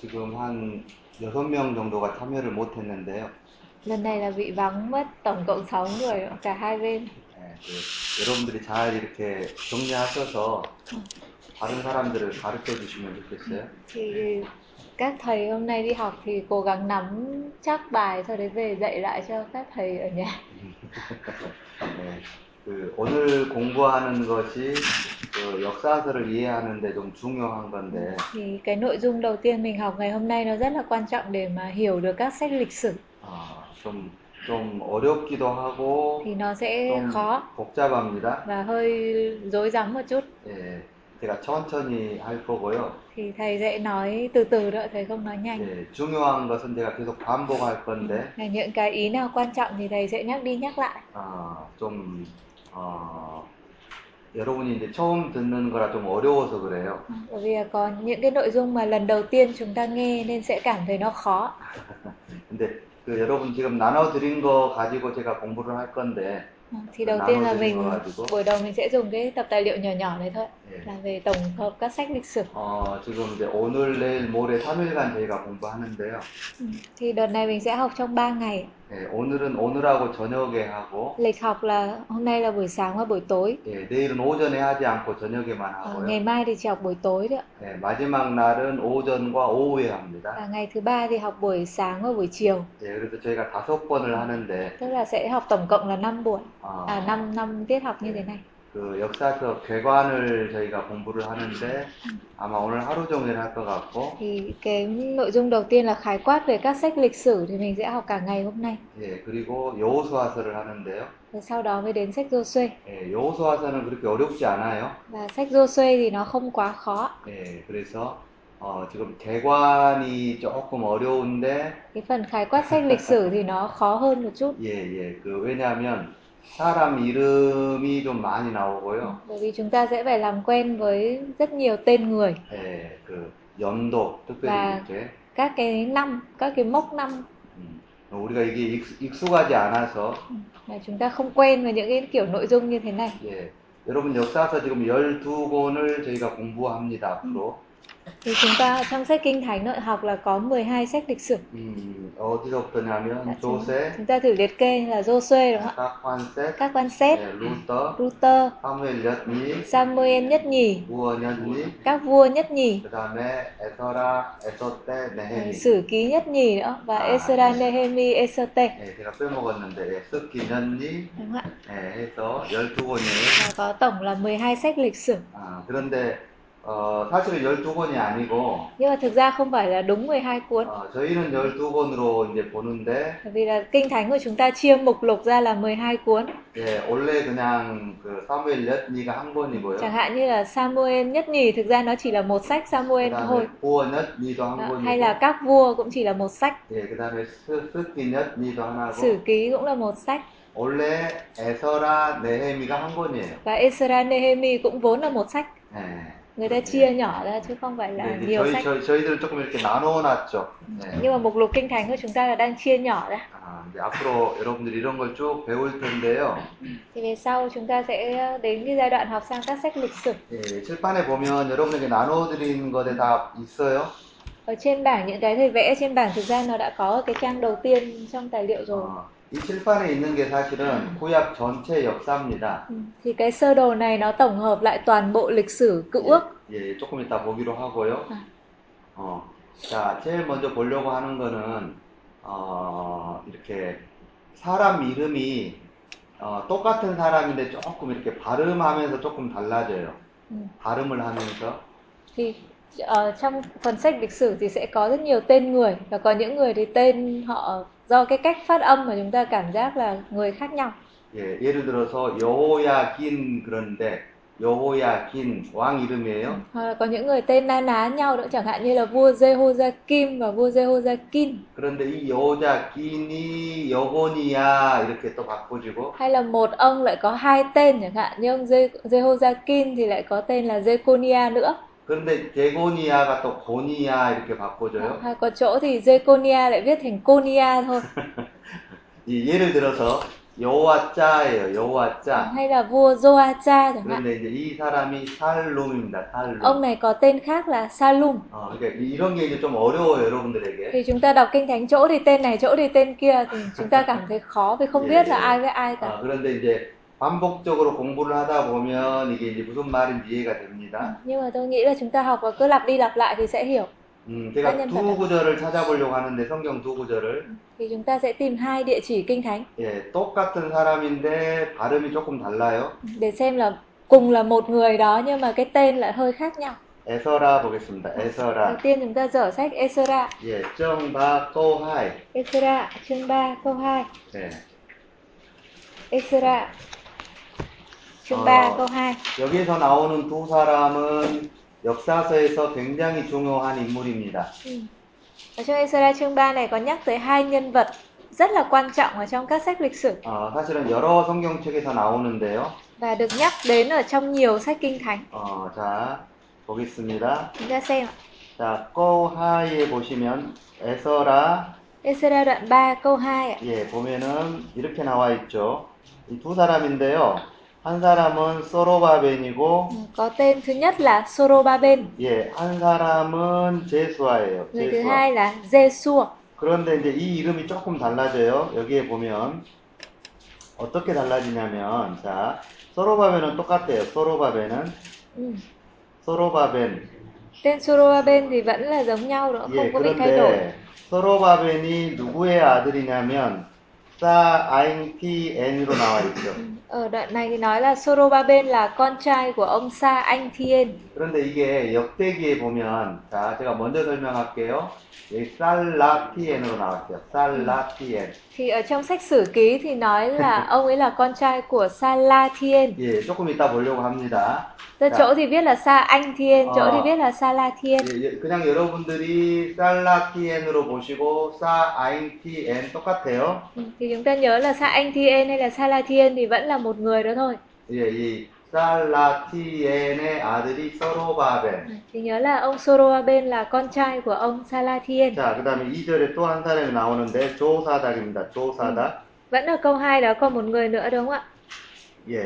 지금 한 6명 정도가 참여를 못 했는데요. Lần này là bị vắng mất tổng cộng 6 người ạ, cả hai bên. 예, 그 여러분들이 잘 이렇게 정리하셔서 다른 사람들을 가르쳐 주시면 좋겠어요. Thì các thầy hôm nay đi học thì cố gắng nắm chắc bài sau đấy về dạy lại cho các thầy ở nhà. 네, 그 오늘 공부하는 것이 그 역사서를 이해하는데 좀 중요한 건데 Thì cái nội dung đầu tiên mình học ngày hôm nay nó rất là quan trọng để mà hiểu được các sách lịch sử. 아, 좀, 좀 어렵기도 하고 Thì nó sẽ 좀 khó 복잡합니다. và hơi rối rắm một chút. 예, 제가 천천히 할 거고요. Thì thầy sẽ nói từ từ đó, thầy không nói nhanh. 예, 중요한 것은 제가 계속 반복할 건데 Là những cái ý nào quan trọng thì thầy sẽ nhắc đi nhắc lại. 아, 좀 어, 여러분이 이제 처음 듣는 거라 좀 어려워서 그래요. Bởi vì là có những cái nội dung mà lần đầu tiên chúng ta nghe nên sẽ cảm thấy nó khó. 근데 그 여러분 지금 나눠드린 거 가지고 제가 공부를 할 건데 Vâng, Thì đầu tiên là 나눠드린 mình 거 가지고 buổi đầu mình sẽ dùng cái tập tài liệu nhỏ nhỏ này thôi 예. là về tổng hợp các sách lịch sử. 어, 지금 이제 오늘 내일 모레 3일간 저희가 공부하는데요. Thì đợt này mình sẽ học trong 3 ngày. 예, 오늘은 오늘하고 저녁에 하고 Lịch học là hôm nay là buổi sáng và buổi tối. 예, 내일은 오전에 하지 않고 저녁에만 Ờ, 하고요. ngày mai thì chỉ học buổi tối thôi. ạ. 예, 마지막 날은 오전과 오후에 합니다. Và ngày thứ ba thì học buổi sáng và buổi chiều. 예, 그래서 저희가 다섯 번을 하는데 Tức là sẽ học tổng cộng là 5 buổi. 어, À 5 năm tiết học như thế này. 그 역사서 괴관을 저희가 공부를 하는데 아마 오늘 하루 종일 할 것 같고 Thì cái nội dung đầu tiên là khái quát về các sách lịch sử thì mình sẽ học cả ngày hôm nay. 예, 그리고 여호수아서를 하는데요. Rồi sau đó mới đến sách Josué. 예, 여호수아서는 그렇게 어렵지 않아요. Và sách Josué thì nó không quá khó. 예, 그래서 어, 지금 대관이 조금 어려운데 Cái phần khái quát sách lịch sử thì nó khó hơn một chút. 예, 예, 그 왜냐하면 사람 이름이 좀 많이 나오고요. Bởi vì chúng ta sẽ phải làm quen với rất nhiều tên người, 예, 그 연도 네. 특별히 이렇게 các cái năm, các cái mốc năm 음, 우리가 이게 익, 숙하지 않아서 mà chúng ta không quen với những cái kiểu nội dung như thế này. 예, 여러분 역사서 지금 12권을 저희가 공부합니다 앞으로 Thì chúng ta trong sách Kinh Thánh nội học là có 12 sách lịch sử. 음, 어디서부터냐면 Đã 조세, Chúng ta thử liệt kê là Josué đúng không ạ? 사관셋, Các quan xét, 예, 루터, Luther, 사무엘 엿니, Samuel nhất nhì, 우원 엿니, các vua nhất nhì, 그 다음에 에서라, 에소떼, rồi 네헤미 sử ký nhất nhì nữa và À, Ezra, ừ. Nehemi, Esate. 예, 제가 빼먹었는데 예, 스키 엿니 Đúng không ạ? 예, 해서 12권이 Và có tổng là 12 sách lịch sử. 아, 그런데 어, 사실은 12권이 아니고 Nhưng mà thực ra không phải là đúng 12 cuốn. 어, 저희는 12권으로 이제 보는데 Bởi vì là kinh thánh của chúng ta chia mục lục ra là 12 cuốn. 예, 원래 그냥 그 사무엘 엿니가 한 권이고요. Chẳng hạn như là Samuel nhất nhì thực ra nó chỉ là một sách Samuel thôi. 그다음에 후원 엿니도 한 Đó, 권이고 hay là các vua cũng chỉ là một sách, 예, 그다음에 스, 스킨 엿니도 하나고 sử ký cũng là một sách 원래 에서라 네헤미가 한 권이에요. và Ezra Nehemi cũng vốn là một sách. 예. Người ta chia nhỏ ra chứ không phải là 근데 이제 nhiều 저희 sách. 저희 저희들 조금 이렇게 나눠 놨죠. 예. Nhưng mà mục lục kinh thánh của chúng ta là đang chia nhỏ ra. 아, 이제 앞으로 여러분들이 이런 걸 쭉 배울 텐데요. Thì về sau chúng ta sẽ ờ, đến cái giai đoạn học sang các sách lịch sử. 예, 칠판에 보면 여러분에게 나눠 드린 것에 다 있어요. Ở trên bảng những cái thầy vẽ trên bảng thực ra nó đã có ở cái trang đầu tiên trong tài liệu rồi. 어, 이 칠판에 있는 게 사실은 구약 전체 역사입니다. Ừ, Thì cái sơ đồ này nó tổng hợp lại toàn bộ lịch sử Dạ. cựu ước. 예, 조금 이따 보기로 하고요. 아. 어, 자, 제일 먼저 보려고 하는 거는 어, 이렇게 사람 이름이 어, 똑같은 사람인데 조금 이렇게 발음하면서 조금 달라져요. 음. 발음을 하면서 Ừ, Thì ở trong phần sách lịch sử thì sẽ có rất nhiều tên người và có những người thì tên họ do cái cách phát âm mà chúng ta cảm giác là người khác nhau. 예, 예를 들어서 여호야긴 그런데 여호야긴 왕 이름이에요. Hoặc là có những người tên na ná nhau nữa chẳng hạn như là vua Jehoiakim và vua Jehoiakim 그런데 이 여호야긴이 여고니야 이렇게 또 바꿔지고 hay là một ông lại có hai tên chẳng hạn như ông Je- Jehoiakim thì lại có tên là Jeconia nữa. 그런데 제고니야가 또 고니야 이렇게 바꿔져요. Hay có chỗ thì Jeconia lại viết thành Conia thôi. 이 예를 들어서 여호와 자예요. 여호와 자. hay là vua Joacha chẳng hạn 그런데 이제 이 사람이 살롬입니다. ông 살롬. này có tên khác là Salum 어, 그러니까 이- 이런 게 이제 좀 어려워요, 여러분들에게. thì chúng ta đọc kinh thánh chỗ thì tên này chỗ thì tên kia thì chúng ta cảm thấy khó vì không biết là ai với ai cả 아, 그런데 이제 반복적으로 공부를 하다 보면 이게 이제 무슨 말인지 이해가 됩니다. nhưng mà tôi nghĩ là chúng ta học và cứ lặp đi lặp lại thì sẽ hiểu 음, 제가 두 구절을 찾아보려고 하는데 성경 두 구절을 thì chúng ta sẽ tìm hai địa chỉ kinh thánh 예, 똑같은 사람인데 발음이 조금 달라요. để xem là cùng là một người đó nhưng mà cái tên lại hơi khác nhau 에서라 보겠습니다. đầu 에서라. tiên chúng ta dở sách Esra 예, 정바 또하이. Esra chương 3 câu 2 예. Esra chương Ờ. 3 câu 2 여기에서 나오는 두 사람은 역사서에서 굉장히 중요한 인물입니다. Ừ. Ở trong Esra chương 3 này có nhắc tới hai nhân vật rất là quan trọng ở trong các sách lịch sử 어, 사실은 여러 성경책에서 나오는데요. và được nhắc đến ở trong nhiều sách kinh thánh. 어, 자, 보겠습니다. Chúng ta xem ạ. 자, 꺼하에 예 보시면 에서라, Esra đoạn 3 câu 2 ạ. 예, 보면은 이렇게 나와 있죠. 이 두 사람인데요. 한 사람은 소로바벤이고, Ừ, Có tên thứ nhất là Sorobaben, 예, 한 사람은 제수아예요. người thứ 제수아. hai là Jesua. 그런데 이제 이 이름이 조금 달라져요. 여기에 보면 어떻게 달라지냐면 자 소로바벤은 똑같아요. 소로바벤은 Ừ. 소로바벤 Tên Sorobaben thì vẫn là giống nhau đó, 예 không có bị thay đổi. 그런데 소로바벤이 누구의 아들이냐면 사 아잉티엔으로 나와 있죠. Ừ, Ở đoạn này thì nói là Sorobaben là con trai của ông Sa Anh Thiên. 그런데 이게 역대기에 보면 자 제가 먼저 설명할게요. 여기 살라티엔으로 나왔어요. 살라티엔 Thì ở trong sách sử ký thì nói là ông ấy là con trai của Sa La Thiên. 예 조금 이따 보려고 합니다. Ra Dạ. chỗ thì viết là Sa Anh Thiên, chỗ Ờ. thì viết là Sa La Thiên. 예, 예, 그냥 여러분들이 살라티엔으로 보시고 사아잉티엔 똑같아요. Ừ, Thì chúng ta nhớ là Sa Anh Thiên hay là Sa La Thiên thì vẫn là một người đó thôi. 예, 이 살라티엔의 아들이 서로바벨. Ừ, Thì nhớ là ông Soroaben là con trai của ông Salathiel. 자, 그다음에 2절에 또 한 사람이 나오는데 조사닥입니다. 조사닥. Vẫn ở câu 2 đó còn một người nữa đúng không ạ? 예.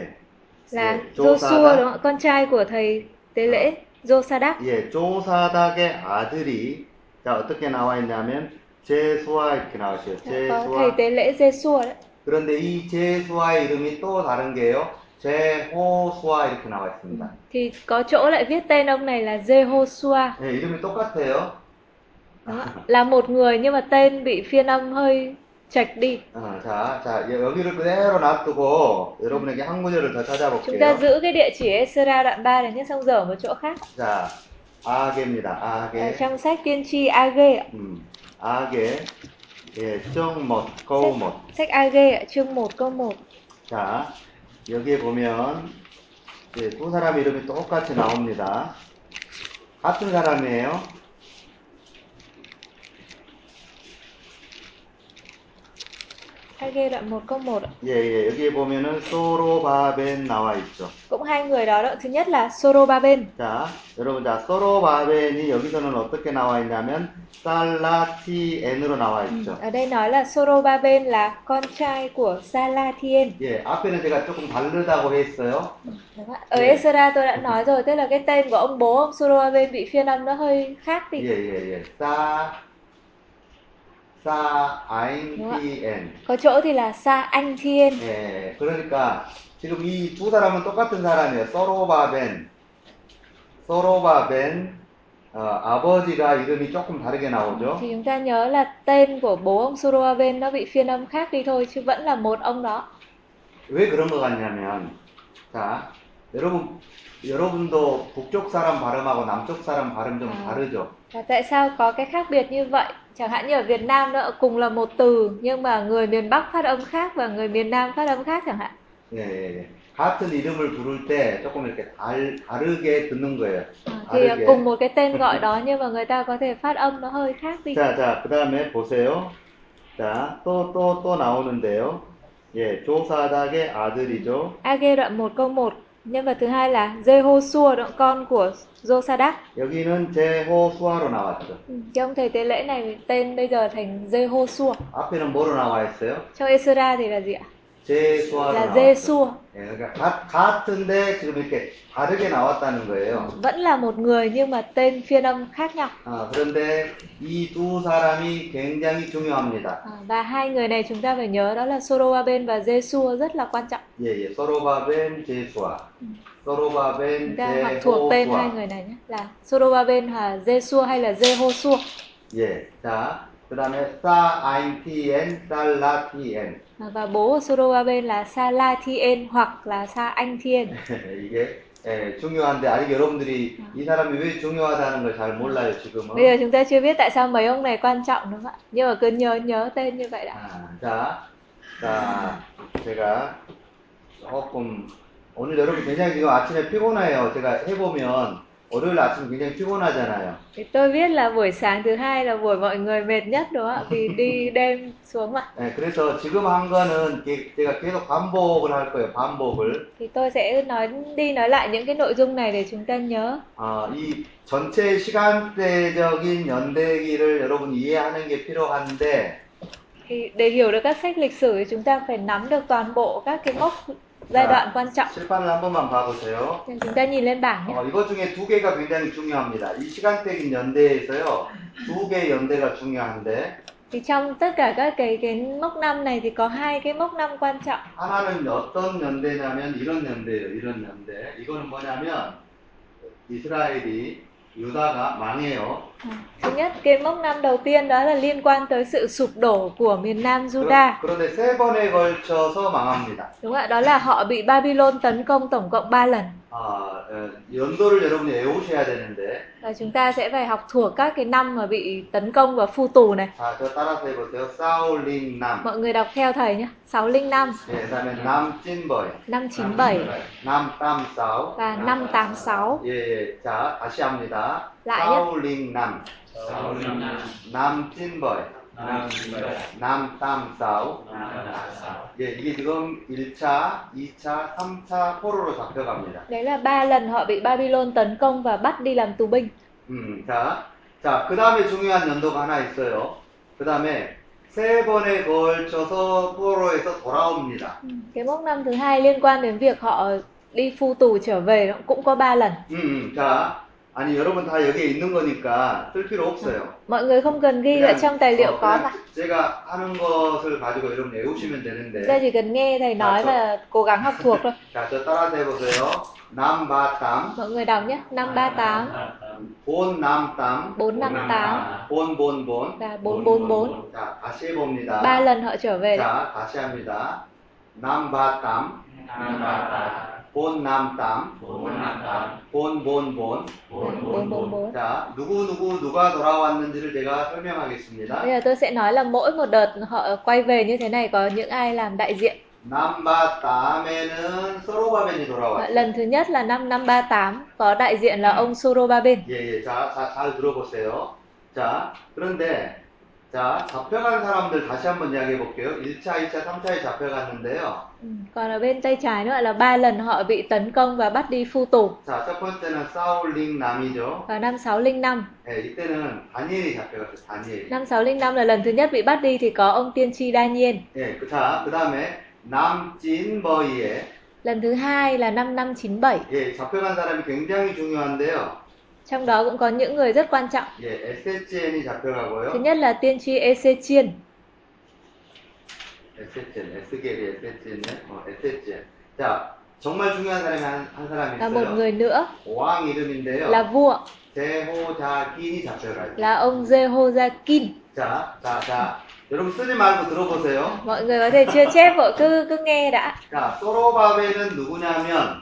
예, Là Joshua đúng 조사닥. không ạ? Con trai của thầy tế lễ Josadak. 예, 조사닥의 아들이 자, 어떻게 나와 있냐면 제수아 이렇게 나오세요. Có 제수아. thầy tế lễ Jesua đấy. 그런데 이 제수아의 이름이 또 다른 게요. 제호수아 이렇게 나와 있습니다. Thì có chỗ lại viết tên ông này là Jehoshua. 예, 이름이 똑같아요. Đúng không ạ? Là một người nhưng mà tên bị phiên âm hơi chạch đi. 어, 자, 자, 여- 여기를 그대로 놔두고 여러분에게 한 구절을 더 Chúng ta 찾아볼게요. giữ cái địa chỉ Esra đoạn 3 này nhé, xong dở một chỗ khác. 자, 아게입니다. Ở 아게. trong sách tiên tri AG ạ. 음, 아게. 예, 정못, 거우못. Sách AG ạ, chương 1 câu 1. 자, 여기에 보면 예, 두 사람 이름이 똑같이 나옵니다. 같은 사람이에요. AG đoạn 1 câu 1 ạ. 예, 예, 여기에 보면은 소로바벤 나와 있죠. cũng hai người đó đó thứ nhất là Sorobaben 자, 여러분, 자, 소로바벤이 여기서는 어떻게 나와 있냐면 살라티엔으로 나와 있죠. Ừ, ở đây nói là Sorobaben là con trai của Salathiel 예, 앞에는 제가 조금 다르다고 했어요. đúng không ạ? ở Ừ. Esra tôi đã nói rồi tức là cái tên của ông bố ông Sorobaben bị phiên âm nó hơi khác 예, đi 예, 예. 싸, 싸, 아인, 티, 엔. có chỗ thì là Sa Anh Thiên 예, 그러니까 지금 이 두 사람은 똑같은 사람이에요. 서로바벤. 서로바벤. 어, 아버지가 이름이 조금 다르게 나오죠. thì chúng ta nhớ là tên của bố ông Sorobaben nó bị phiên âm khác đi thôi chứ vẫn là một ông đó 왜 그런 것 같냐면, 자, 여러분, 여러분도 북쪽 사람 발음하고 남쪽 사람 발음 좀 아. 다르죠. và tại sao có cái khác biệt như vậy chẳng hạn như ở Việt Nam nó cùng là một từ nhưng mà người miền Bắc phát âm khác và người miền Nam phát âm khác chẳng hạn 예, 예, 예. 같은 이름을 부를 때 조금 이렇게 달, 다르게 듣는 거예요. À, thì 다르게. cùng một cái tên gọi đó nhưng mà người ta có thể phát âm nó hơi khác đi. 자, 자, 그 다음에 보세요. 자, 또, 또, 또 나오는데요. 예, 조사닥의 아들이죠. AG đoạn 1 câu 1, nhân vật thứ hai là Jehoshua đoạn con của Josadak. 여기는 제호수아로 나왔죠. Ừ, Cái ông thầy tế lễ này tên bây giờ thành Jehoshua. 앞에는 뭐로 나와 있어요? Trong Esra thì là gì ạ? 제수아로 là 나왔어요. Giêsu 예, 그러니까 가- 같은데 지금 이렇게 다르게 나왔다는 거예요. vẫn là một người nhưng mà tên phiên âm khác nhau 아, 그런데 이 두 사람이 굉장히 중요합니다. À, và hai người này chúng ta phải nhớ đó là Soroaben và Giêsu rất là quan trọng 예, 예. 서로바벤 제수아. 서로바벤 chúng ta học thuộc tên hai 제호수아. người này nhé là Soroaben và Giêsu hay là Jehoshua 예. 자, 그다음에 사아인티엔 살라티엔. À, và bố của Soroaben là Salatien hoặc là Sa Anh Thiên 이게 예, 중요한데 아직 여러분들이 이 사람이 왜 중요하다는 걸 잘 몰라요, 지금은. bây giờ chúng ta chưa biết tại sao mấy ông này quan trọng đúng không ạ nhưng mà cứ nhớ nhớ tên như vậy đã 아, 자, 자, 제가 조금 오늘 여러분 굉장히 지금 아침에 피곤해요. 제가 해보면 월요일 아침 굉장히 피곤하잖아요. Thì tôi biết là buổi sáng thứ hai là buổi mọi người mệt nhất đúng không ạ vì đi đêm xuống mà 네, 그래서 지금 한 거는 게- 제가 계속 반복을 할 거예요. 반복을. thì tôi sẽ nói đi nói lại những cái nội dung này để chúng ta nhớ 아, 이 전체 시간대적인 연대기를 여러분 이해하는 게 필요한데, thì để hiểu được các sách lịch sử thì chúng ta phải nắm được toàn bộ các cái mốc giai đoạn quan trọng 실판을 한 번만 봐보세요. Nên chúng ta nhìn lên bảng nhé 어, 이것 중에 두 개가 굉장히 중요합니다. 이 시간대인 연대에서요, 두 개의 연대가 중요한데, thì trong tất cả các cái cái mốc năm này thì có hai cái mốc năm quan trọng 하나는 어떤 연대냐면 이런 연대예요. 이런 연대. 이거는 뭐냐면 이스라엘이 유다가 망해요. thứ nhất cái mốc năm đầu tiên đó là liên quan tới sự sụp đổ của miền Nam Juda 그런- 그런데 세 번에 걸쳐서 망합니다. đúng ạ đó là họ bị Babylon tấn công tổng cộng 3 lần 아, 에, 연도를 여러분이 외우셔야 되는데 và chúng ta sẽ phải học thuộc các cái năm mà bị tấn công và phu tù này 자, 아, 저 따라서 해보세요. 사울링남 mọi người đọc theo thầy nhé 605 예, 그다음에 남찐벌 597 남땀싸우 và 586 예, 예, 자, 다시 합니다. lại nhé 사울링남 사울은 남, 남찐벌 남, 남, 남땀싸우 남, 예, 이게 지금 1차, 2차, 3차 포로로 잡혀갑니다. đấy là ba lần họ bị Babylon tấn công và bắt đi làm tù binh 음, 자, 자, 그 다음에 중요한 연도가 하나 있어요. 그 다음에 세 번에 걸쳐서 포로에서 돌아옵니다. cái mốc năm thứ hai liên quan đến việc họ đi phu tù trở về cũng có 3 lần 음, 음, 자, 아니, 여러분 다 여기에 있는 거니까 쓸 필요 없어요. mọi người không cần ghi lại trong tài liệu 어, có 그냥 mà 제가 하는 것을 가지고 여러분 외우시면 chúng ta 되는데. chỉ cần nghe thầy nói và cố gắng học thuộc thôi 자, 저 따라서 해보세요. 남바땀, mọi người đọc nhé 538 본남땀, 458 본본본. và 444 자, 다시 해봅니다. ba lần họ trở về đấy. 자, 다시 합니다. 남바땀, 남바다, 본남땀, 보나다, 본본본. 보보보, 자, 누구누구 누가 돌아왔는지를 제가 Bây 설명하겠습니다. giờ tôi sẽ nói là mỗi một đợt họ quay về như thế này có những ai làm đại diện. 남바땀에는 서로바벤이 Và 돌아왔어요. Lần thứ nhất là năm 538 có đại diện là ông Sorobaben. 예, 예, 자, 자, 잘 들어보세요. 자, 그런데, 자, 잡혀간 사람들 다시 한번 이야기해 볼게요. 1차, 2차, 3차에 잡혀갔는데요. Ừ. Còn ở bên tay trái nữa là ba lần họ bị tấn công và bắt đi phu tù 자, 첫 번째는 사울링 남이죠. vào năm 605. 예, 이때는 다니엘이 잡혀갔어요, 다니엘. Năm 605 là lần thứ nhất bị bắt đi thì có ông tiên tri Daniel. 예, 그, 자, 그 다음에 남진버이에 Lần thứ hai là năm 597. 예, 잡혀간 사람이 굉장히 중요한데요. Trong đó cũng có những người rất quan trọng. 예, SHN이 Thứ 잡혀가고요. nhất là tiên tri E Ezechiel. SHN, S겔이 SHN, 어, SHN. 자, 정말 중요한 사람이 한, 한 사람이 Và một 있어요. người nữa 왕 이름인데요. là vua 제호자긴이 잡혀가요. là ông Jehoiakim. 자, 자, 자. 여러분 쓰지 말고 들어보세요. Mọi người có thể chưa chép vợ cứ cứ nghe đã. 자, 소로바벨은 누구냐면,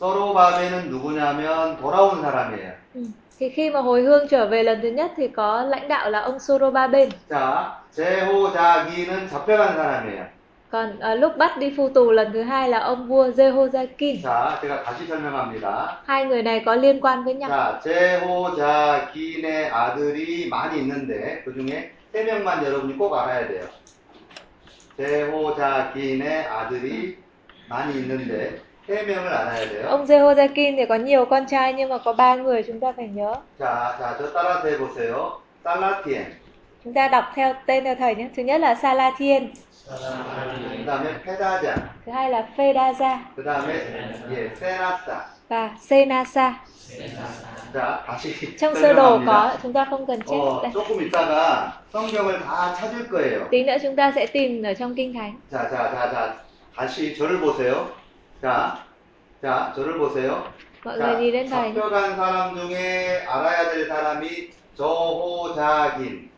소로바벨은 누구냐면, 돌아온 사람이에요. Ừ. Thì khi mà hồi hương trở về lần thứ nhất thì có lãnh đạo là ông Sorobaben. 자, 제호자기는 잡혀간 사람이에요. Còn à, lúc bắt đi phu tù lần thứ hai là ông vua Jehoiakim. 자, 제가 다시 설명합니다. Hai người này có liên quan với nhau. 자, 제호자기네 아들이 많이 있는데, 그 중에 세 명만 여러분이 꼭 알아야 돼요. 제호자기네 아들이 많이 있는데, 세 명을 알아야 돼요. Ông Jehoiakim thì có nhiều con trai nhưng mà có ba người chúng ta phải nhớ. 자, 자, 저 따라서 해보세요. 살라티엔. Chúng ta đọc theo tên theo thầy nhé. Thứ nhất là Salatien, 그 사라리, 다음에 페다자, thứ hai là Fedaza 그 다음에 예, 세나사. và Senasa 자, 다시 trong sơ đồ 설명합니다. có chúng ta không cần check 어, Đây. 조금 있다가 성경을 다 찾을 거예요. tí nữa chúng ta sẽ tìm ở trong kinh thánh 자, 자, 자, 자. 다시 저를 보세요. 자, 자, 저를 보세요. 자, mọi người nhìn lên thầy 잡혀간 사람 중에 알아야 될 사람이 저호자긴.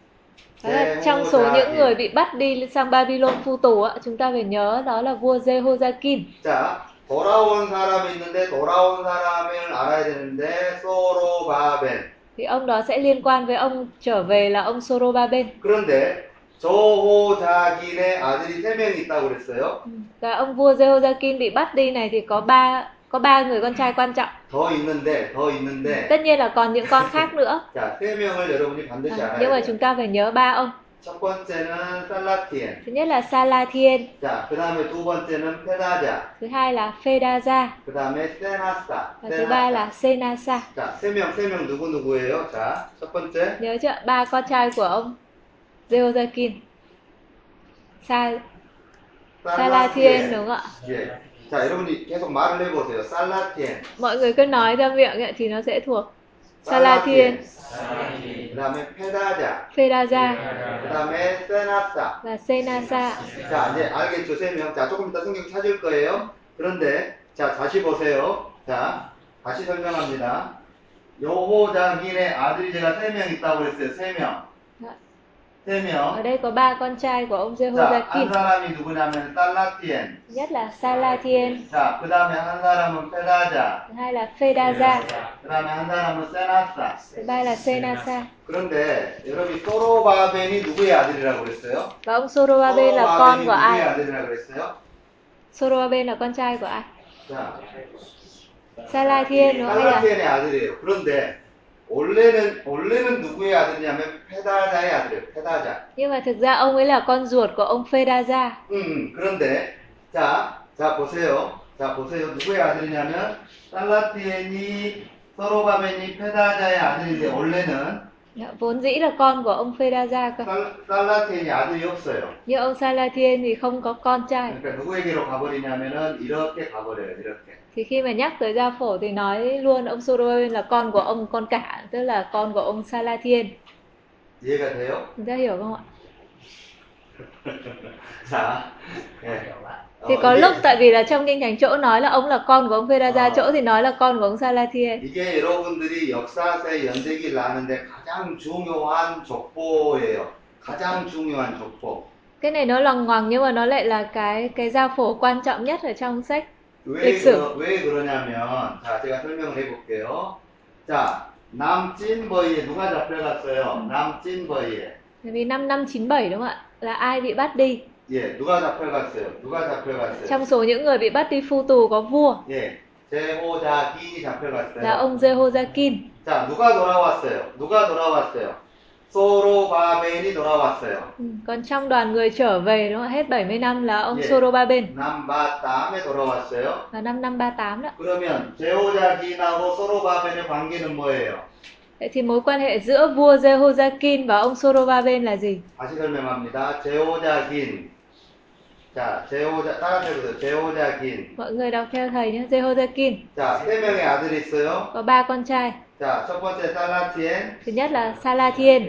đó là trong số những người bị bắt đi sang Babylon phu tù á, chúng ta phải nhớ đó là vua Jehoiakim 자, 돌아온 사람이 있는데 돌아온 사람을 알아야 되는데 소로바벨. thì ông đó sẽ liên quan với ông trở về là ông Sorobaben 그런데 저호자긴의 아들이 세 명이 있다고 그랬어요. và ông vua Jehoiakim bị bắt đi này thì có ba có ba người con trai quan trọng 더 있는데 더 있는데 tất nhiên là còn những con khác nữa 자, 세 명을 여러분이 반드시 à, nhưng mà 알아야 돼요. chúng ta phải nhớ ba ông 첫 번째는 살라티엔. thứ nhất là Salathiel 자, 그다음에 두 번째는 페다자. thứ hai là Fedaza 그다음에 세나사. và thứ ba là Senasa 자, 세 명, 세 명 누구 누구예요? 자, 첫 번째 nhớ chưa ba con trai của ông Jehoiakim Sa Salathiel đúng không ạ 예. 자, 여러분이 계속 말을 해보세요. 살라티엔, mọi người cứ nói ra miệng ấy, thì nó sẽ thuộc Salathiel 그 다음에 페다자, Fedaza 그 다음에 세나사. và Senasa 자, 이제 알겠죠, 세 명. 자, 조금 이따 성경 찾을 거예요. 그런데, 자, 다시 보세요. 자, 다시 설명합니다. 여호자긴의 아들이 제가 세 명 있다고 그랬어요. 세 명. 세 Dạ. ở 명. đây có ba con trai của ông 자, 한 Jehoiakim 사람이 누구냐면 살라티엔. Thứ nhất là Salathiel 자, 그 다음에 한 사람은 페다자. thứ hai là Fedaza 그 다음에 한 사람은 세나사. thứ ba là Senasa 그런데 여러분이 소로바벤이 누구의 아들이라고 그랬어요? và ông Sorobaben là con 소로바벤이 của 누구의 ai 아들이라고 그랬어요? Sorobaben là con trai của ai 자, Salathiel đúng không ạ 살라티엔의 아들이에요. 그런데 원래는 원래는 누구의 아들이냐면 페다자의 아들이에요. 페다자. nhưng mà thực ra ông ấy là con ruột của ông Fedaza 음, 음, 그런데 자, 자 보세요. 자 보세요. 누구의 아들이냐면 살라티엔이 소로바벤이 페다자의 아들인데 원래는 Dạ, vốn dĩ là con của ông Fedaza cơ 살, 살라티엔이 아들이 없어요. nhưng ông Salathiel thì không có con trai 그러니까 누구에게로 가버리냐면은 이렇게 가버려요. 이렇게. thì khi mà nhắc tới gia phổ thì nói luôn ông Sorobaben là con của ông con cả tức là con của ông Salathiel 이해가 돼요? chúng ta hiểu không ạ 자, 예. thì 어, có 이게- lúc tại vì là trong kinh thánh chỗ nói là ông là con của ông Fedaza Ờ. chỗ thì nói là con của ông Salathiel 이게 여러분들이 역사세 연대기를 하는데 가장 중요한 족보예요. 가장 중요한 족보. cái này nó lòng ngoằng nhưng mà nó lại là cái cái gia phổ quan trọng nhất ở trong sách 왜, 렉스. 그러, 왜 그러냐면, 자, 제가 설명을 해볼게요. 자, 남찐버이에 누가 잡혀갔어요? 남찐버이에. bởi vì năm năm 97 đúng không ạ là ai bị bắt đi 예, 누가 잡혀갔어요? 누가 잡혀갔어요? trong số những người bị bắt đi phu tù có vua 예, 제호자기 잡혀갔어요. là ông Jehoiakim 자, 누가 돌아왔어요? 누가 돌아왔어요? 소로바벤이 돌아왔어요. Ừ, còn trong đoàn người trở về đúng không? ạ? hết 70 năm là ông Yeah. Sorobaben 남바 다음에 돌아왔어요. vào năm năm 38 đó. 그러면 제호자긴하고 소로바벤의 관계는 뭐예요? Vậy thì mối quan hệ giữa vua Jehoiakim và ông Sorobaben là gì? 다시 설명합니다. 제호자긴. 자, 제호자 따라해보세요. 제호자긴. Mọi người đọc theo thầy nhé. Jehoiakim 자, 세 명의 아들이 있어요. có ba con trai. 자, 첫 번째 살라티엔, Thứ nhất là Salathiel,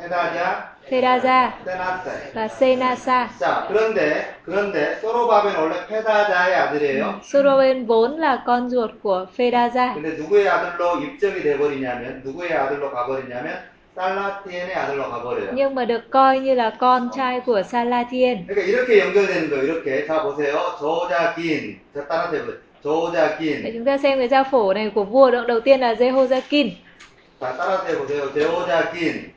헤다자, Fedaza 세나세. và Senasa. 자, 그런데 그런데 소로바벤 원래 페다자의 아들이에요. Sorobaben vốn là con ruột của Fedaza. 근데 누구의 아들로 입적이 돼버리냐면 누구의 아들로 가버리냐면 살라티엔의 아들로 가버려요. Nhưng mà được coi như là con trai của Salathiel. 그러니까 이렇게 연결되는 거예요. 이렇게 자 보세요. 저자긴 자 따라서 해보세요. Vậy 저자긴 chúng ta xem cái gia phổ này của vua động đầu tiên là Jehoiakim. 자 따라서 해보세요. 제호자긴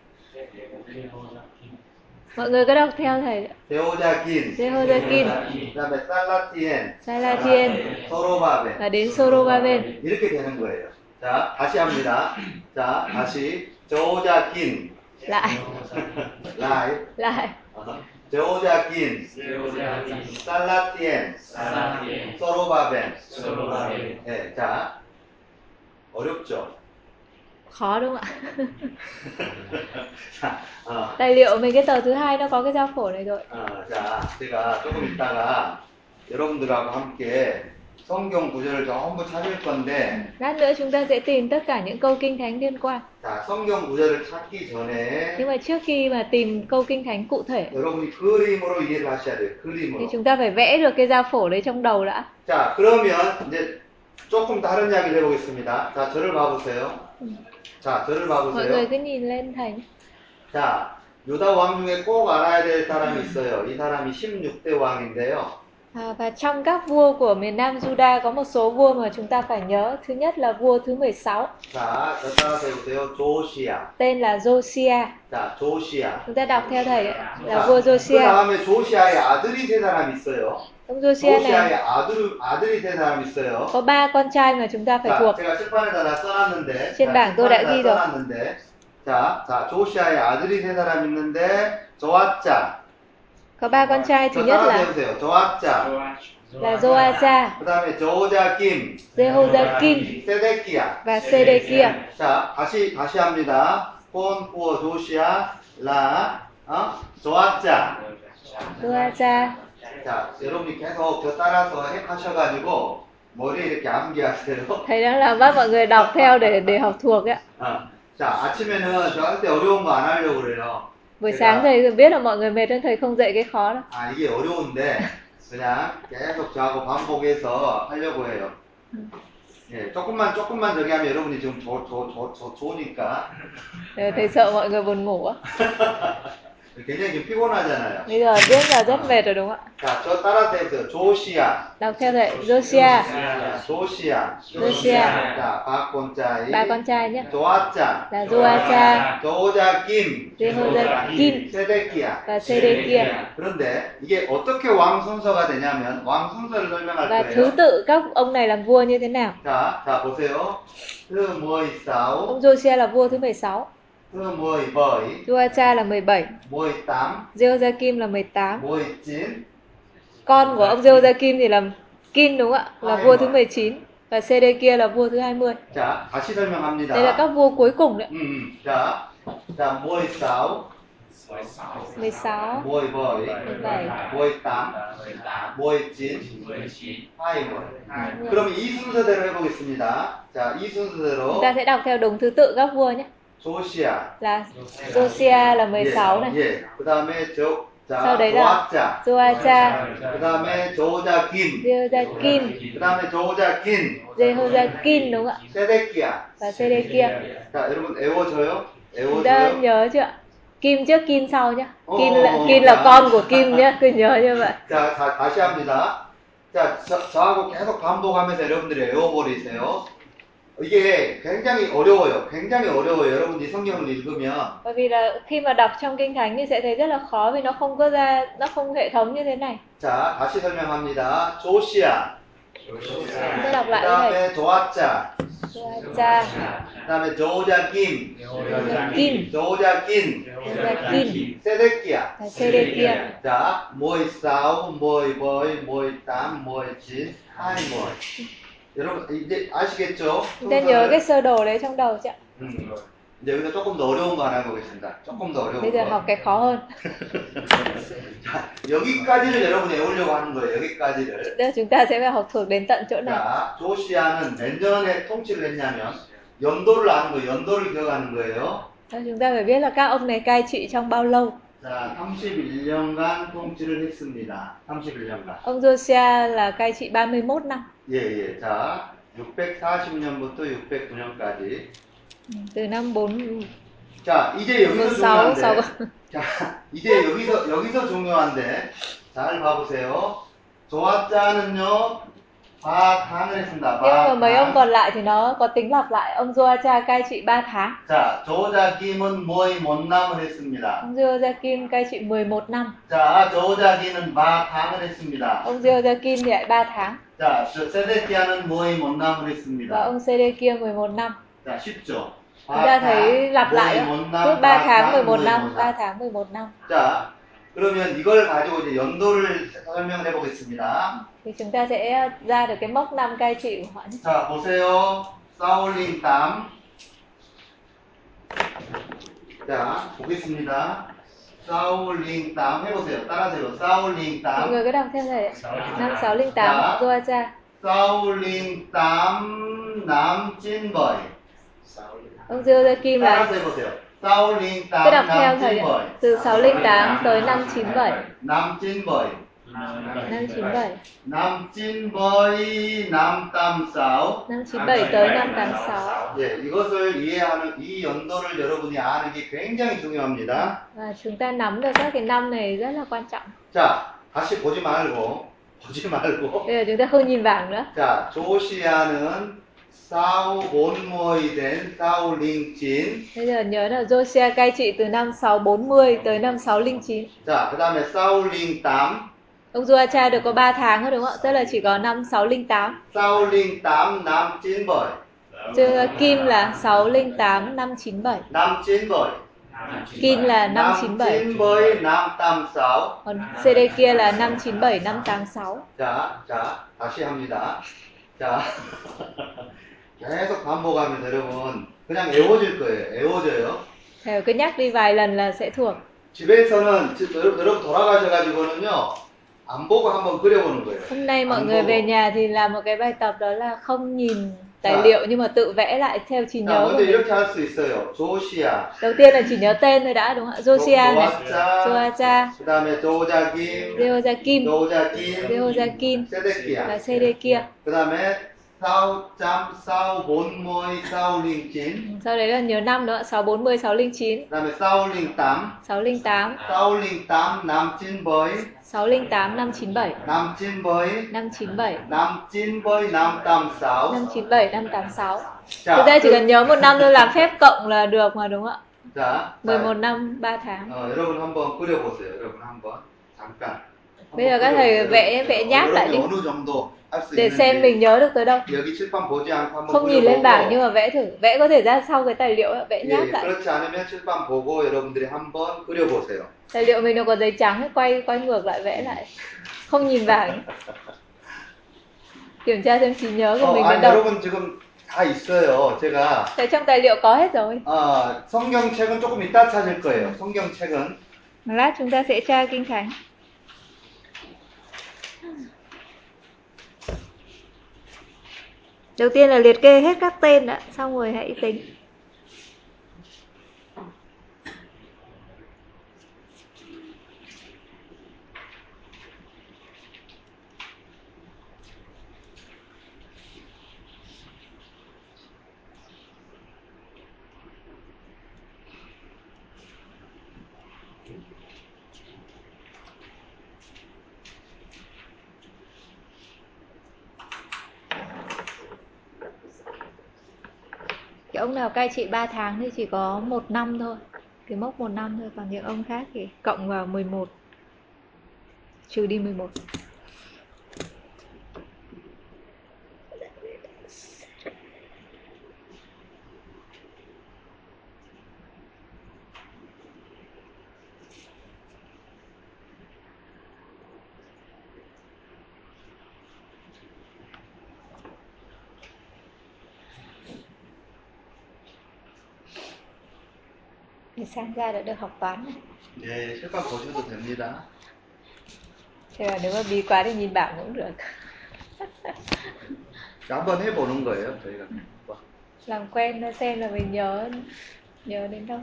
Mọi người cứ đọc theo thầy. ạ. 제호자긴 Jehoiakim, 그다음에 살라티엔 Salathiel 서로바벤 và đến Sorobaben. 이렇게 되는 거예요. 자 다시 합니다. 자 다시 저자긴 Lại, 라이 lại. 저자긴 살라티엔 사랑해 서로바벤 예, 서로하게 네, 자 어렵죠. khó đúng không ạ 어, tài liệu mình cái tờ thứ hai nó có cái giao phổ này rồi 어, 자, 제가 조금 있다가 여러분들하고 함께 성경 구절을 전부 찾을 건데, lát nữa chúng ta sẽ tìm tất cả những câu kinh thánh liên quan 자, 성경 구절을 찾기 전에 nhưng mà trước khi mà tìm câu kinh thánh cụ thể 여러분이 그림으로 이해를 하셔야 돼요. thì 그림으로. chúng ta phải vẽ được cái giao phổ đấy trong đầu đã 자, 그러면 이제 조금 다른 이야기를 해보겠습니다. 자, 저를 봐보세요. 자, 저를 mọi người 봐보세요. cứ nhìn lên thầy nhé. 자, 유다 왕 중에 꼭 알아야 될 사람이 있어요. 이 사람이 16대 왕인데요. À, và trong các vua của miền Nam Juda có một số vua mà chúng ta phải nhớ. Thứ nhất là vua thứ 16, 자, 저 따라서 해보세요. 조시아. tên là Josiah. 자, 조시아. Chúng ta đọc theo thầy ạ, là 자, vua 그 Josiah. 다음에 조시아의 아들이 세 사람 있어요. Ông Josiah 조시아의 này 아들, 아들이 세 사람 있어요. có ba con trai mà chúng ta phải 자, thuộc. 제가 칠판에다가 써놨는데, 칠판, 자, 노래 칠판에다 뒤죠. 써놨는데, 자, 자, 조시아의 아들이 세 사람 있는데, 조아짜. Có ba con trai thứ 저 nhất 따라 là 해보세요. 조아짜. là Joasa, 그 다음에 조자김, Jehoiakim 세데키야. và Sedekia. 자, 다시, 다시 합니다. 폰푸어 조시아, 라, 어? 조아짜. Joasa, 자, 여러분이 계속 저 따라서 해- 하셔가지고, 머리에 이렇게 암기하세요. thầy đang làm bắt mọi người đọc theo để để học thuộc ấy ạ. 어. 자, 아침에는 저한테 어려운 거 안 하려고 그래요. Buổi 제가 sáng thầy biết là mọi người mệt nên thầy không dạy cái khó đâu. 아, 이게 어려운데, 그냥 계속 저하고 반복해서 하려고 해요. 예, 조금만, 조금만 저기 하면 여러분이 지금 저, 저, 저, 저, 좋으니까. Ờ, Thầy sợ mọi người buồn ngủ á. 굉장히 지금 피곤하잖아요. Bây giờ biết là rất mệt rồi đúng không ạ? 자, 저 따라서 해보세요. 조시아. Đọc theo thầy, Josiah, 자, 조시아. 조시아. 자, 박권짜이. ba con trai nhé. 조아짜. Là Joasa, 조자김. Jehoiakim 세데키야. và Sedekia. 그런데 이게 어떻게 왕 순서가 되냐면, 왕 순서를 설명할 Và thứ 거예요. tự các ông này làm vua như thế nào? 자, 자, 보세요. 그, 뭐, 스모이사우, Ông Josiah là vua thứ 16, 그, 뭐, 스모이버이, Joacha là 17, 모이땀, Jehoiakim là 18. 모이진, Con của ông Jehoiakim thì là Kim đúng không ạ? Là vua thứ 19 và Sedekia là vua thứ 20. 자, 다시 Đây là các 설명합니다. vua cuối cùng đấy. 음, 음, 자, 자, 모이사우, 16, 모이버이, 17, 모이땀, 모이진, 하이월. 음. 그럼 이 순서대로 해보겠습니다. 자, 이 순서대로 Chúng ta sẽ đọc theo đúng thứ tự các vua nhé. 조시아, Là Josiah là 16 này, 예, 예. 그 다음에 조, 자, 서대라. 조아짜, Joacha, 그 다음에 조자김, Jehoiakim, 그 다음에 조자긴, Jehoiakim đúng không ạ? 세데키야. Và Sedekia. 자, 여러분 애워져요? Chúng ta 애워져요? nhớ chưa ạ? Kim trước Kim sau nhé. Kim Ồ, là ồ, Kim dạ. là con của Kim nhé, cứ nhớ như vậy. 자, 다, 다시 합니다. 자, 저, 저하고 계속 반복하면서 여러분들이 외워버리세요. 이게 굉장히 어려워요. 굉장히 어려워요. 여러분들이 성경을 읽으면. Bởi vì là khi mà đọc trong kinh thánh thì sẽ thấy rất là khó vì nó không có ra nó không hệ thống như thế này. 자, 다시 설명합니다. 조시아, Chúng ta đọc 그 lại cái này. 다음에 조아짜, Cha, 그 다음에 조자김, Kim, 조자긴, 세데키야. và Sedekia. 자, 모이사우, 모이보이, 모이땀, 모이진, 하이모이. 여러분, 이제 아시겠죠? Chúng ta nhớ cái sơ đồ đấy trong đầu chị ạ. 음. 이제 여기서 조금 더 어려운 거 하나 해보겠습니다. 조금 더 어려운 Bây giờ 거. học cái khó hơn. 자, 여기까지를 여러분이 외우려고 하는 거예요. 여기까지를. Tức là chúng ta sẽ phải học thuộc đến tận chỗ này. 자, 조시아는 몇 년에 통치를 했냐면 연도를 아는 거예요. 연도를 기억하는 거예요. Và Chúng ta phải biết là các ông này cai trị trong bao lâu. 자, 31년간 통치를 했습니다. 31년간. Ông Josiah là cai trị 31 năm. 예, 예. 자, 640년부터 609년까지. Từ năm 4 자, 이제 여기서 16 중요한데. sau 자, 이제 여기서 여기서 중요한데 잘 봐보세요. 조아짜는요 밭항을 했습니다. Nhưng mà mấy ông 밭 còn lại thì nó có tính lặp lại. Ông Joacha cai trị 3 tháng. 자, 조자김은 뭐의 못남을 했습니다. Ông Joakim cai trị 11 năm. 자, 아, 조자기는 밭항을 했습니다. Ông Joakim thì lại 3 tháng. 자, 저 세데키아는 뭐의 못남을 Và 했습니다. ông Sedekia 11 năm. 자, 쉽죠. Chúng ta thấy lặp lại 뭐의 đó. 못남, Cứ 3 tháng, 밭항, 11 뭐의 năm, 그 못남. 3 tháng, 11 năm. 자, 그러면 이걸 가지고 이제 연도를 설명해 보겠습니다. Thì chúng ta sẽ ờ, ra được cái mốc năm cai trị của họ nhé. 자 보세요 사울린 땀 자, 보겠습니다. 싸울링 땀 해보세요. 따라하세요. 싸울링 mọi 땀. người cứ đọc theo này ạ. năm sáu linh Dạ. tám Goacha 싸울링 땀 남찐벌. ông Dương Gia Kim là 따라서 해보세요. 싸울링 cứ đọc 땀 theo thầy ạ. 남찐벌. từ sáu linh tám tới năm chín bảy 남찐벌. năm chín bảy 남찐벌이 남땀싸우. năm chín bảy tới năm tám sáu 586 예, 이것을 이해하는 이 연도를 여러분이 아는 게 굉장히 중요합니다. và chúng ta nắm được các cái năm này rất là quan trọng 자, 다시 보지 말고, 보지 말고. bây giờ chúng ta không nhìn bảng nữa 자, 조시아는 싸우 온모이 된 싸우 링진. bây giờ nhớ là Josiah cai trị từ năm 640 tới năm 609 자, 그 다음에 싸우 링땀. ông Joacha được có 3 tháng thôi đúng không ạ tức là chỉ có năm 608 싸우 링땀 남진벌. Chưa Kim là 608 597 남진벌. Kim là 597 남진벌 남땀싸우. còn CD kia là 597 586 자, 자, 다시 합니다. 자, 계속 반복하면서 여러분, 그냥 외워질 거예요. 외워져요. thầy cứ nhắc đi vài lần là sẽ thuộc 집에서는 지- 여러- 여러분 돌아가셔가지고는요 안 보고 한번 그려보는 거예요. Hôm nay mọi 안 người về 보고. nhà thì làm một cái bài tập đó là không nhìn À. tài liệu nhưng mà tự vẽ lại theo trí 자, nhớ 먼저 của mình. 이렇게 할 수 있어요. 조시야, Đầu tiên là chỉ nhớ tên thôi đã đúng không ạ? Josia này, 조아짜, Joacha, 그다음에 조자김, Deojakim, 조자김, 네. Deojakim và 세데키야, Sedekia. 그다음에 사우짬, 사우본모이, 사울링진, Sau đấy là nhớ năm đó ạ, 640, 609, 그다음에 사울링땀, 608, 사울링땀, 남진보이, 608, 597, 남진보이, 597, 남진보이, 남땀싸우. 597, 586. Thực 자, ra chỉ 그- cần nhớ một năm thôi làm phép cộng là được mà đúng không ạ? 자, 자, 11 năm 3 tháng. 어, Dạ, Ờ, 여러분 한번 그려보세요. 여러분 한번 잠깐. Bây giờ các 한번 thầy 그려보세요. vẽ vẽ nháp lại đi 여러분이 어느 정도 할 수 để xem 있는지 mình nhớ được tới đâu. 여기 칠판 보지 않고 한번 không nhìn 그려보고 lên bảng nhưng mà vẽ thử vẽ có thể ra sau cái tài liệu ấy, vẽ 예, nháp 예, lại 그렇지 않으면 칠판 보고 여러분들이 한번 그려보세요. tài liệu mình nó có giấy trắng ấy, quay quay ngược lại vẽ lại không nhìn bảng kiểm tra xem trí nhớ của 어, mình đến 아니, đâu 여러분 지금 다 있어요. 제가 thế trong tài liệu có hết rồi 어, 성경책은 조금 이따 찾을 거예요. 성경책은 Một lát chúng ta sẽ tra kinh thánh đầu tiên là liệt kê hết các tên đã xong rồi hãy tính cái ông nào cai trị 3 tháng thì chỉ có một năm thôi cái mốc một năm thôi còn những ông khác thì cộng vào 11 trừ đi 11 để sang ra đã được học toán này 예, 칠판 보셔도 됩니다. thế là nếu mà bí quá thì nhìn bảng cũng được 자, 한번 해보는 거예요. 저희가 한번. làm quen ra xem là mình nhớ nhớ đến đâu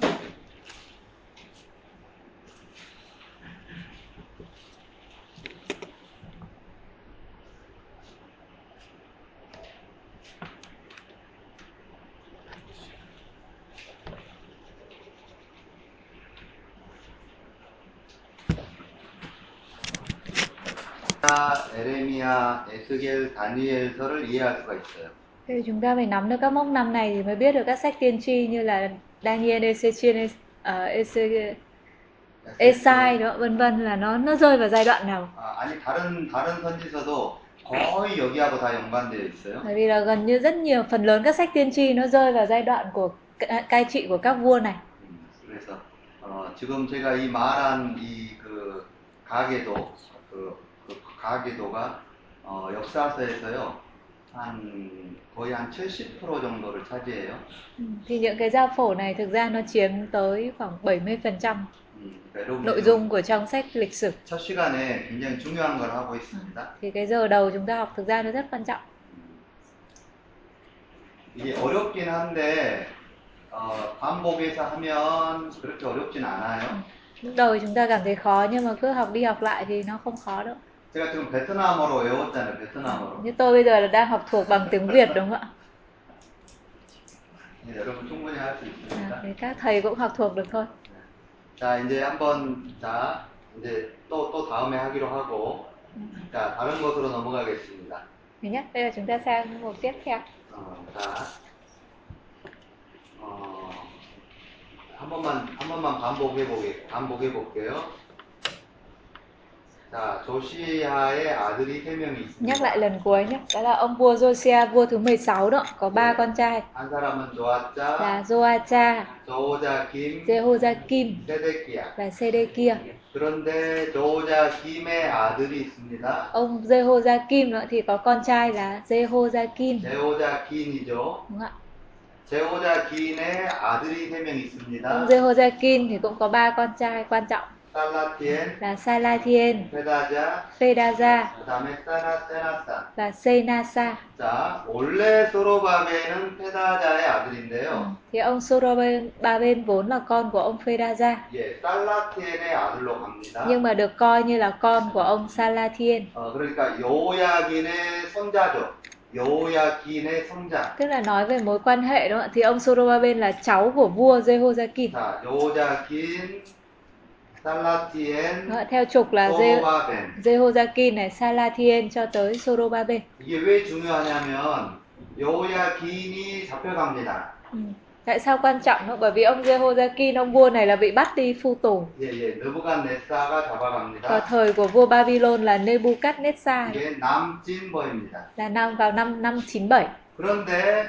자, 에레미야, 에스겔, 다니엘서를 이해할 수가 있어요. thế thì chúng ta phải nắm được các mốc năm này thì mới biết được các sách tiên tri như là Daniel, Ezechiel, ờ, Eze- Esai đó vân vân là nó nó rơi vào giai đoạn nào 아, 아니 다른 다른 선지서도 거의 여기하고 다 연관되어 있어요. Bởi vì là gần như rất nhiều phần lớn các sách tiên tri nó rơi vào giai đoạn của ca- cai trị của các vua này. 음, 그래서 어, 지금 제가 이 말한 이 그 가계도 그, 그 가계도가 어, 역사서에서요 한 거의 한 70% 정도를 차지해요. Ừ, thì những cái giao phổ này thực ra nó chiếm tới khoảng 70% 음, 그러니까 여러분들이 nội dung của trong sách lịch sử. 첫 시간에 굉장히 중요한 걸 하고 있습니다. 음. Thì cái giờ đầu chúng ta học thực ra nó rất quan trọng. 이게 어렵긴 한데 어, 반복해서 하면 그렇게 어렵진 않아요. Lúc đầu chúng ta cảm thấy khó nhưng mà cứ học đi học lại thì nó không khó đâu. 제가 지금 베트남어로 외웠잖아요. 베트남어로. Như tôi bây giờ là đang học thuộc bằng tiếng Việt đúng không ạ? 네, 여러분 충분히 할 수 À, 있습니다. thì các thầy cũng học thuộc được thôi. 자 이제 한번 자 이제 또 또 다음에 하기로 하고 자 다른 것으로 넘어가겠습니다. Thứ nhất, bây giờ chúng ta sang mục tiếp theo. 어, 자, 어, 한 번만 한 번만 반복해 보게 반복해 볼게요. 자, 조시아의 아들이 세 명이 있습니다. Nhắc lại lần cuối nhé. Đó là ông vua Josiah, vua thứ 16 đó, có ba Ừ. con trai 한 사람은 조아짜, là Joacha, 조호자김, Jehoiakim 세데키야. và Sedekia. 그런데 조호자김의 아들이 있습니다. Ông Jehoiakim nữa thì có con trai là Jehoiakim. 제호자긴이죠. Đúng không ạ? 제호자긴의 아들이 세 명 있습니다. Ông Jehoiakim thì cũng có ba con trai quan trọng 살라티엔, là Salathiel, 페다자, Phedaza 그다음에 세나 세나산. và Senasa. 자, 원래 소로바베는 페다자의 아들인데요. Thì ông Soroben ba bên vốn là con của ông Phedaza 예, 살라티엔의 아들로 갑니다. nhưng mà được coi như là con của ông Salathiel. 어, 그러니까 여호야긴의 손자죠. 여호야긴의 손자. Tức là nói về mối quan hệ đúng không ạ? Thì ông Sorobaben là cháu của vua Jehoiakim. 자, 여호야긴, 살라티엔, Đúng không ạ? Theo trục là Je- 소로바벤. Jehoiakim này, Salathiel cho tới Sorobaben. 이게 왜 중요하냐면 여호야긴이 잡혀갑니다. Ừ. Tại sao quan trọng không? Bởi vì ông Jehoiakim, ông vua này là bị bắt đi phu tù. 예, 예, 느부갓네사가 Vào 잡아갑니다. 아. thời của vua Babylon là Nebuchadnezzar 이게 남진보입니다. là năm vào năm năm 97. 그런데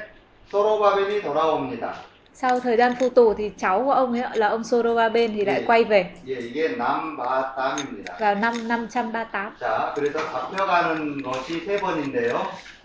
소로바벤이 돌아옵니다. Sau thời gian phu tù thì cháu của ông ấy ạ, là ông Sorobaben thì lại Ừ. quay về 예, 이게 남바땀입니다. vào năm 538. 자, 그래서 잡혀가는 것이 세 번인데요.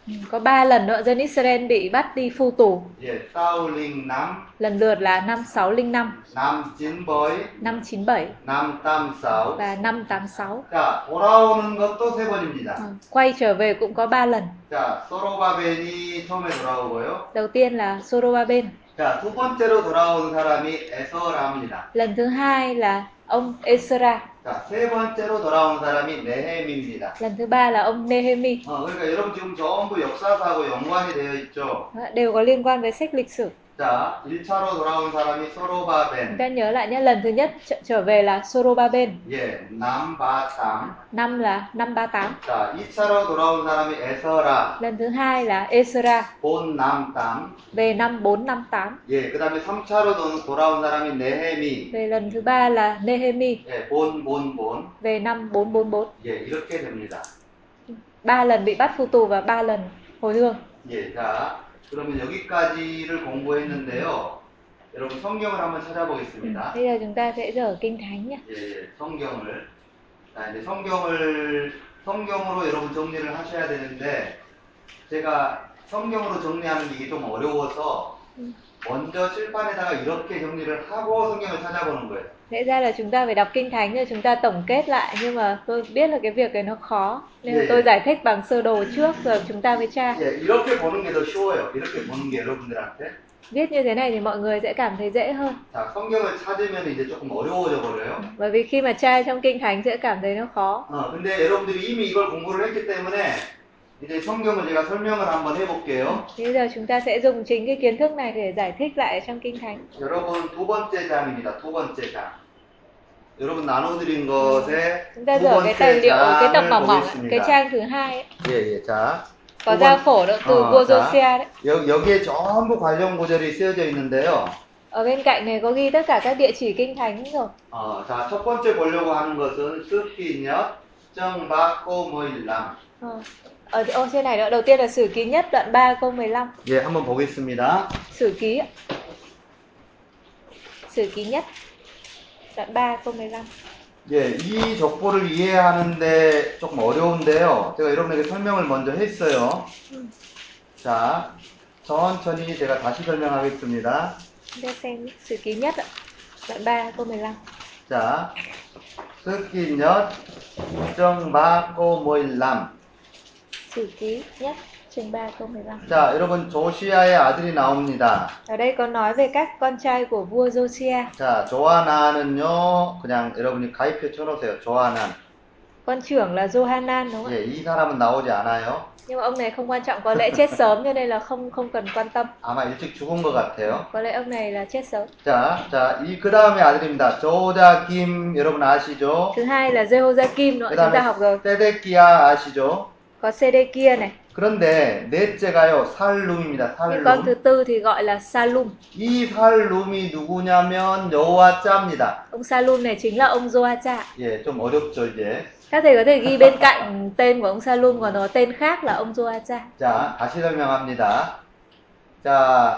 Ừ. Có 3 lần nữa dân Israel bị bắt đi phu tù, 예, 사울링남, lần lượt là năm 605, 남진보이, năm 97 남땀싸우. và năm 86. 자, 돌아오는 것도 세 Ừ. 번입니다. Quay trở về cũng có 3 lần. 자, 소로바벤이 처음에 돌아오고요. Đầu tiên là Sorobaben, 자, 두 번째로 돌아온 사람이 에서라입니다. lần thứ hai là ông Ezra, 자, 세 번째로 돌아온 사람이 네헤미입니다. lần thứ ba là ông Nehemi. 어, 그러니까 여러분 지금 전부 역사사하고 연관이 되어 있죠. Đó, đều có liên quan với sách lịch sử. 자, 1차로 돌아온 사람이 Chúng 소로바벤, ta nhớ lại nhé, lần thứ nhất tr- trở về là Sorobaben, 예, 남바탐. năm là năm 38. 자, 2차로 돌아온 사람이 에서라, Lần thứ hai là Ezra, 본남땀. về năm 458. 예, 그 다음에 3차로 돌아온 사람이 네헤미, Về lần thứ ba là Nehemi, 예, 본, 본, 본. về năm 444. 예, 이렇게 됩니다. Ba lần bị bắt phu tù và ba lần hồi hương. 예, 자, 그러면 여기까지를 공부했는데요. 여러분 성경을 한번 찾아보겠습니다. Bây giờ chúng ta sẽ dở kinh thánh nhé. 예, 예, 성경을. 자, 이제 성경을, 성경으로 여러분 정리를 하셔야 되는데, 제가 성경으로 정리하는 게 이게 좀 어려워서, 음. 먼저 칠판에다가 이렇게 정리를 하고 성경을 찾아보는 거예요. Lẽ ra là chúng ta phải đọc kinh thánh rồi chúng ta tổng kết lại nhưng mà tôi biết là cái việc này nó khó nên là Dạ, tôi dạ. giải thích bằng sơ đồ trước rồi chúng ta mới tra. 예, 이렇게 보는 게 더 쉬워요. 이렇게 보는 게 여러분들한테. Viết như thế này thì mọi người sẽ cảm thấy dễ hơn. 자, 성경을 찾으면 이제 조금 어려워져 버려요. Bởi vì khi mà tra trong kinh thánh sẽ cảm thấy nó khó. 어, 근데 여러분들이 이미 이걸 공부를 했기 때문에, 이제 성경을 제가 설명을 한번 해볼게요. Thế giờ chúng ta sẽ dùng chính cái kiến thức này để giải thích lại trong kinh thánh. 여러분 두 번째 장입니다. 두 번째 장. 여러분 나눠드린 것에 두 Chúng ta dở cái tài 번째 liệu cái tập 장을 mỏng mỏng ấy, cái 보겠습니다. trang thứ hai ấy, 예예 자 có 두 gia 번- phổ đó từ 어, vua 자, Josiah đấy. 여, 여기에 전부 관련 구절이 쓰여져 있는데요. Ở bên cạnh này có ghi tất cả các địa chỉ kinh thánh rồi. 어, 자첫 번째 보려고 하는 것은 스피녀 정박 꼬모일람. Ờ. Ở ô trên này nữa, đầu tiên là sử ký nhất đoạn 3 câu 15. 예 한번 보겠습니다. Sử ký ạ. Sử ký nhất đoạn 3 câu 15. 예이 족보를 이해하는데 조금 어려운데요. 제가 여러분에게 설명을 먼저 했어요. 자, 천천히 제가 다시 설명하겠습니다. Chúng ta xem sự ký nhất ạ. Đoạn 3 câu 15. 자, 스키넛 정바꼬모일람. Sử ký nhất chương 3 câu 15. 자, 여러분 조시아의 아들이 나옵니다. Ở đây có nói về các con trai của vua Josia. 자, 조아나는요, 그냥 여러분이 가입표 쳐놓으세요. 조아난. Con trưởng là Johanan đúng không ạ? 예, 이 사람은 나오지 않아요. Nhưng mà ông này không quan trọng, có lẽ chết sớm cho nên là không không cần quan tâm. 아마 일찍 죽은 것 같아요. Có lẽ ông này là chết sớm. 자, 자, 이 그 다음에 아들입니다. 조자김 여러분 아시죠? Thứ hai là Jehoiakim nữa, 어, 그 chúng ta học rồi. 다음에 세데키야 아시죠? Có Sedekia này. 그런데 넷째가요 살룸입니다. Nhưng con thứ 살룸. tư thì gọi là Salum. 이 살룸이 누구냐면 여호와 짜입니다. Ông Salum này chính là ông Joacha. 예, 좀 어렵죠 이제. Các thầy có thể ghi bên cạnh tên của ông Salum còn có tên khác là ông Joacha. 자, 다시 설명합니다. 자,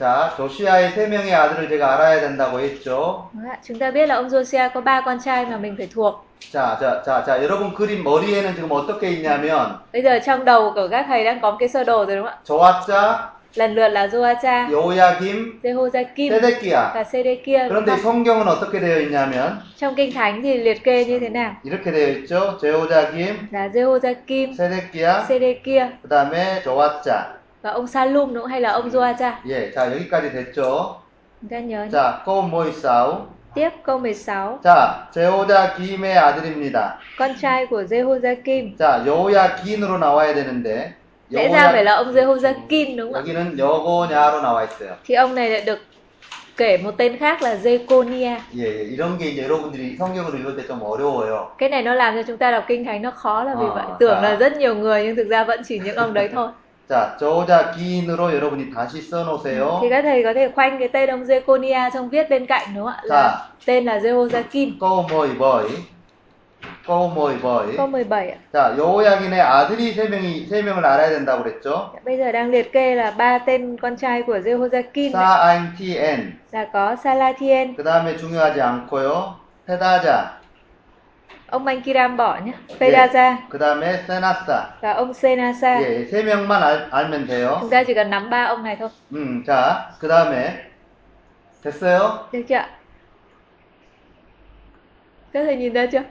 자 조시아의 세 명의 아들을 제가 알아야 된다고 했죠. Đúng ạ. Chúng ta biết là ông Josiah có ba con trai mà mình phải thuộc. 자, 자, 자, 자, 여러분 그림 머리에는 지금 어떻게 있냐면 Bây giờ trong đầu của các thầy đang có một cái sơ đồ rồi đúng không ạ? 조아 짜, Lần lượt là Joacha, 여호야김, Jehoiakim 세데키야. và Sedekia. đúng 그런데 không? 성경은 어떻게 되어 있냐면 Trong kinh thánh thì liệt kê như thế nào? 이렇게 되어 있죠. 제호자김, Là Jehoiakim, 세데키야, Sedekia 그다음에 조아 짜. và ông Salum đúng không? hay là ông Joacha. 예, 자 여기까지 됐죠. Chúng ta nhớ nhé. 자, 꼬모이사우. Tiếp câu 16, 자, 제오다 김의 아들입니다. con trai của Jehoiakim. 자, 여호야 긴으로 나와야 되는데 Lẽ ra phải là ông Jehoiakim đúng không ạ? 여기는 여고냐로 나와 있어요. Thì ông này lại được kể một tên khác là Jeconia. 예, 예, 이런 게 이제 여러분들이 성경을 읽을 때 좀 어려워요. Cái này nó làm cho chúng ta đọc kinh thánh nó khó là vì Ờ, vậy. Tưởng dạ. là rất nhiều người nhưng thực ra vẫn chỉ những ông đấy thôi. 자, 저오자 긴으로 여러분이 다시 써놓으세요. Thì các thầy có thể khoanh cái tên ông Jeconia trong viết bên cạnh đúng không ạ? Dạ. Là tên là Jehoiakim. 꼬모이보이, 꼬모이보이. Câu 17 ạ. 자, 여호야 긴의 아들이 세 명이 세 명을 알아야 된다고 그랬죠. Dạ, Bây giờ đang liệt kê là ba tên con trai của Jehoiakim đấy. Dạ. 사안티엔. là có Salatien, 그 다음에 중요하지 않고요. 페다자. ông Mankiram bỏ nhé, Pedaza 그 다음에 세나사. và ông Senasa. 예, 세 명만 알, 알면 돼요. Chúng ta chỉ cần nắm ba ông này thôi. 음, 자, 그 다음에 됐어요? Được chưa ạ? Các thầy nhìn ra chưa?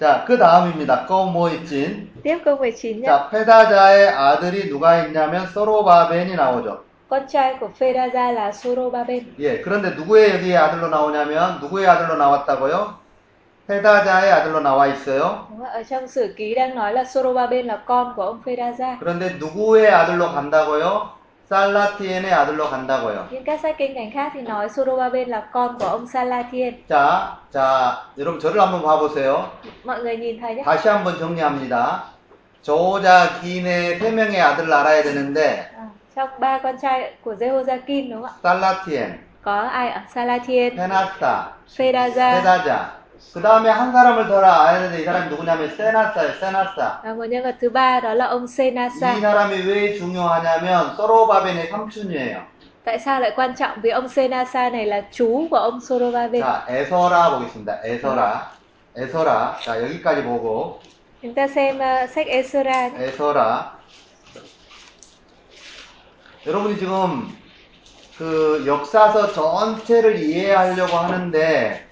자, 그 다음입니다. 꼬모이진. Tiếp câu 19 nhé. 자, 페다자의 아들이 누가 있냐면 서로바벤이 나오죠. Con trai của Fedaza là Sorobaben. 예, 그런데 누구의 여기 아들로 나오냐면 누구의 아들로 나왔다고요? 페다자의 아들로 나와 있어요. Đúng ạ, Ở trong sử ký đang nói là Sorobaben là con của ông Fedaza. 그런데 누구의 아들로 간다고요? 살라티엔의 아들로 간다고요. Nhưng các sách kinh thánh khác thì nói Sorobaben là con của ông Salatien. 자, 자, 여러분 저를 한번 봐보세요. Mọi người nhìn thấy nhé. 다시 한번 정리합니다. 저자 기인의 세 명의 아들을 알아야 되는데 À, trong ba con trai của Jehoiakim đúng không 살라티엔, ạ? Có ai ạ? Salatien, Dạ. 페나사, Dạ. Fedaza, 세다자. 그 다음에 한 사람을 더 알아야 되는데 이 사람이 누구냐면 세나사예요. 세나사. Và một nhân vật thứ ba đó là ông 이 Senasa. 사람이 왜 중요하냐면 서로바벤의 삼촌이에요. Tại sao lại quan trọng? Vì ông Senasa này là chú của ông Sorobaben. 자, 에서라 보겠습니다. 에서라, 에서라. 자 여기까지 보고 Chúng ta xem ờ, sách Esra. nhé. 에서라. 여러분이 지금 그 역사서 전체를 이해하려고 하는데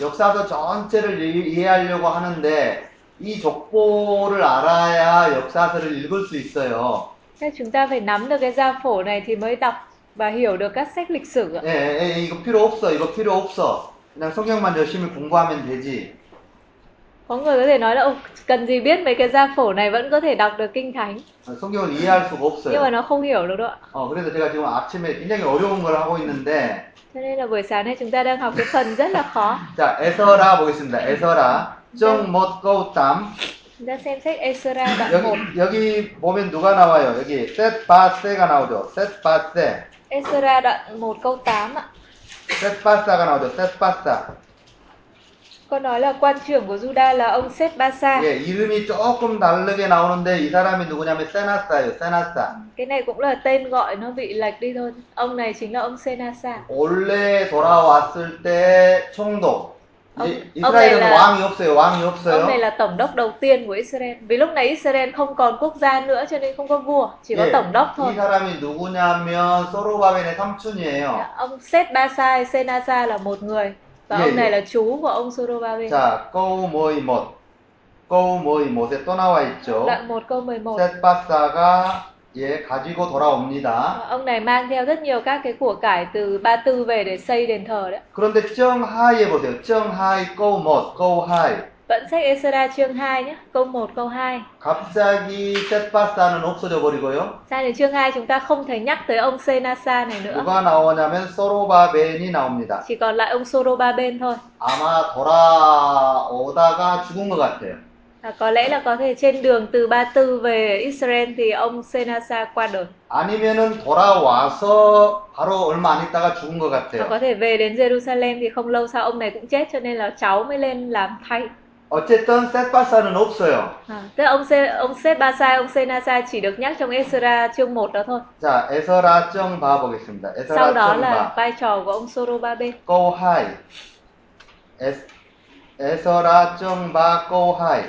역사서 전체를 이- 이해하려고 하는데 이 족보를 알아야 역사서를 읽을 수 있어요. Chắc chúng ta phải nắm được cái gia phổ này thì mới đọc và hiểu được các sách lịch sử. ạ. 예, 예, 예, 이거 필요 없어. 이거 필요 없어. 그냥 성경만 열심히 공부하면 되지. Có người có thể nói là "Ồ, cần gì biết mấy cái gia phổ này vẫn có thể đọc được kinh thánh. 성경을 이해할 수가 Nhưng mà 없어요. nó không hiểu được đâu ạ. 어, 그래서 제가 지금 아침에 굉장히 어려운 걸 하고 있는데 Cho nên là buổi sáng nay chúng ta đang học cái phần rất là khó. 자, 에서라 보겠습니다. 에서라. 정못 거우땀. Chúng ta xem sách Esra đoạn 1. 여기, 여기 보면 누가 나와요? 여기 셋바세가 나오죠. 셋바세. Esra đoạn 1 câu 8 ạ. 셋바사가 나오죠. 셋바사. Có nói là quan trưởng của Juda là ông Seth Basa. 예, 이름이 조금 다르게 나오는데 이 사람이 누구냐면 세나사예요. 세나사. Cái này cũng là tên gọi nó bị lệch đi thôi. Ông này chính là ông Senasa. 원래 돌아왔을 때 총독. Ông- 이제 ông này 이스라엘은 là- 왕이 없어요. 왕이 없어요. Ông này là tổng đốc đầu tiên của Israel. Vì lúc này Israel không còn quốc gia nữa cho nên không có vua, chỉ có 예, tổng đốc thôi. 이 사람이 누구냐면 소로바벤의 삼촌이에요. Dạ, Ông Seth Basai, Senasa là một người và Gì? Dạ, ông này là chú của ông Sorobabe. 자, 꼬우 모이 못. 꼬우 모이 못에 또 나와 뭐. 있죠. Đoạn 1 câu 11. 셋바사가 예 가지고 돌아옵니다. Ờ, Ông này mang theo rất nhiều các cái của cải từ Ba Tư về để xây đền thờ đấy. 그런데 정하이에 보세요. 정하이 꼬우 못, 꼬우하이. Vẫn sách Esra chương 2 nhé, câu 1 câu 2. 갑자기 셋바사는 없어져 버리고요. Sang đến chương 2 chúng ta không thể nhắc tới ông Senasa này nữa. 누가 나오냐면 소로바벤이 나옵니다. Chỉ còn lại ông Sorobaben thôi. 아마 돌아오다가 죽은 것 같아요. À, có lẽ là có thể trên đường từ Ba Tư về Israel thì ông Senasa qua đời. 아니면은 돌아와서 바로 얼마 안 있다가 죽은 것 Và 같아요. 그 có thể về đến Jerusalem thì không lâu sau ông này cũng chết cho nên là cháu mới lên làm thay. 어쨌든 셋바사는 없어요. À, tức là ông Se, ông Seth Basai, ông Senasa chỉ được nhắc trong Esra chương 1 đó thôi. 자, 에서라 정 봐보겠습니다. 에서라 Sau đó 정 là 봐. vai trò của ông Sorobabe. 고하이. 에스- 에서라 정 봐, 고하이.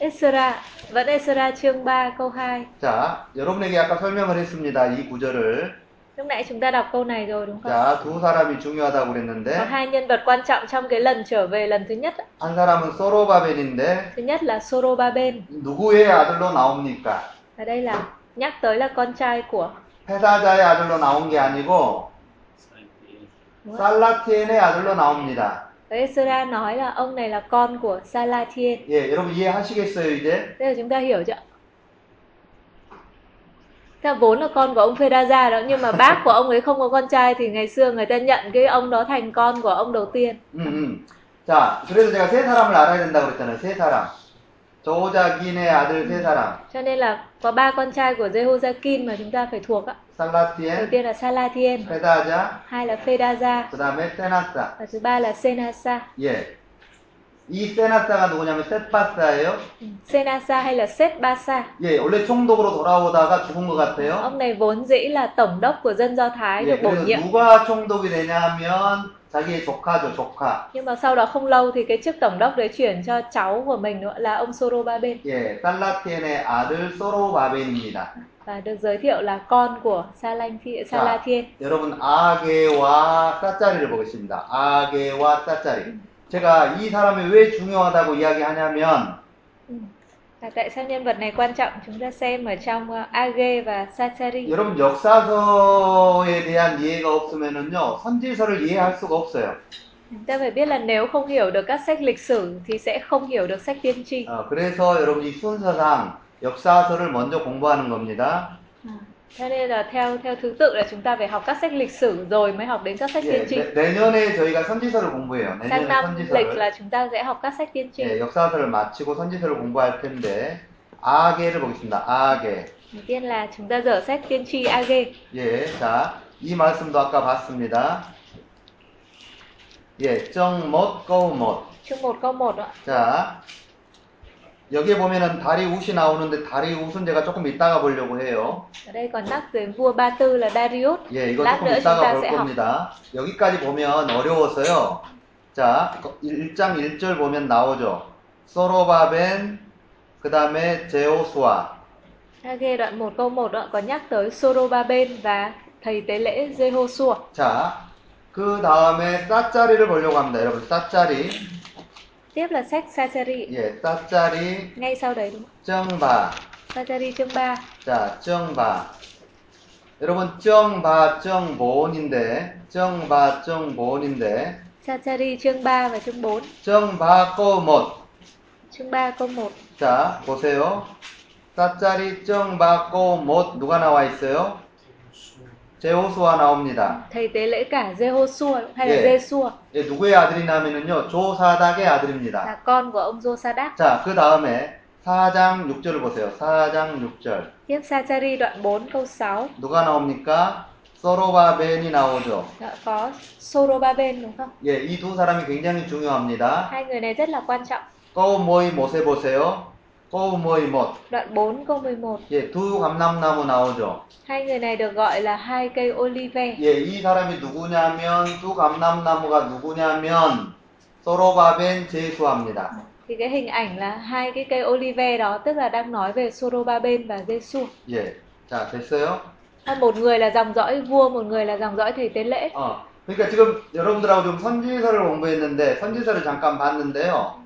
Esra, vẫn Esra chương 3 câu 2. 자, 여러분에게 아까 설명을 했습니다. 이 구절을. Lúc nãy chúng ta đọc câu này rồi đúng không? 자, 두 사람이 아, 중요하다고 Có 그랬는데, hai nhân vật quan trọng trong cái lần trở về lần thứ nhất. ạ. 한 사람은 소로바벨인데, Thứ nhất là Sorobaben. 누구의 아들로 나옵니까? Ở đây là nhắc tới là con trai của 페사자의 아들로 나온 게 아니고, 뭐? đúng không ạ? 살라티엔의 아들로 나옵니다. Và Esra nói là ông này là con của Salatien. 예, 여러분 이해하시겠어요, 이제? Thế là chúng ta hiểu chưa? ạ? Thế là vốn là con của ông Fedaza đó nhưng mà bác của ông ấy không có con trai thì ngày xưa người ta nhận cái ông đó thành con của ông đầu tiên. 음, 음. 자, 그래서 제가 세 사람을 알아야 된다고 그랬잖아요. 세 사람. 조자긴의 네, 아들 세 사람. Cho nên là có ba con trai của Jehoiakim mà chúng ta phải thuộc ạ. Đầu 살라티엔, tiên là Salatien, 페다자, hai là Fedaza 그 다음에 세나사. và thứ ba là Senasa. 예. 이 세나사가 누구냐면 셋바사예요. Ừ, Senasa hay là Seth Basa. 예, 원래 총독으로 돌아오다가 죽은 것 같아요. Ông này vốn dĩ là tổng đốc của dân Do Thái 예, được bổ 그래서 nhiệm. 누가 총독이 되냐면 자기의 조카죠, 조카. Nhưng mà sau đó không lâu thì cái chức tổng đốc đấy chuyển cho cháu của mình nữa là ông Sorobaben. 예, 살라티엔의 아들 소로바벤입니다. và được giới thiệu là con của Sa Lanh Thi Sa La Thiên. 여러분 아게와 싸짜리를 보겠습니다. 아게와 싸짜리. 제가 이 사람이 왜 중요하다고 이야기하냐면 Ừ. Và tại sao nhân vật này quan trọng chúng ta xem ở trong uh, Age và Sachari. 여러분 역사서에 대한 이해가 없으면은요 선지서를 이해할 수가 없어요. Chúng ta phải biết là nếu không hiểu được các sách lịch sử thì sẽ không hiểu được sách tiên tri. 어, 그래서 여러분 이 순서상 역사서를 먼저 공부하는 겁니다. À. Cho nên là theo theo thứ tự là chúng ta phải học các sách lịch sử rồi mới học đến các sách 예, tiên tri. 내- 내년에 저희가 선지서를 공부해요. 내년에 Sang năm lịch 선지서를 là chúng ta sẽ học các sách tiên tri. 예, 역사서를 마치고 선지서를 공부할 텐데 아게를 보겠습니다. 아게. Đầu tiên là chúng ta dở sách tiên tri Age. 예, 자, 이 말씀도 아까 봤습니다. 예, 정못, 거우못. Chương 1 câu 1 ạ. 자, 여기에 보면은 다리 웃이 나오는데 다리 웃은 제가 조금 이따가 보려고 해요. Ở đây còn nhắc tới vua Ba Tư là Darius. 예, 이거 Lát nữa 조금 chúng ta 이따가 볼 sẽ học. 겁니다. 여기까지 보면 어려워서요. 자, 1장 1절 보면 나오죠. 소로바벤, 그 다음에 제오수아. Age đoạn 1 câu 1 đó có nhắc tới Sorobaben và thầy tế lễ Jehoshua. 자, 그 다음에 싸짜리를 보려고 합니다. 여러분, 싸짜리. Tiếp là sách Sachari. 예, 싸짜리, Ngay sau đấy đúng không? 정바. Sachari chương 3. 자, 정바. 여러분, 정바, 정보원인데, 정바, 정보원인데, Sachari chương 3 và chương 4. 정바, 꼬못. Chương 3 câu 1. 자, 보세요. 사짜리 정바, 꼬못. 누가 나와 있어요? 제호수아 나옵니다. Thầy tế lễ cả Jehoshua hay là 예. Jeshua 예, 누구의 아들이냐면요, 조사닥의 아들입니다. là con của ông Josadak. 자, 그 다음에 4장 6절을 보세요. 4장 6절. Tiếp Sachari đoạn 4 câu 6. 누가 나옵니까? 서로바벤이 나오죠. Đã dạ, có Sorobaben đúng không? 예, 이 두 사람이 굉장히 중요합니다. Hai người này rất là quan trọng. 꼬우모이 못에 보세요. 꼬우모이 못. Đoạn 4 câu 11. 예, 두 감람나무 나오죠. Hai người này được gọi là hai cây olive. 예, 이 사람이 누구냐면 두 감람나무가 누구냐면 소로바벤 제수합니다. thì cái hình ảnh là hai cái cây olive đó tức là đang nói về Sorobaben và Giêsu. 예. 자, 됐어요? Một người là dòng dõi vua, một người là dòng dõi thầy tế lễ. 어. 그러니까 지금 여러분들하고 좀 선지서를 공부했는데 선지서를 잠깐 봤는데요.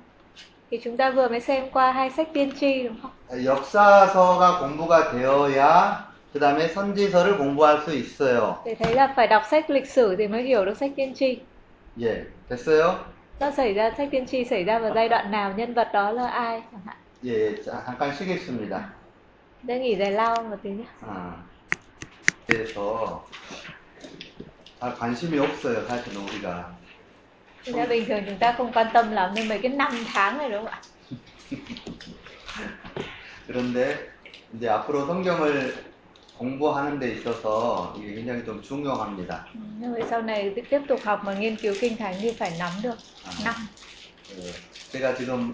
Thì chúng ta vừa mới xem qua hai sách tiên tri đúng không? 역사서가 공부가 되어야 그다음에 선지서를 공부할 수 있어요. Để thấy là phải đọc sách lịch sử thì mới hiểu được sách tiên tri. 예. 됐어요? Nó xảy ra sách tiên tri xảy ra vào giai đoạn nào, nhân vật đó là ai chẳng hạn. 예. 자, 잠깐 쉬겠습니다. Để nghỉ giải lao một tí nhé. 아, 그래서 잘 관심이 없어요. 사실은 우리가 Thực ra bình thường chúng ta không quan tâm lắm đến mấy cái năm tháng này đúng không ạ? 그런데 이제 앞으로 성경을 공부하는 데 있어서 이게 굉장히 좀 중요합니다. Ừ, Nhưng mà sau này tiếp tục học mà nghiên cứu kinh thánh thì phải nắm được 아, năm. 예, 제가 지금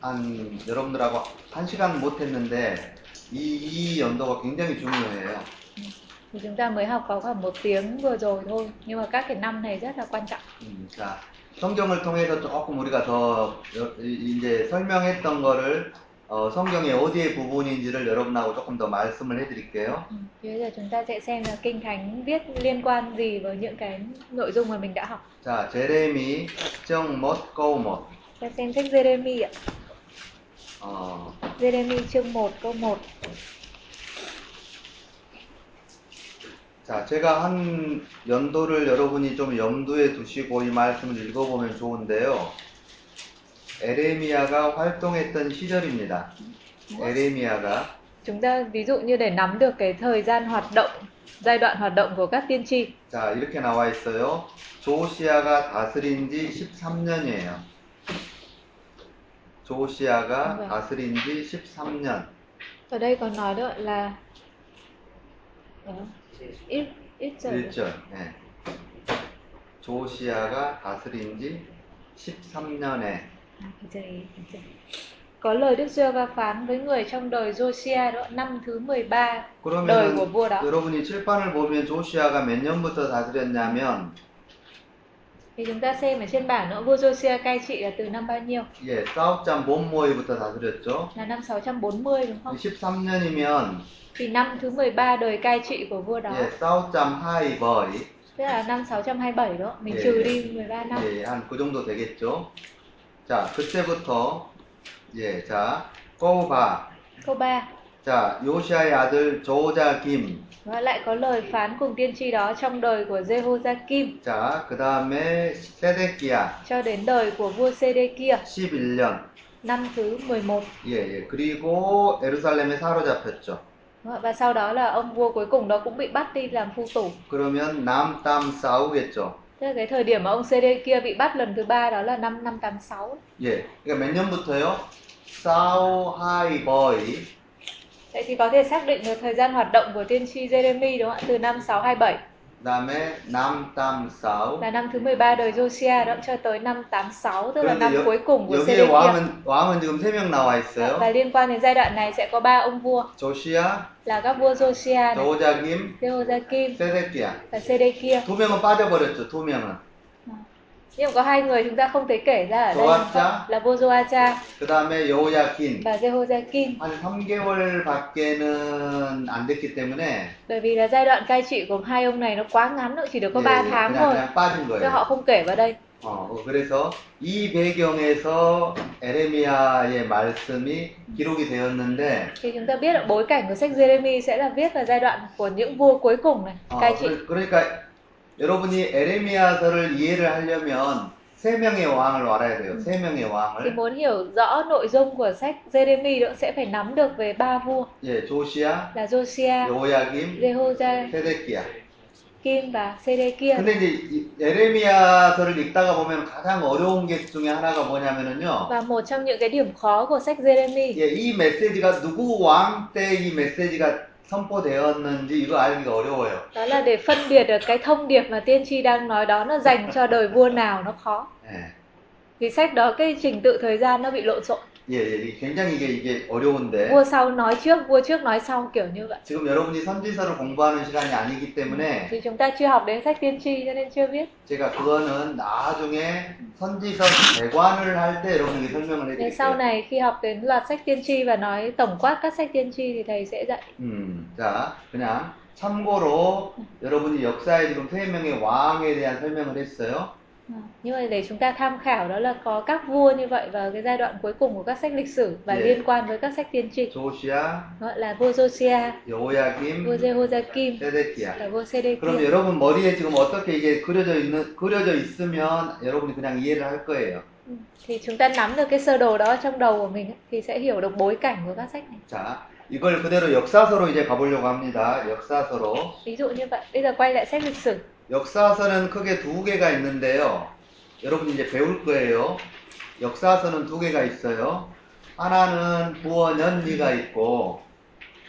한 여러분들하고 한 시간 못 했는데 이, 이 연도가 굉장히 중요해요. Thì chúng ta mới học có khoảng một tiếng vừa rồi thôi Nhưng mà các cái năm này rất là quan trọng 음, 자, 성경을 통해서 조금 우리가 더 여- 이- 이제 설명했던 거를 어, 성경의 어디에 부분인지를 여러분하고 조금 더 말씀을 해드릴게요. ừ. Thì bây giờ chúng ta sẽ xem là Kinh Thánh viết liên quan gì với những cái nội dung mà mình đã học 자, 제레미, 정못, 거우못. Ta xem sách Jeremy ạ 어, Jeremy chương 1 câu 1 자, 제가 한 연도를 여러분이 좀 염두에 두시고 이 말씀을 읽어보면 좋은데요. 에레미야가 활동했던 시절입니다. 에레미야가 Chúng ta ví dụ như để nắm được cái thời gian hoạt động Giai đoạn hoạt động của các tiên tri 자, 이렇게 나와 있어요. 조시아가 다스린 지 13년이에요. 조시아가 네. 다스린 지 13년. Ở đây còn nói đó là Ờ, Ít, ít giờ 1절. 예. 조시아가 다스린 지 13년에 À, phải chờ ý, phải chờ ý. Có lời Đức Giê-hô-va phán với người trong đời Josiah đó năm thứ 13 đời của 그러면 vua đó. 여러분이 칠판을 보면 조시아가 몇 년부터 다스렸냐면 Thì chúng ta xem ở trên bảng nữa vua Josiah cai trị là từ năm bao nhiêu? 예, 사업장 본모이부터 다스렸죠. Là năm 640 đúng không? 13년이면 Thì năm thứ 13 đời cai trị của vua đó, 예, 사업장 하이버이 tức là năm 627 đó, mình Yes. trừ đi 13 năm. 예, 한 그 정도 되겠죠. 자, 그때부터 예, 자, 꼬우바. Câu 3, 자, 요시아의 아들 조자김. và lại có lời phán cùng tiên tri đó trong đời của Jehoiakim 자, 그다음에 세데키야 cho đến đời của vua Sê-đê-kia 11년. năm thứ 11. 예, 예. 그리고 에루살렘에 사로잡혔죠. Đúng không ạ? Và sau đó là ông vua cuối cùng đó cũng bị bắt đi làm phu tù. 그러면 남땀 싸우겠죠. Tức là cái thời điểm mà ông CD kia bị bắt lần thứ ba đó là năm 586. 예. 그러니까 몇 년부터요? 사우하이버이 Vậy thì có thể xác định được thời gian hoạt động của tiên tri Jeremy đúng không ạ? Từ năm 627 그다음에 남땀 싸우. là năm thứ 13 đời Josiah đó cho tới năm 86 tức là 그런데 năm 여- cuối cùng của CD 여기에 kia. 왕은 왕은 지금 세 명 나와 있어요. Và liên quan đến giai đoạn này sẽ có ba ông vua 조시아, là các vua Josiah, này, 조자김, Jehoiakim 세데키야. và CD kia. 두 명은 빠져버렸죠. 두 명은. Nhưng có hai người chúng ta không thấy kể ra ở đây Joacha. không? là vua Joacha 그 다음에 여호야긴. và Jehoiakim 한 3개월밖에는 안 됐기 때문에 bởi vì là giai đoạn cai trị của hai ông này nó quá ngắn nữa chỉ được có 예, 3 그냥, tháng thôi. 그냥 빠진 Cho họ 거예요. không kể vào đây. 어, 그래서 이 배경에서 에레미야의 말씀이 기록이 되었는데 Thì chúng ta biết là bối cảnh của sách Jeremy sẽ là viết vào giai đoạn của những vua cuối cùng này, 어, cai trị. 그- 그러니까 여러분이 에레미야서를 이해를 하려면 세 명의 왕을 알아야 돼요. 세 명의 Thì 왕을 muốn hiểu rõ nội dung của sách Jeremy đó sẽ phải nắm được về ba vua 예, 조시아, là Josiah, 여호야김, Jehoiakim 세데키야. và Sedekia. 근데 이제 이 에레미야서를 읽다가 보면 가장 어려운 게 중에 하나가 뭐냐면은요. Và một trong những cái điểm khó của sách Jeremy 예, 이 메시지가 누구 왕 때 이 메시지가 선포되었는지 이거 알기가 어려워요. đó là để phân biệt được cái thông điệp mà tiên tri đang nói đó nó dành cho đời vua nào nó khó. 예. Vì sách đó cái trình tự thời gian nó bị lộn xộn. 예, 예, 이게 굉장히 이게, 이게 어려운데 vua sau nói trước vua trước nói sau kiểu như vậy 지금 여러분이 선지서를 공부하는 시간이 아니기 때문에 vì chúng ta chưa học đến sách tiên tri cho nên chưa biết 제가 그거는 나중에 선지서 대관을 할 때 여러분에게 설명을 nên sau 해드릴게요. này khi học đến loạt sách tiên tri và nói tổng quát các sách tiên tri thì thầy sẽ dạy 음, 자, 그냥 참고로 여러분이 역사에 지금 세 명의 왕에 대한 설명을 했어요. Ừ, nhưng mà để chúng ta tham khảo đó là có các vua như vậy vào cái giai đoạn cuối cùng của các sách lịch sử và Dạ. liên quan với các sách tiên tri 조시아, gọi là vua Josiah, vua 여호야김, Jehoiakim 세데키야. và vua 그럼 Sê-đê-kia. 여러분 머리에 지금 어떻게 이게 그려져 있는 그려져 있으면 여러분이 그냥 이해를 할 거예요. Ừ, thì chúng ta nắm được cái sơ đồ đó trong đầu của mình ấy, thì sẽ hiểu được bối cảnh của các sách này 자, 이걸 그대로 역사서로 이제 가보려고 합니다. 역사서로. ví dụ như vậy bây giờ quay lại sách lịch sử 역사서는 크게 두 개가 있는데요. 여러분이 이제 배울 거예요. 역사서는 두 개가 있어요. 하나는 부원연리가 있고,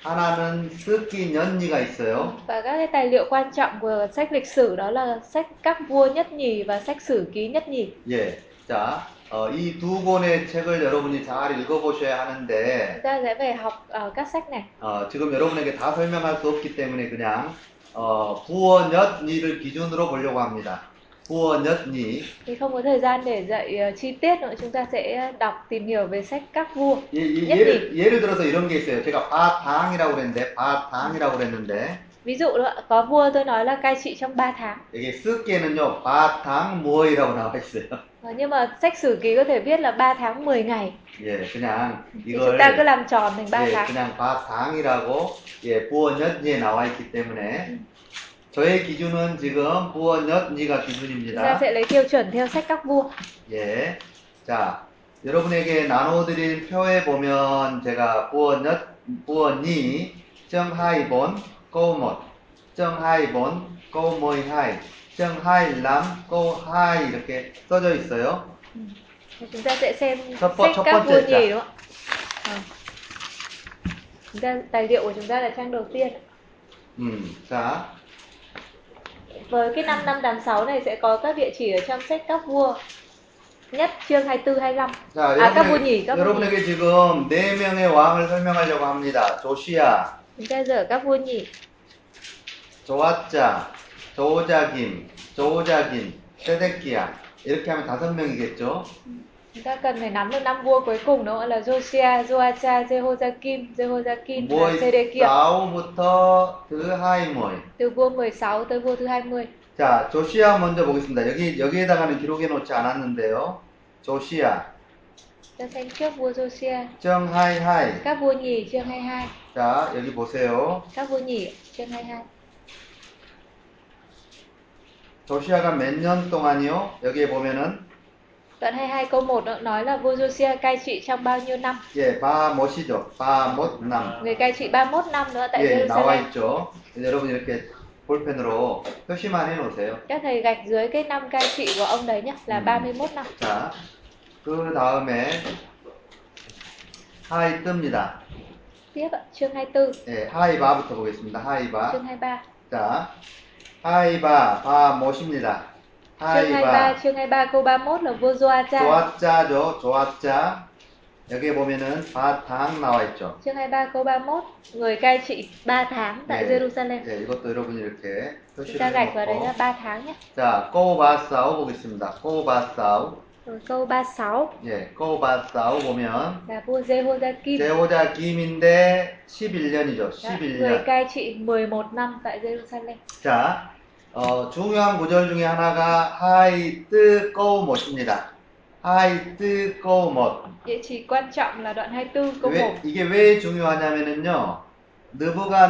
하나는 스키연리가 있어요. và các cái tài liệu quan trọng của sách lịch sử đó là sách các vua nhất nhì và sách sử ký nhất nhì 예. 자, 어, 이 두 권의 책을 여러분이 잘 읽어보셔야 chúng 하는데, ta sẽ phải học ờ, các sách này 어, 지금 여러분에게 다 설명할 수 없기 때문에 그냥, 어, 부원연리를 기준으로 보려고 합니다. 부원연리. thì không có thời gian để dạy ờ, chi tiết nữa chúng ta sẽ đọc tìm hiểu về sách các vua 예, 예, 예, 예를, 예를 들어서 이런 게 있어요. 제가 바방이라고 그랬는데, 바방이라고 그랬는데, ví dụ đó, ạ, có vua tôi nói là cai trị trong 3 tháng 이게 쓰기에는요, 바탕 무어이라고 나와 있어요. Ờ, nhưng mà sách sử ký có thể viết là 3 tháng 10 ngày 예, 그냥 thì chúng ta cứ 이걸, làm tròn thành 3 예, tháng 그냥 바탕이라고, 예, 부원연지에 나와 있기 때문에, 저의 기준은 지금 부원연지가 chúng ta 기준입니다. sẽ lấy tiêu chuẩn theo sách các vua 예. 자, 여러분에게 나눠드린 표에 보면 제가 부원엿, 부원이, 정하이본, 꼬못, 정하이본, 꼬모이하이, 정하이람, 꼬하이 이렇게 써져 있어요. Thì chúng ta sẽ xem Chấp sách bọn- chấp các bọn vua trẻ chả? nhì đúng không ạ Ờ. chúng ta tài liệu của chúng ta là trang đầu tiên 음, 자, với cái năm năm tám sáu này sẽ có các địa chỉ ở trong sách các vua nhất chương 24 25 자 아, 까보니, 여러분에게, 까보니. 여러분에게 지금 네 명의 왕을 설명하려고 합니다. 조시아, chúng ta dở các vua nhì 조아짜, 조오자김, 조오자김, 세데키야 이렇게 하면 다섯 명이겠죠? chúng ta cần phải nắm được năm vua cuối cùng đúng không ạ? là Josiah, Joacha, Jehoiakim, Jehoiakim và 모이 Sedekia 싸우부터 드하이모이. từ vua 16 tới vua thứ 20 자, 조시아 먼저 보겠습니다. 여기 여기에다가는 기록해 놓지 않았는데요. 조시아, chúng ta xem trước vua Josiah 정하이하이. các vua nhì chương 22 자, 여기 보세요. các vua nhì chương 22 조시아가 몇 년 동안이요? 여기에 보면은 Đoạn 22 câu 1 đó nói là vua Josiah cai trị trong bao nhiêu năm? 예, 바못이죠. 바못남. Người cai trị 31 năm nữa tại 예, 나와 Jerusalem. 있죠. 이제 여러분 이렇게 볼펜으로 표시만 해 놓으세요. Các thầy gạch dưới cái năm cai trị của ông đấy nhé là Ừ. 31 năm. 자, 그 다음에 하이 뜹니다. Tiếp ạ, chương 24, 예, 하이바부터 보겠습니다. 하이바. chương 23. 자, 하이바 바 모십니다. Chương 23, 하이바 chương 23 câu 31 là vua Joacha. 조합자죠, 조합자. 여기 보면은 바탕 나와 있죠. Chương 23 câu 31, người cai trị 3 tháng tại 네. Jerusalem. 예, 이것도 여러분이 이렇게 Chúng ta 표시를 gạch vào đấy là 해놓고 3 tháng nhé. 자, 꼬바싸우 보겠습니다. 꼬바싸우 Rồi câu 36 예, 꼬바싸우 보면 là vua Jehoiakim. 제호자 김인데 11년이죠, Đó, Người 11년. cai trị 11 năm tại Jerusalem. 자, 어, 중요한 구절 중에 하나가 하이 뜨거우 못입니다. 하이 뜨거우 못. Địa chỉ quan trọng là đoạn 24 câu 1. 왜, 이게 왜 중요하냐면은요.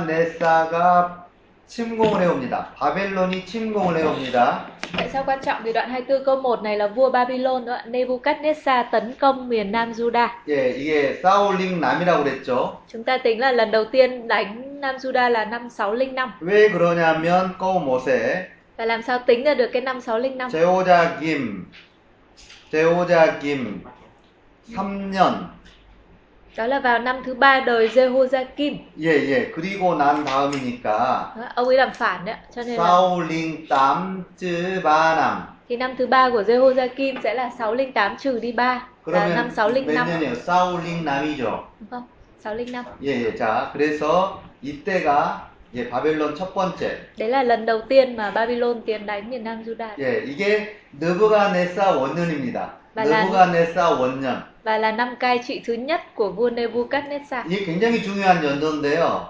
느부갓네사가 침공을 해옵니다. 바벨론이 침공을 해옵니다. Tại sao quan trọng? Vì đoạn 24 câu 1 này là vua Babylon đó ạ. Nebuchadnezzar tấn công miền Nam Juda. 예, 이게 사울링 남이라고 그랬죠. Chúng ta tính là lần đầu tiên đánh Nam Juda là năm 605. 왜 그러냐면 꼬모세 Và làm sao tính ra được cái năm 605? Dạ. 제호자 김 제호자 김 3년 Đó là vào năm thứ ba đời Jehoiakim. 예, 예. 그리고 난 다음이니까 Đó, Ông ấy làm phản đấy. ạ. Cho nên là 사울링 땀 쯔바남 thì năm thứ ba của Jehoiakim sẽ là 608 trừ đi 3. 그러면 남, 사울링, 몇 남. 년이에요? 사울링 남이죠. đúng không? 605. 예, 예. 자, 그래서 이때가 예, 바벨론 첫 번째. Đấy là lần đầu tiên mà Babylon tiến đánh miền Nam Juda 예, 이게 느부갓네살 원년입니다. 말란. 느부갓네살 원년. và là năm cai trị thứ nhất của vua Nebuchadnezzar. Ờ, 이게 굉장히 중요한 연도인데요.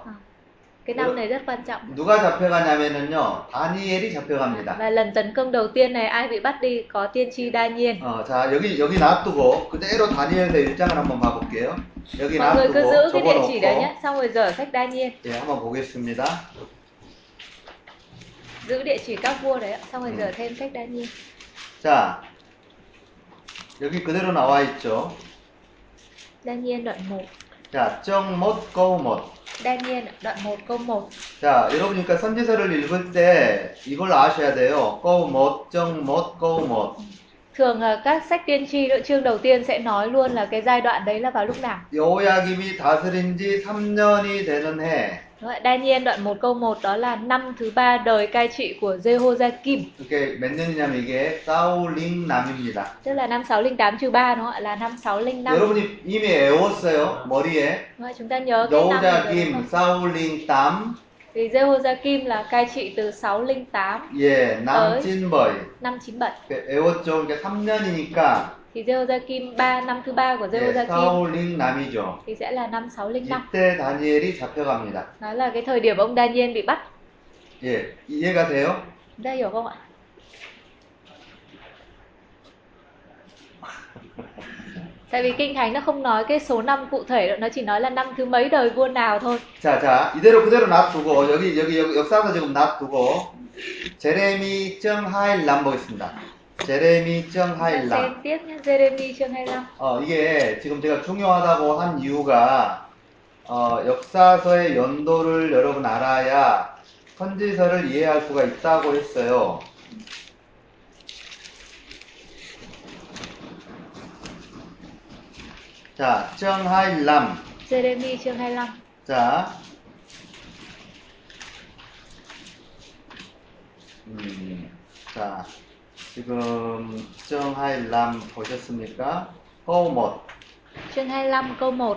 Cái năm này rất quan trọng. 누가 잡혀가냐면은요, 다니엘이 잡혀갑니다. Và lần tấn công đầu tiên này ai bị bắt đi có tiên tri đa nhiên. 어, 자, 여기, 여기 놔두고, 그대로 다니엘서 1장을 한번 봐볼게요. 여기 Mọi người cứ 놔두고, giữ cái địa chỉ đấy 적어놓고, nhé, xong rồi dở sách đa nhiên, 예, 한번 보겠습니다. giữ địa chỉ các vua đấy, ạ, xong rồi Ừ. dở thêm sách đa nhiên. 자, 여기 그대로 나와 있죠. Đa nhiên đoạn 1, 자, 정못 거못. đa nhiên đoạn 1 câu 1. 자, 여러분, 그러니까 선지서를 읽을 때 이걸 아셔야 돼요. 거못, 정못, 거못. Thường là các sách tiên tri đoạn chương đầu tiên sẽ nói luôn là cái giai đoạn đấy là vào lúc nào. 여호야김이 다스린 지 3년이 되는 해. Đúng ạ, Đa nhiên đoạn 1 câu 1 đó là năm thứ ba đời cai trị của Jehoiakim, 이게 몇 년이냐면 이게 사울링남입니다. tức là năm 608 trừ 3 đúng không ạ? Là năm 605. Đúng 여러분이 이미 애웠어요. 머리에. không ạ? Chúng ta nhớ cái năm này rồi 여호야김, đúng không? 사울링남, Vì Jehoiakim là cai trị từ 608 예, 남진벌. năm 97. 애웠죠. 그러니까 3년이니까 Thì Jehoiakim 3 năm thứ ba của 예, Jehoiakim 사울링남이죠. thì sẽ là năm 605. 이때 다니엘이 잡혀갑니다. Đó là cái thời điểm ông Daniel bị bắt. 예, 이해가 돼요? Chúng ta hiểu không ạ? Tại vì kinh thánh nó không nói cái số năm cụ thể, nó chỉ nói là năm thứ mấy đời vua nào thôi. 자, 자, 이대로 그대로 놔두고, 여기, 여기, 여기 역사서 지금 놔두고, 제레미 정 하일람 보겠습니다. 제레미 정 Chúng ta xem 하일람. tiếp nhé, Jeremy chương 25. 어, 이게 지금 제가 중요하다고 한 이유가, 어, 역사서의 연도를 여러분 알아야 선지서를 이해할 수가 있다고 했어요. 자, 정 하일람. Jeremy chương 25. 자, 음, 자, 지금 정하일람 보셨습니까? 허우못. Chương 25 câu 1.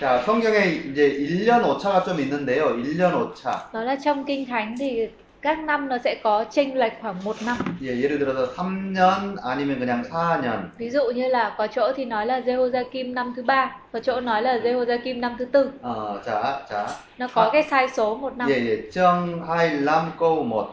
자, 성경에 이제 1년 오차가 좀 있는데요. 1년 오차. Đó là trong kinh thánh thì các năm nó sẽ có chênh lệch khoảng một năm. 예, 예를 들어서 3년 아니면 그냥 4년. Ví dụ như là có chỗ thì nói là Jehoiakim năm thứ ba, có chỗ nói là Jehoiakim năm thứ tư. 어, 자, 자. Nó có 아, cái sai số một năm. 예, 예. 정하일람 거우못.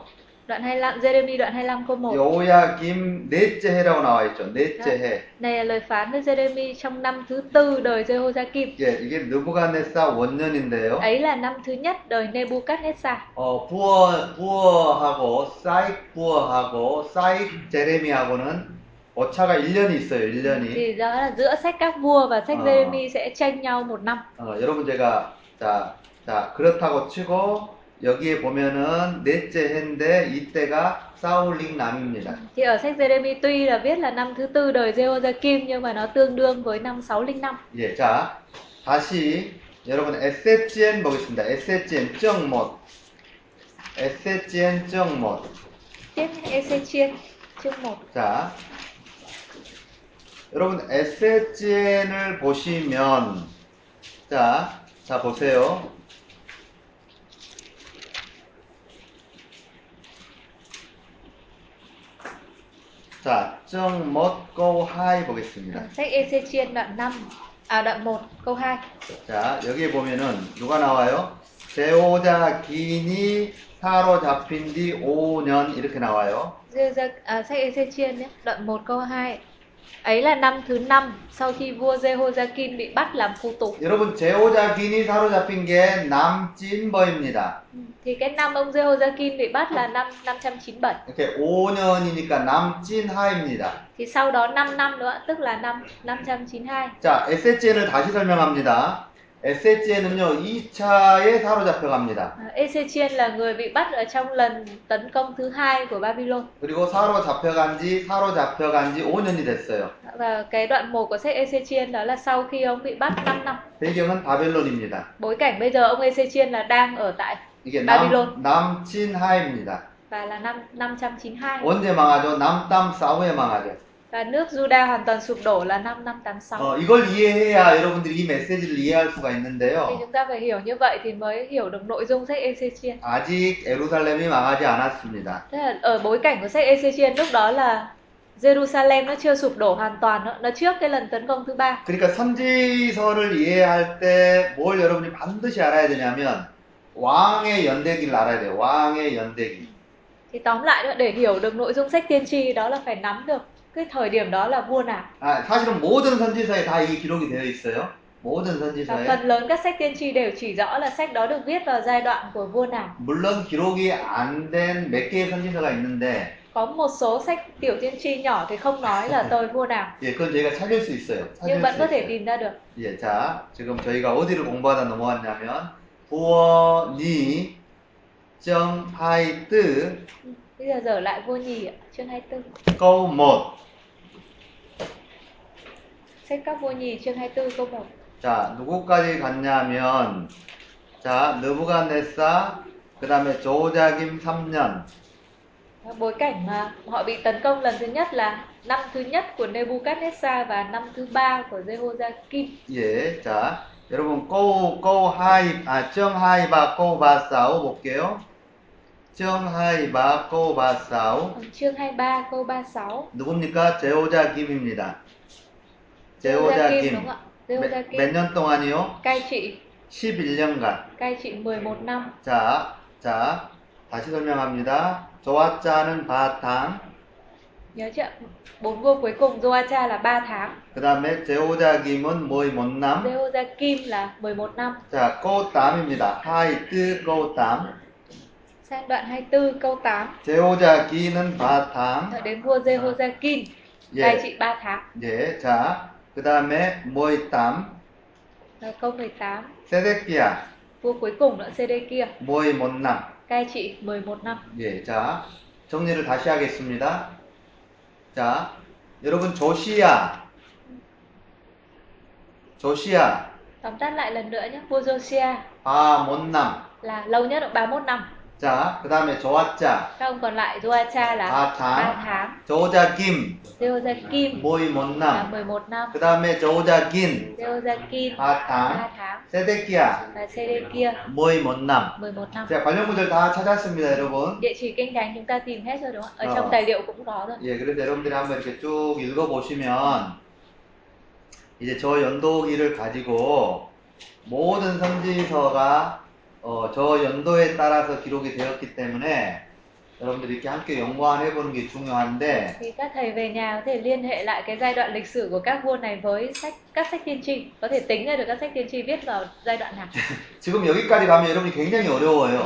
Đoạn 25 Jeremy đoạn 25 câu 1. 여호야김 넷째 해라고 나와 있죠. 넷째 해. Này là lời phán với Jeremy trong năm thứ tư đời Jehoiakim. 예, 이게 느부갓네살 원년인데요. Ấy là năm thứ nhất đời Nebuchadnezzar. 어, 부어, 부어하고, 사익 부어하고, 사익 제레미하고는 오차가 1년이 있어요, 1년이. Thì đó là giữa sách các vua và sách Ừ. Ờ. Jeremy sẽ tranh nhau một năm. 어, 여러분 제가, 자, 자, 그렇다고 치고, 여기에 보면은 넷째 해인데, 이때가 사울링 남입니다. Thì ở sách Jeremy tuy là viết là năm thứ tư đời Jehoiakim nhưng mà nó tương đương với năm 605. 예, 자, 다시, 여러분 SHN 보겠습니다. SHN 정못. SHN 정못. Tiếp nhé, Ezechiel chương 1. 자, 여러분 SHN을 보시면 자, 자 보세요. 자, 정못 go high 보겠습니다. Sách Ezechiel đoạn 5 à đoạn 1 câu 2. 자, 여기 보면은 누가 나와요? 제오자 기니 사로잡힌 뒤 5년 이렇게 나와요. Giê-ra- À, sách Ezechiel nhé, đoạn 1 câu 2. Ấy là năm thứ 5 sau khi vua Jehoiakim bị bắt làm phu tù. 여러분 제오자 기니 사로잡힌 게 남찐버입니다. Thì cái năm ông Jehoiakim bị bắt là năm 597. 이렇게 5년이니까 남찐하입니다. Thì sau đó 5 năm nữa tức là năm 592. 자, SHN을 다시 설명합니다. SHN은요, 2차에 사로잡혀갑니다. À, Ezechiel là người bị bắt ở trong lần tấn công thứ hai của Babylon. 그리고 사로잡혀간 지, 사로잡혀간 지 5년이 됐어요. Và cái đoạn 1 của sách Ezechiel đó là sau khi ông bị bắt 5 năm. 배경은 바벨론입니다. Bối cảnh bây giờ ông Ezechiel là đang ở tại 이게 바빌론. 남, 남친하입니다. và là năm 592. 언제 망하죠? 남땀 싸움에 망하죠. và nước Juda hoàn toàn sụp đổ là năm 586. 어, 이걸 이해해야 여러분들이 이 메시지를 이해할 수가 Thì 있는데요. chúng ta phải hiểu như vậy thì mới hiểu được nội dung sách Ezechien. 아직 에루살렘이 망하지 않았습니다. Thế là ở bối cảnh của sách Ezechien lúc đó là Jerusalem nó chưa sụp đổ hoàn toàn nữa, nó trước cái lần tấn công thứ ba. 그러니까 선지서를 이해할 때 뭘 여러분이 반드시 알아야 되냐면 왕의 연대기를 알아야 돼요. 왕의 연대기. Thì tóm lại nữa, để hiểu được nội dung sách tiên tri đó là phải nắm được cái thời điểm đó là vua nào. 아, 사실은 모든 선지서에 다 이 기록이 되어 있어요. 모든 Và 선지서에. phần lớn các sách tiên tri đều chỉ rõ là sách đó được viết vào giai đoạn của vua nào. 물론 기록이 안 된 몇 개의 선지서가 있는데 Có một số sách tiểu tiên tri nhỏ thì không nói là tôi vua nào, 예, 그건 저희가 찾을 수 있어요. 찾을 nhưng vẫn 수 có thể 있어요. tìm ra được. 예, 자, 지금 저희가 어디를 공부하다 넘어왔냐면 부어니 점 하이트 Ừ, Bây giờ dở lại vua nhì ạ, chương 24. 꺼못 Sách các vua nhì chương 24 câu 1. 자, 누구까지 갔냐면 자, 느부갓네살 그다음에 조자김 3년 Bối cảnh mà họ bị tấn công lần thứ nhất là năm thứ nhất của Nebuchadnezzar và năm thứ ba của Jehoiakim. 예, 자, 여러분 꼬우 꼬우 하이 아, 정 하이바 꼬우 바사우 볼게요. 정 하이바 꼬우 바사우 Còn chương 23 câu 36. 누굽니까? 제오자김입니다. Jehoiakim đúng 제오자김. không ạ? 몇 Jehoiakim 년 동안이요? cai trị 11년간. cai trị 11 năm. 자, 자, 다시 설명합니다. 조아짜는 바탕, Nhớ chưa? ạ? Bốn vua cuối cùng Joacha là 3 tháng, 그 다음에 제오자김은 모이 못남. Jehoiakim là 11 năm. 자, 꼬땀입니다. 하이트 꼬땀. Sang đoạn 24 câu 8 제오자기는 바탕. Nói đến vua Jehoiakim cai 예, trị 3 tháng. 예, 자, 그 다음에 모이 땀. Rồi câu 18 세데키야, vua cuối cùng đoạn CD kia 모이 못남. cai trị 11 năm. 예, 자, 정리를 다시 하겠습니다. 자, 여러분 조시야, 조시야, Tóm tắt lại lần nữa nhé, vua Josiah 아 못남. là lâu nhất là 31 năm. 자, 그 다음에 조아짜, Các ông còn lại Joacha là 3 바탕, tháng, 조자김, Jehoiakim 모이 là 못남. 11 năm, 그 다음에 조자긴, Jehoiakim 바탕, 3 tháng 세데키야, và Sedekia 모이 못남. 11 năm. 자, 관련 구절 다 찾았습니다, 여러분. Địa chỉ kinh thánh chúng ta tìm hết rồi đúng không? ạ? Ở Ờ. trong tài liệu cũng có rồi. 예, 그래서 여러분들이 한번 이렇게 쭉 읽어보시면, 이제 저 연도기를 가지고 모든 선지서가 어, 저 연도에 따라서 기록이 되었기 때문에 여러분들이 이렇게 함께 연구해보는 게 중요한데, Thì các thầy về nhà có thể liên hệ lại cái giai đoạn lịch sử của các vua này với sách các sách tiên tri, có thể tính ra được các sách tiên tri viết vào giai đoạn nào. 지금 여기까지 가면 여러분이 굉장히 어려워요.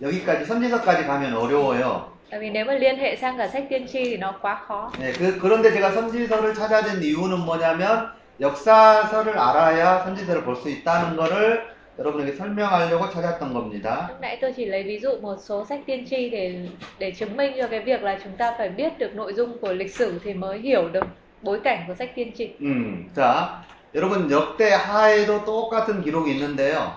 여기까지 선지서까지 가면 어려워요. Tại vì nếu mà liên hệ sang cả sách tiên tri thì nó quá khó. 네, 그, 그런데 제가 선지서를 찾아야 된 이유는 뭐냐면 역사서를 알아야 선지서를 볼 수 있다는 거를 여러분에게 설명하려고 찾았던 겁니다. Lúc nãy tôi chỉ lấy ví dụ một số sách tiên tri để để chứng minh cho cái việc là chúng ta phải biết được nội dung của lịch sử thì mới hiểu được bối cảnh của sách tiên tri. 음, 자, 여러분 역대 하에도 똑같은 기록이 있는데요.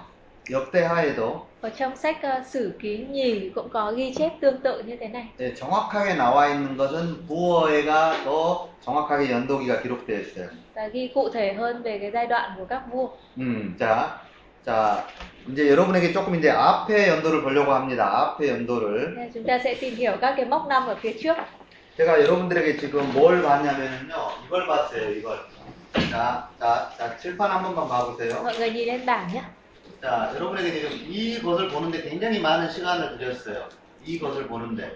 역대 하에도 Ở trong sách ờ, sử ký nhì cũng có ghi chép tương tự như thế này. 예, 정확하게 나와 있는 것은 부어에가 더 정확하게 연도기가 기록되어 있어요. và ghi cụ thể hơn về cái giai đoạn của các vua. 음, 자, 자, 이제 여러분에게 조금 이제 앞에 연도를 보려고 합니다. 앞에 연도를. Nên chúng ta sẽ tìm hiểu các cái mốc năm ở phía trước. 제가 여러분들에게 지금 뭘 봤냐면요. 이걸 봤어요, 이걸. 자, 자, 자, 칠판 한 번만 봐보세요. Mọi người nhìn lên bảng nhé. 자, 여러분에게 지금 이것을 보는데 굉장히 많은 시간을 들였어요. 이것을 보는데.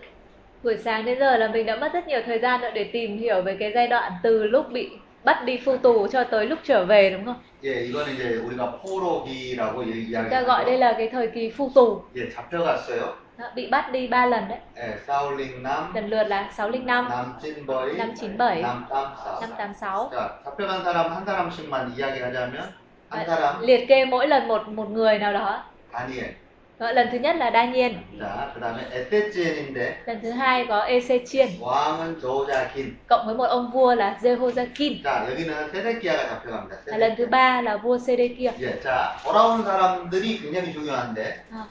Buổi sáng đến giờ là mình đã mất rất nhiều thời gian nữa để tìm hiểu về cái giai đoạn từ lúc bị bắt đi phu tù cho tới lúc trở về đúng không? 예, 이거는 이제 우리가 포로기라고 Chúng ta gọi đây 이야기하죠. là cái thời kỳ phu tù. 예, 잡혀갔어요. Đó, bị bắt đi 3 lần đấy. 예, 사울링남, Lần lượt là 605, 남진버이, 남진버이, 남탐사. 586. 자, 잡혀간 사람 한 사람씩만 이야기하자면 한 사람 Liệt kê mỗi lần một một người nào đó. 다니엘. Đó, lần thứ nhất là Đa Nhiên, 자, 그다음에 에세치엘인데 lần thứ hai có Ê-xê-chiên, 왕은 조자긴. cộng với một ông vua là Jehoiakim. 자, 여기는 세데키아가 잡혀갑니다. Và lần thứ 세데키아. ba là vua Sê-đê-kia. 예, 자, 돌아온 사람들이 굉장히 중요한데, À,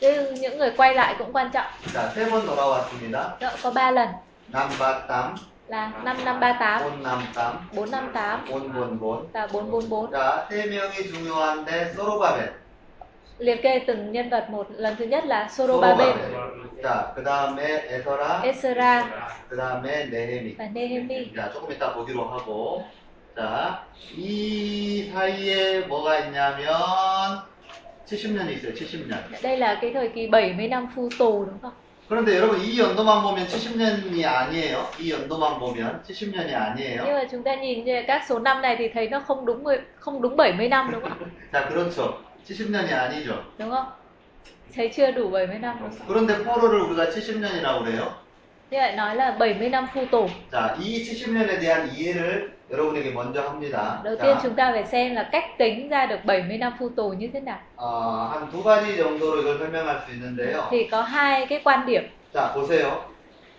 thế những người quay lại cũng quan trọng. 자, 세 번 돌아왔습니다. Đó, có 3 lần 남바탐, là 아. 5538, 558, 458 544. và 444. 자, 세 명이 중요한데 소로바벨. Liệt kê từng nhân vật một. Lần thứ nhất là Sorobabel, 소로바벨. 자, 그다음에 에서라, Ezra 그다음에 네헤미. và Nehemi. 자, 조금 이따 보기로 하고. 자, 이 사이에 뭐가 있냐면 70년이 있어요. 70년. Đây là cái thời kỳ 70 năm phu tù đúng không? 그런데 여러분 이 연도만 보면 70년이 아니에요. 이 연도만 보면 70년이 Nhưng 아니에요. mà chúng ta nhìn như các số năm này thì thấy nó không đúng mười- không đúng 70 năm đúng không? 자, 그렇죠. 70년이 아니죠. Đúng không? Thấy chưa đủ 70 năm đúng không? 그런데 포로를 우리가 70년이라고 그래요. Như vậy nói là 70 năm phu tù. 자, 이 70년에 대한 이해를 여러분에게 먼저 합니다. Đầu tiên 자, chúng ta phải xem là cách tính ra được 70 năm phu tù như thế nào. 아, 한 두 가지 정도로 이걸 설명할 수 있는데요. Thì có hai cái quan điểm. 자, 보세요.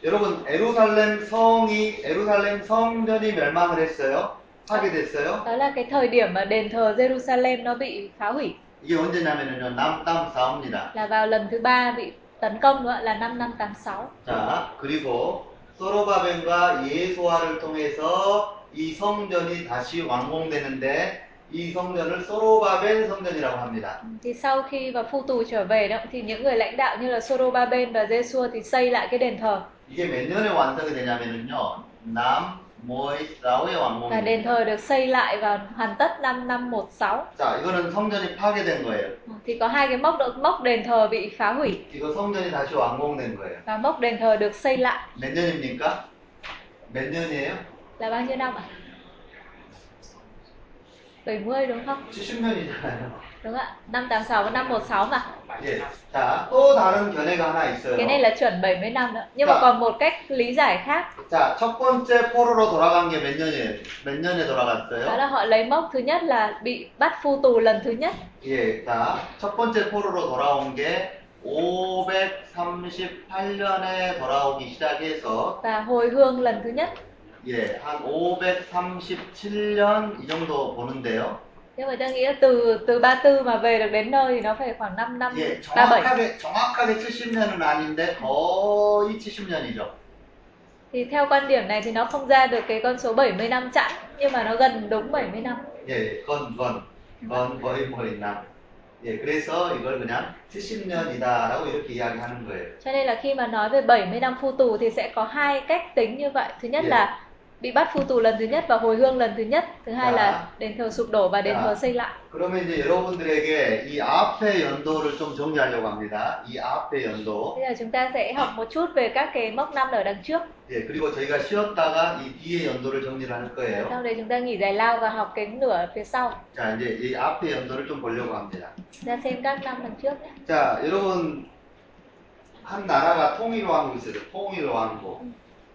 여러분, 에루살렘 성이, 에루살렘 성전이 멸망을 했어요. 파괴됐어요. Đó là cái thời điểm mà đền thờ Jerusalem nó bị phá hủy 이게 언제냐면요, 남담 싸웁니다. là vào lần thứ ba bị tấn công nữa là năm năm 86. 자, 그리고 소로바벤과 예수아를 통해서 이 성전이 다시 완공되는데 이 성전을 소로바벤 성전이라고 합니다. Thì sau khi mà phu tù trở về đó thì những người lãnh đạo như là Sorobaben và Jesua thì xây lại cái đền thờ 이게 몇 년에 완성이 되냐면요. 남, 모이, 라오의 và đền 완공입니다. thờ được xây lại vào hoàn tất năm năm 16. 자, 이거는 성전이 파괴된 거예요. Thì có hai cái mốc độ mốc đền thờ bị phá hủy 이거 성전이 다시 완공된 거예요. và mốc đền thờ được xây lại 몇 년입니까? 몇 년이에요? là bao nhiêu năm ạ? 70 đúng không? 70년이잖아요. Đúng ạ. Năm 86 và năm 16 mà. 예. 자, 또 다른 견해가 하나 Cái này 있어요. là chuẩn 70 năm nữa. Nhưng mà Dạ. còn một cách lý giải khác 자, 첫 번째 포로로 돌아간 게 몇 년이에요? 몇 년에 đó 돌아갔어요? là họ lấy mốc thứ nhất là bị bắt phu tù lần thứ nhất 예. 자, 첫 번째 포로로 돌아온 게 538년에 돌아오기 시작해서 và hồi hương lần thứ nhất. 예, 한 537년 이 정도 보는데요. Nhưng mà tôi nghĩ là từ từ 34 mà về được đến nơi thì nó phải khoảng 5 năm 예, 37. 정확하게 정확하게 70년은 아닌데 거의 70년이죠. Thì theo quan điểm này thì nó không ra được cái con số 70 năm chẵn nhưng mà nó gần đúng 70 năm. 예, 건건건 거의 뭐있나 예, 그래서 이걸 그냥 70년이다라고 이렇게 이야기하는 거예요. Cho nên là khi mà nói về 70 năm phu tù thì sẽ có hai cách tính như vậy. Thứ nhất Dạ. là bị bắt phu tù lần thứ nhất và hồi hương lần thứ nhất. Thứ hai Dạ. là đền thờ sụp đổ và đền Dạ. thờ xây lại. 그러면 이제 여러분들에게 이 앞에 연도를 좀 정리하려고 합니다. 이 앞에 연도. Bây giờ chúng ta sẽ học một chút về các cái mốc năm ở đằng trước. 예, 그리고 저희가 쉬었다가 이 뒤에 연도를 정리를 할 거예요. Sau đấy chúng ta nghỉ giải lao và học cái nửa phía sau. 자, 이제 이 앞에 연도를 좀 보려고 합니다. ra xem các năm lần trước nhé. 자, 여러분 한 나라가 통일왕국 있어요. 통일왕국.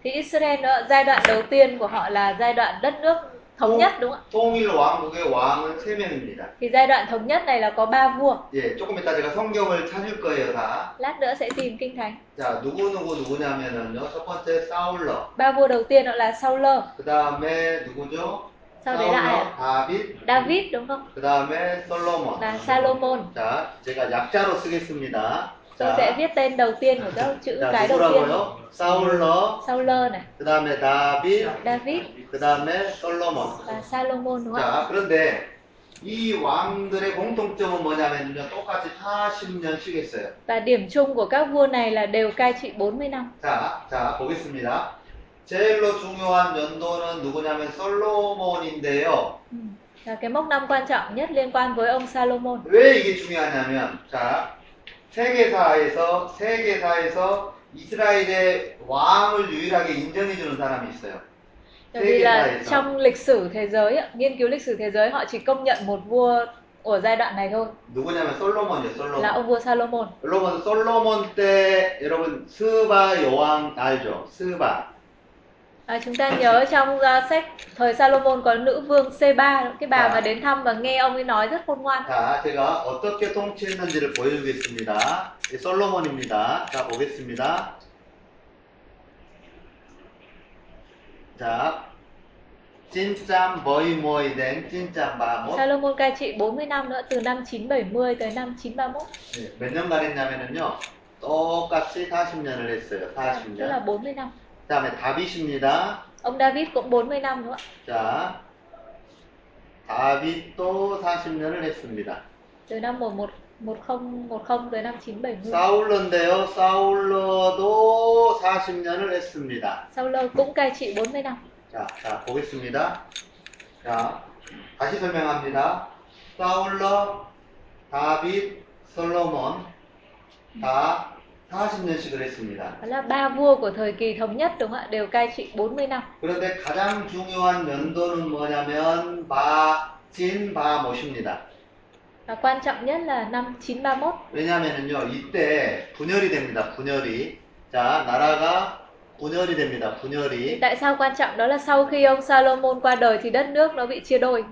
Thì Israel đó, giai đoạn đầu tiên của họ là giai đoạn đất nước thống nhất đúng không 통일왕국의 왕은 세 명입니다. ạ? Thì giai đoạn thống nhất này là có ba vua. 예, 조금 이따 제가 성경을 찾을 거예요, 다. Lát nữa sẽ tìm kinh thánh. 자, 누구 누구 누구냐면은요. 첫 번째 사울러. Ba vua đầu tiên đó là Saul, 그다음에 누구죠? sau đấy là ai 사울러, ạ? 다윗, David đúng không? 그다음에 솔로몬. Và Salomon. 자, 제가 약자로 쓰겠습니다. Tôi 자, sẽ viết tên đầu tiên của các chữ 자 cái đầu tiên. 누구라고요? 사울러, Saul này, 그다음에 다윗, David 그다음에 솔로몬. và Salomon đúng không? 자, 그런데 이 왕들의 공통점은 뭐냐면요. 똑같이 40년씩 했어요. Và điểm chung của các vua này là đều cai trị 40 năm. 자, 자, 보겠습니다. 제일로 중요한 연도는 누구냐면 솔로몬인데요. Ừ. Và cái mốc năm quan trọng nhất liên quan với ông Salomon. 왜 이게 중요하냐면, 자, 세계사에서, 세계사에서 이스라엘의 왕을 유일하게 인정해주는 사람이 있어요. Bởi vì là 세계사에서. trong lịch sử thế giới, ạ, nghiên cứu lịch sử thế giới họ chỉ công nhận một vua ở giai đoạn này thôi 누구냐면 솔로몬이에요, 솔로몬. là ông vua Salomon. 여러분, 솔로몬 때, 여러분, 스바 여왕 알죠? 스바. À, chúng ta nhớ trong uh, sách thời Salomon có nữ vương C3 cái bà Dạ. mà đến thăm và nghe ông ấy nói rất khôn ngoan. 자, 제가 어떻게 통치했는지를 보여주겠습니다. 이 솔로몬입니다. 자, 보겠습니다. 자, 찐짬 머이 머이 된 찐짬 바모. 뭐, Salomon cai trị 40 năm nữa từ năm 970 tới năm 931. 네, 몇 년간 했냐면요. 똑같이 40년을 했어요. Tức là 40년. 40 năm. 그 다음에 다윗입니다. Ông David cũng 40 năm đúng không ạ? 자, 다윗도 40년을 했습니다. Từ năm 11 1010 tới năm 970. Dạ. 사울러인데요. 사울러도 40년을 했습니다. Sau lâu cũng cai trị 40 năm. 자, 자, 보겠습니다. 자, 다시 설명합니다. 사울러, 다윗, 솔로몬 다 40년씩을 했습니다. Đó là ba vua của thời kỳ thống nhất đúng không ạ? Đều cai trị 40 năm. 그런데 가장 중요한 연도는 뭐냐면 바, 진, 바, 못입니다. Và quan trọng nhất là năm 931 왜냐면은요, 이때 분열이 됩니다. 분열이. 자, 나라가 분열이 됩니다. Thì 분열이. tại sao quan trọng đó là sau khi ông Salomon qua đời thì đất nước nó bị chia đôi.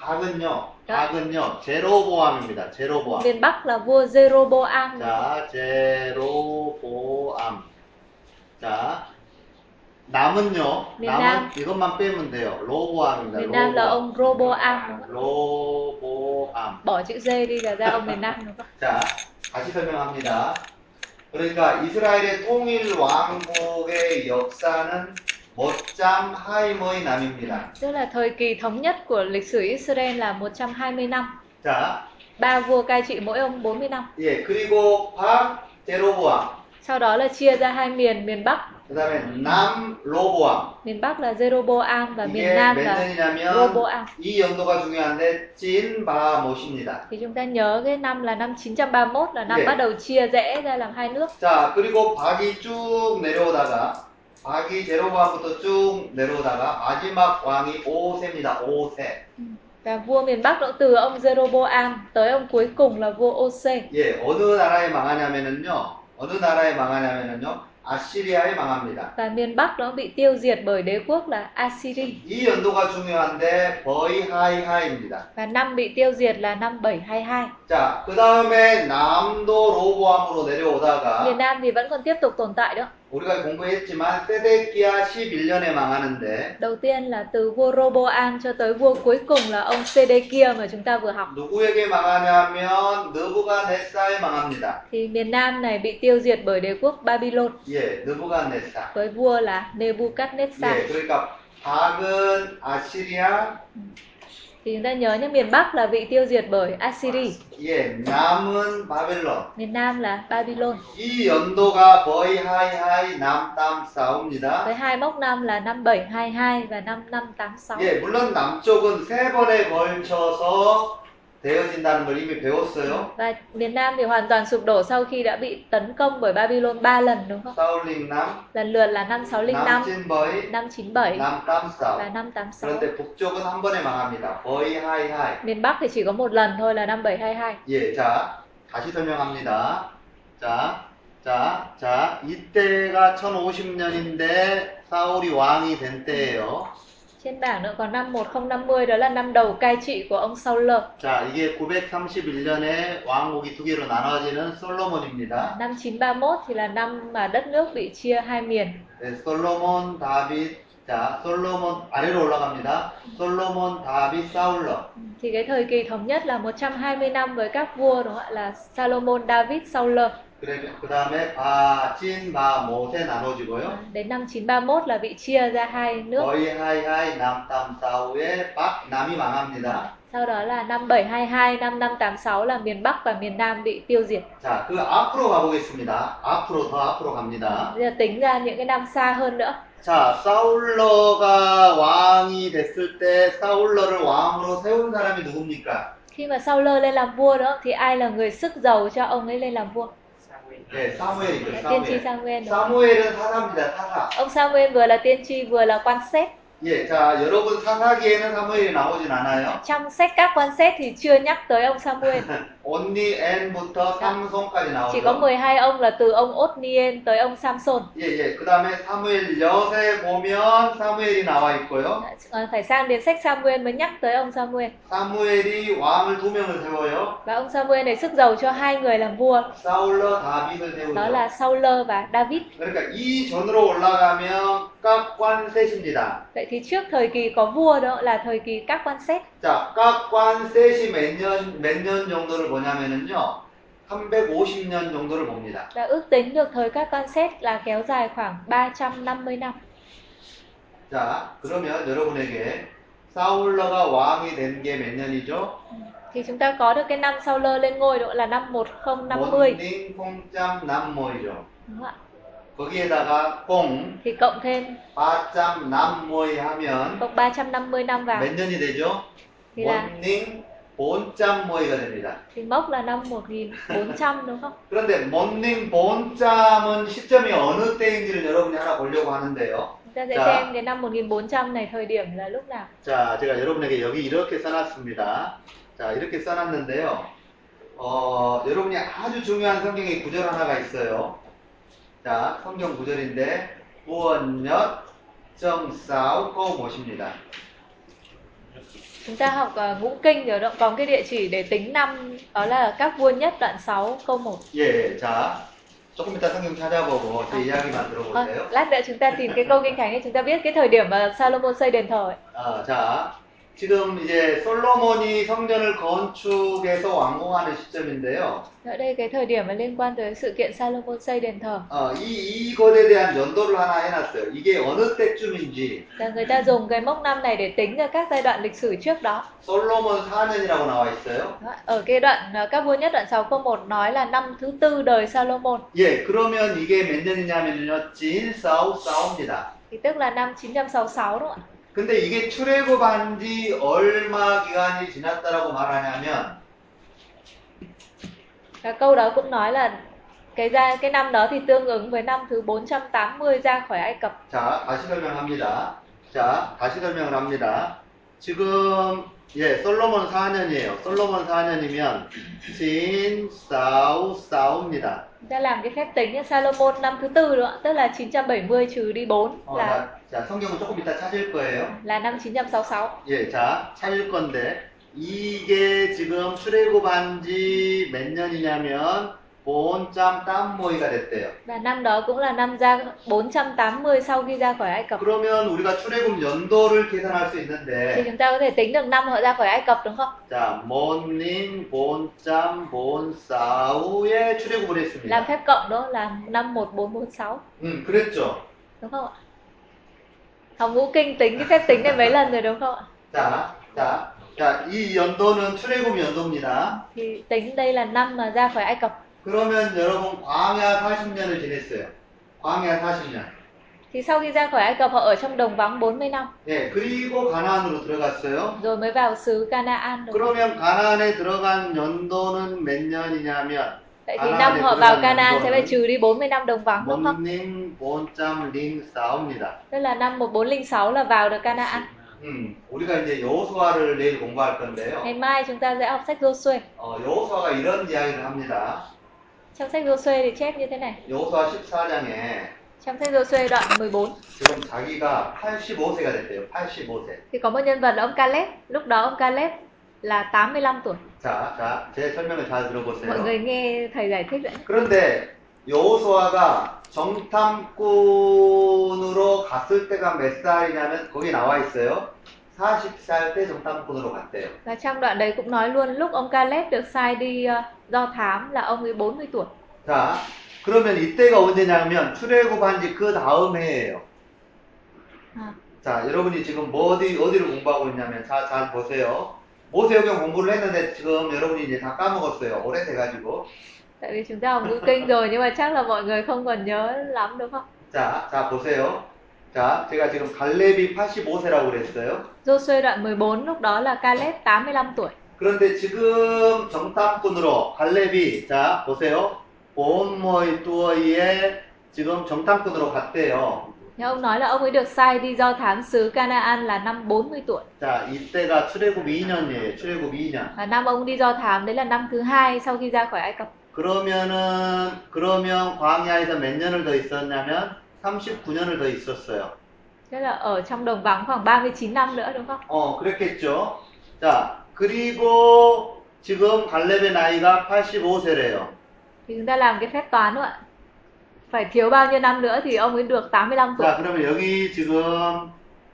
박은요, 박은요, 제로보암입니다. 제로보암. Miền Bắc là vua Jeroboam. 자, 제로보암. 자, 남은요, 미남. 네, 남은 이것만 빼면 돼요. 로보암입니다. Miền Nam là ông Roboam. đúng không ạ? 로보암. Bỏ chữ dê đi là ra ông miền Nam đúng không? ạ? 자, 다시 설명합니다. 그러니까 이스라엘의 통일 왕국의 역사는 멋잠 하이머의 남입니다. Tức là thời kỳ thống nhất của lịch sử Israel là 120 năm. 자, Ba vua cai trị mỗi ông 40 năm. 예, 그리고 박 제로보암, Sau đó là chia ra hai miền, miền Bắc, 그다음에 남 로보암. miền Bắc là Jeroboam và miền 이게 Nam 예, 몇 là 년이냐면 Roboam. 이 연도가 중요한데 찐바못입니다. Thì chúng ta nhớ cái năm là năm 931 là năm Để- bắt đầu chia rẽ ra làm hai nước. 자 그리고 박이 쭉 내려오다가 박이 제로보암부터 쭉 내려오다가 마지막 왕이 오세입니다. 오세. Và vua miền Bắc cũng từ ông Jeroboam tới ông cuối cùng là vua Ose. 예 어느 나라에 망하냐면은요 어느 나라에 망하냐면은요 아시리아에 망합니다. Và miền Bắc nó bị tiêu diệt bởi đế quốc là Assyri. 이 연도가 중요한데 버이하이하입니다. Và năm bị tiêu diệt là năm 722. 자, 그 다음에 남도 로보암으로 Miền 내려오다가 Nam thì vẫn còn tiếp tục tồn tại đó. 우리가 공부했지만 세데키야 11년에 망하는데 Đầu tiên là từ vua Roboam cho tới vua cuối cùng là ông Sedekia mà chúng ta vừa học. 누구에게 망하냐면 느부갓네살에 망합니다. Thì miền Nam này bị tiêu diệt bởi đế quốc Babylon 예, 느부갓네살. với vua là Nebuchadnezzar. 예, 그러니까 박은 아시리아, Thì chúng ta nhớ nhé, miền Bắc là bị tiêu diệt bởi Assyri, 예, 남은 바벨론. miền Nam là Babylon. 이 연도가 거의 하이하이 남땀 싸웁니다. Với hai mốc năm là năm 722 và năm 586. 예, 물론 남쪽은 세 번에 걸쳐서 되어진다는 걸 이미 배웠어요. Và miền Nam thì hoàn toàn sụp đổ sau khi đã bị tấn công bởi Babylon 3 lần đúng không? 음. 사울링남, Lần lượt là 5605, 남진버이, 597 남땀 và 싸움. 586. 그런데 북쪽은 한 번에 망합니다. 거의 하이하이. Miền Bắc thì chỉ có một lần thôi là năm 722. 예, 자, 다시 설명합니다. 자, 자, 자, 이때가 1050년인데 사울이 왕이 된 때예요. Trên bảng nữa còn năm 1050 đó là năm đầu cai trị của ông Saul. 자, 이게 931년에 왕국이 두 개로 나눠지는 솔로몬입니다. Năm 931 thì là năm mà đất nước bị chia hai miền. 네, 솔로몬, 다윗, 자, 솔로몬 아래로 올라갑니다. 솔로몬, 다윗, 사울러. Thì cái thời kỳ thống nhất là 120 năm với các vua đúng không ạ là Salomon, David, Saul. 그래, 그 다음에 바, 진, 바, 못에 나눠지고요. À, Đến năm 931 là bị chia ra hai nước. 거의 하이하이 남, 땀, 사우에 박, 남이 망합니다. Sau đó là năm 722, năm 586 là miền Bắc và miền Nam bị tiêu diệt. 자, 그 앞으로 가보겠습니다. 앞으로 더 앞으로 갑니다. Bây giờ tính ra những cái năm xa hơn nữa. 자, 사울러가 왕이 됐을 때 사울러를 왕으로 세운 사람이 누굽니까? Khi mà Saul lên làm vua đó thì ai là người sức giàu cho ông ấy lên làm vua? 네, 사무엘이죠. tiên tri 사무엘. Samuel. đúng không? 사무엘은 사사입니다. 사사. Ông Samuel vừa là tiên tri vừa là quan xét. 예, 자, 여러분 사사기에는 사무엘이 나오진 않아요. Trong sách các quan xét thì chưa nhắc tới ông Samuel. 언니 앤부터 삼손까지 Chỉ có 나오죠. 12 ông là từ ông Othniel tới ông Samson. 예, 예. 그 다음에 사무엘 여세 보면 사무엘이 나와 있고요. Ờ, Phải sang đến sách Samuel mới nhắc tới ông Samuel. 사무엘이 왕을 두 명을 세워요. Và ông Samuel này sức giàu cho hai người làm vua. 사울러 다윗을 세우죠. Đó là Saul và David. 그러니까 이 전으로 올라가면 깍관셋입니다. Vậy thì trước thời kỳ có vua đó là thời kỳ các quan xét. 자, 깍관셋이 몇 년, 몇 년 정도를 보냐면은요, 350년 정도를 봅니다. Và ước tính được thời các quan xét là kéo dài khoảng 350 năm. 자, 그러면 여러분에게 사울러가 왕이 된 게 몇 년이죠? Thì chúng ta có được cái năm sau lơ lên ngôi độ là năm 1050. 원닝 콩짬 남모이죠. Đúng không ạ? 거기에다가 콩 Thì cộng thêm 빠짬 남모이 하면 cộng 350 năm vào 몇 년이 되죠? thì là 원닝 본짬 모이가 됩니다. thì mốc là năm 1400 đúng không? 그런데 원닝 본짬은 시점이 어느 때인지를 여러분이 하나 보려고 하는데요. Chúng ta sẽ Dạ. xem cái năm 1400 này thời điểm là lúc nào. 자, 제가 여러분에게 여기 이렇게 써놨습니다. 자, 이렇게 써놨는데요. 어, 여러분이 아주 중요한 성경의 구절 하나가 있어요. 자, 성경 구절인데, 우원엿 정싸우 꼬모십니다. Chúng ta học à, ngũ kinh rồi đó, còn cái địa chỉ để tính năm đó là các vua nhất đoạn 6 câu 1. 예, 자, 조금 이따 성경 찾아보고 제 이야기만 들어보세요. lát nữa chúng ta tìm cái câu kinh thánh ấy chúng ta biết cái thời điểm mà Salomon xây đền thờ ấy. 아, 자, 지금 이제 솔로몬이 성전을 건축해서 완공하는 시점인데요. Ở đây cái thời điểm mà liên quan tới sự kiện Salomon xây đền thờ 어, 이, 이것에 대한 연도를 하나 해놨어요. 이게 어느 때쯤인지 là người ta dùng cái mốc năm này để tính ra các giai đoạn lịch sử trước đó. 솔로몬 4년이라고 나와 있어요. Đó, Ở cái đoạn à, các vua nhất đoạn 6 câu 1 nói là năm thứ tư đời Salomon 예, 그러면 이게 몇 년이냐면요. 진, 싸우, 싸웁니다. thì tức là năm 966 đúng không ạ? 근데 이게 출애굽한 지 얼마 기간이 지났다라고 말하냐면 Và câu đó cũng nói là cái ra cái năm đó thì tương ứng với năm thứ 480 ra khỏi Ai Cập. 자, 다시 설명합니다. 자, 다시 설명을 합니다. 지금, 예, 솔로몬 4년이에요. 솔로몬 4년이면, 진, 싸우, 싸웁니다. Chúng ta làm cái phép tính nhá, Salomon năm thứ tư đúng không ạ? Tức là 970 trừ đi 4 어, là 자, 자, 성경은 조금 이따 찾을 거예요. là năm 966. 예, 자, 찾을 건데, 이게 지금 출애굽한 지 몇 년이냐면, 본짬 땀모이가 됐대요. Và năm đó cũng là năm ra 480 sau khi ra khỏi Ai Cập. 그러면 우리가 출애굽 연도를 계산할 수 Thì 있는데, chúng ta có thể tính được năm họ ra khỏi Ai Cập đúng không? 자, 모닝, 본짬, 본싸우에 출애굽을 했습니다. Làm phép cộng đó là năm 1446 음, 그랬죠. đúng không ạ? Học ngũ kinh tính cái phép tính này mấy lần rồi đúng không ạ? 자, 자, 자, 이 연도는 출애굽 연도입니다. Thì tính đây là năm mà ra khỏi Ai Cập. 그러면 여러분 광야 40년을 지냈어요. 광야 40년. Thì sau khi ra khỏi Ai Cập họ ở trong đồng vắng 40 năm 예, 그리고 가나안으로 들어갔어요. rồi mới vào xứ Canaan được. 그러면 가나안에 들어간 연도는 몇 년이냐면 Vậy thì Canaan năm thì họ nó vào là Canaan đồng sẽ phải vắng. trừ đi 40 năm đồng vắng đúng không? 몬님 본짬 링 싸웁니다. Tức là năm 1406 là vào được Canaan. 음, 우리가 이제 여호수아를 내일 공부할 건데요. Ngày mai chúng ta sẽ học sách Joshua. 어, 여호수아가 이런 이야기를 합니다. Trong sách Joshua thì chép như thế này. 여호수아 14장에 Trong sách Joshua đoạn 14 지금 자기가 85세가 됐대요. 85세. thì có một nhân vật là ông Caleb, lúc đó ông Caleb là 85 tuổi. 자, 자, 제 설명을 잘 Mọi 들어보세요. người nghe thầy giải thích đấy. 그런데 여호수아가 정탐꾼으로 갔을 때가 몇 살이냐면 거기 나와 있어요. 40살 때 정탐꾼으로 갔대요. Và trong đoạn đấy cũng nói luôn lúc ông Caleb được sai đi ờ, do thám là ông ấy 40 tuổi. 자, 그러면 이때가 언제냐면 출애굽한 지 그 다음 해예요. À, 자, 여러분이 지금 뭐 어디 어디를 공부하고 있냐면 자, 잘 보세요. 모세오경 공부를 했는데 지금 여러분이 이제 다 까먹었어요. 오래돼 가지고. tại vì chúng ta học ngữ kinh rồi nhưng mà chắc là mọi người không còn nhớ lắm đúng không? 자, 자 보세요. 자, 제가 지금 갈렙이 85세라고 그랬어요. Joshua đoạn 14 lúc đó là Caleb 85 tuổi. 그런데 지금 정탐꾼으로 갈렙이 자 보세요 온모이 뚜어이에 지금 정탐꾼으로 갔대요. Thì ông nói là ông ấy được sai đi do thám xứ Canaan là năm 40 tuổi. 자 이때가 출애굽 2년이에요. 출애굽 2년. Và năm ông đi do thám đấy là năm thứ hai sau khi ra khỏi Ai Cập. 그러면은 그러면 광야에서 몇 년을 더 있었냐면 39년을 더 있었어요. Thế là ở trong đồng vắng khoảng 39 năm nữa đúng không? 어 그랬겠죠. 자 그리고 지금 갈렙의 나이가 85세래요. Thì chúng ta làm cái phép toán thôi ạ. Phải thiếu bao nhiêu năm nữa thì ông ấy được 85 tuổi. 자, 그러면 여기 지금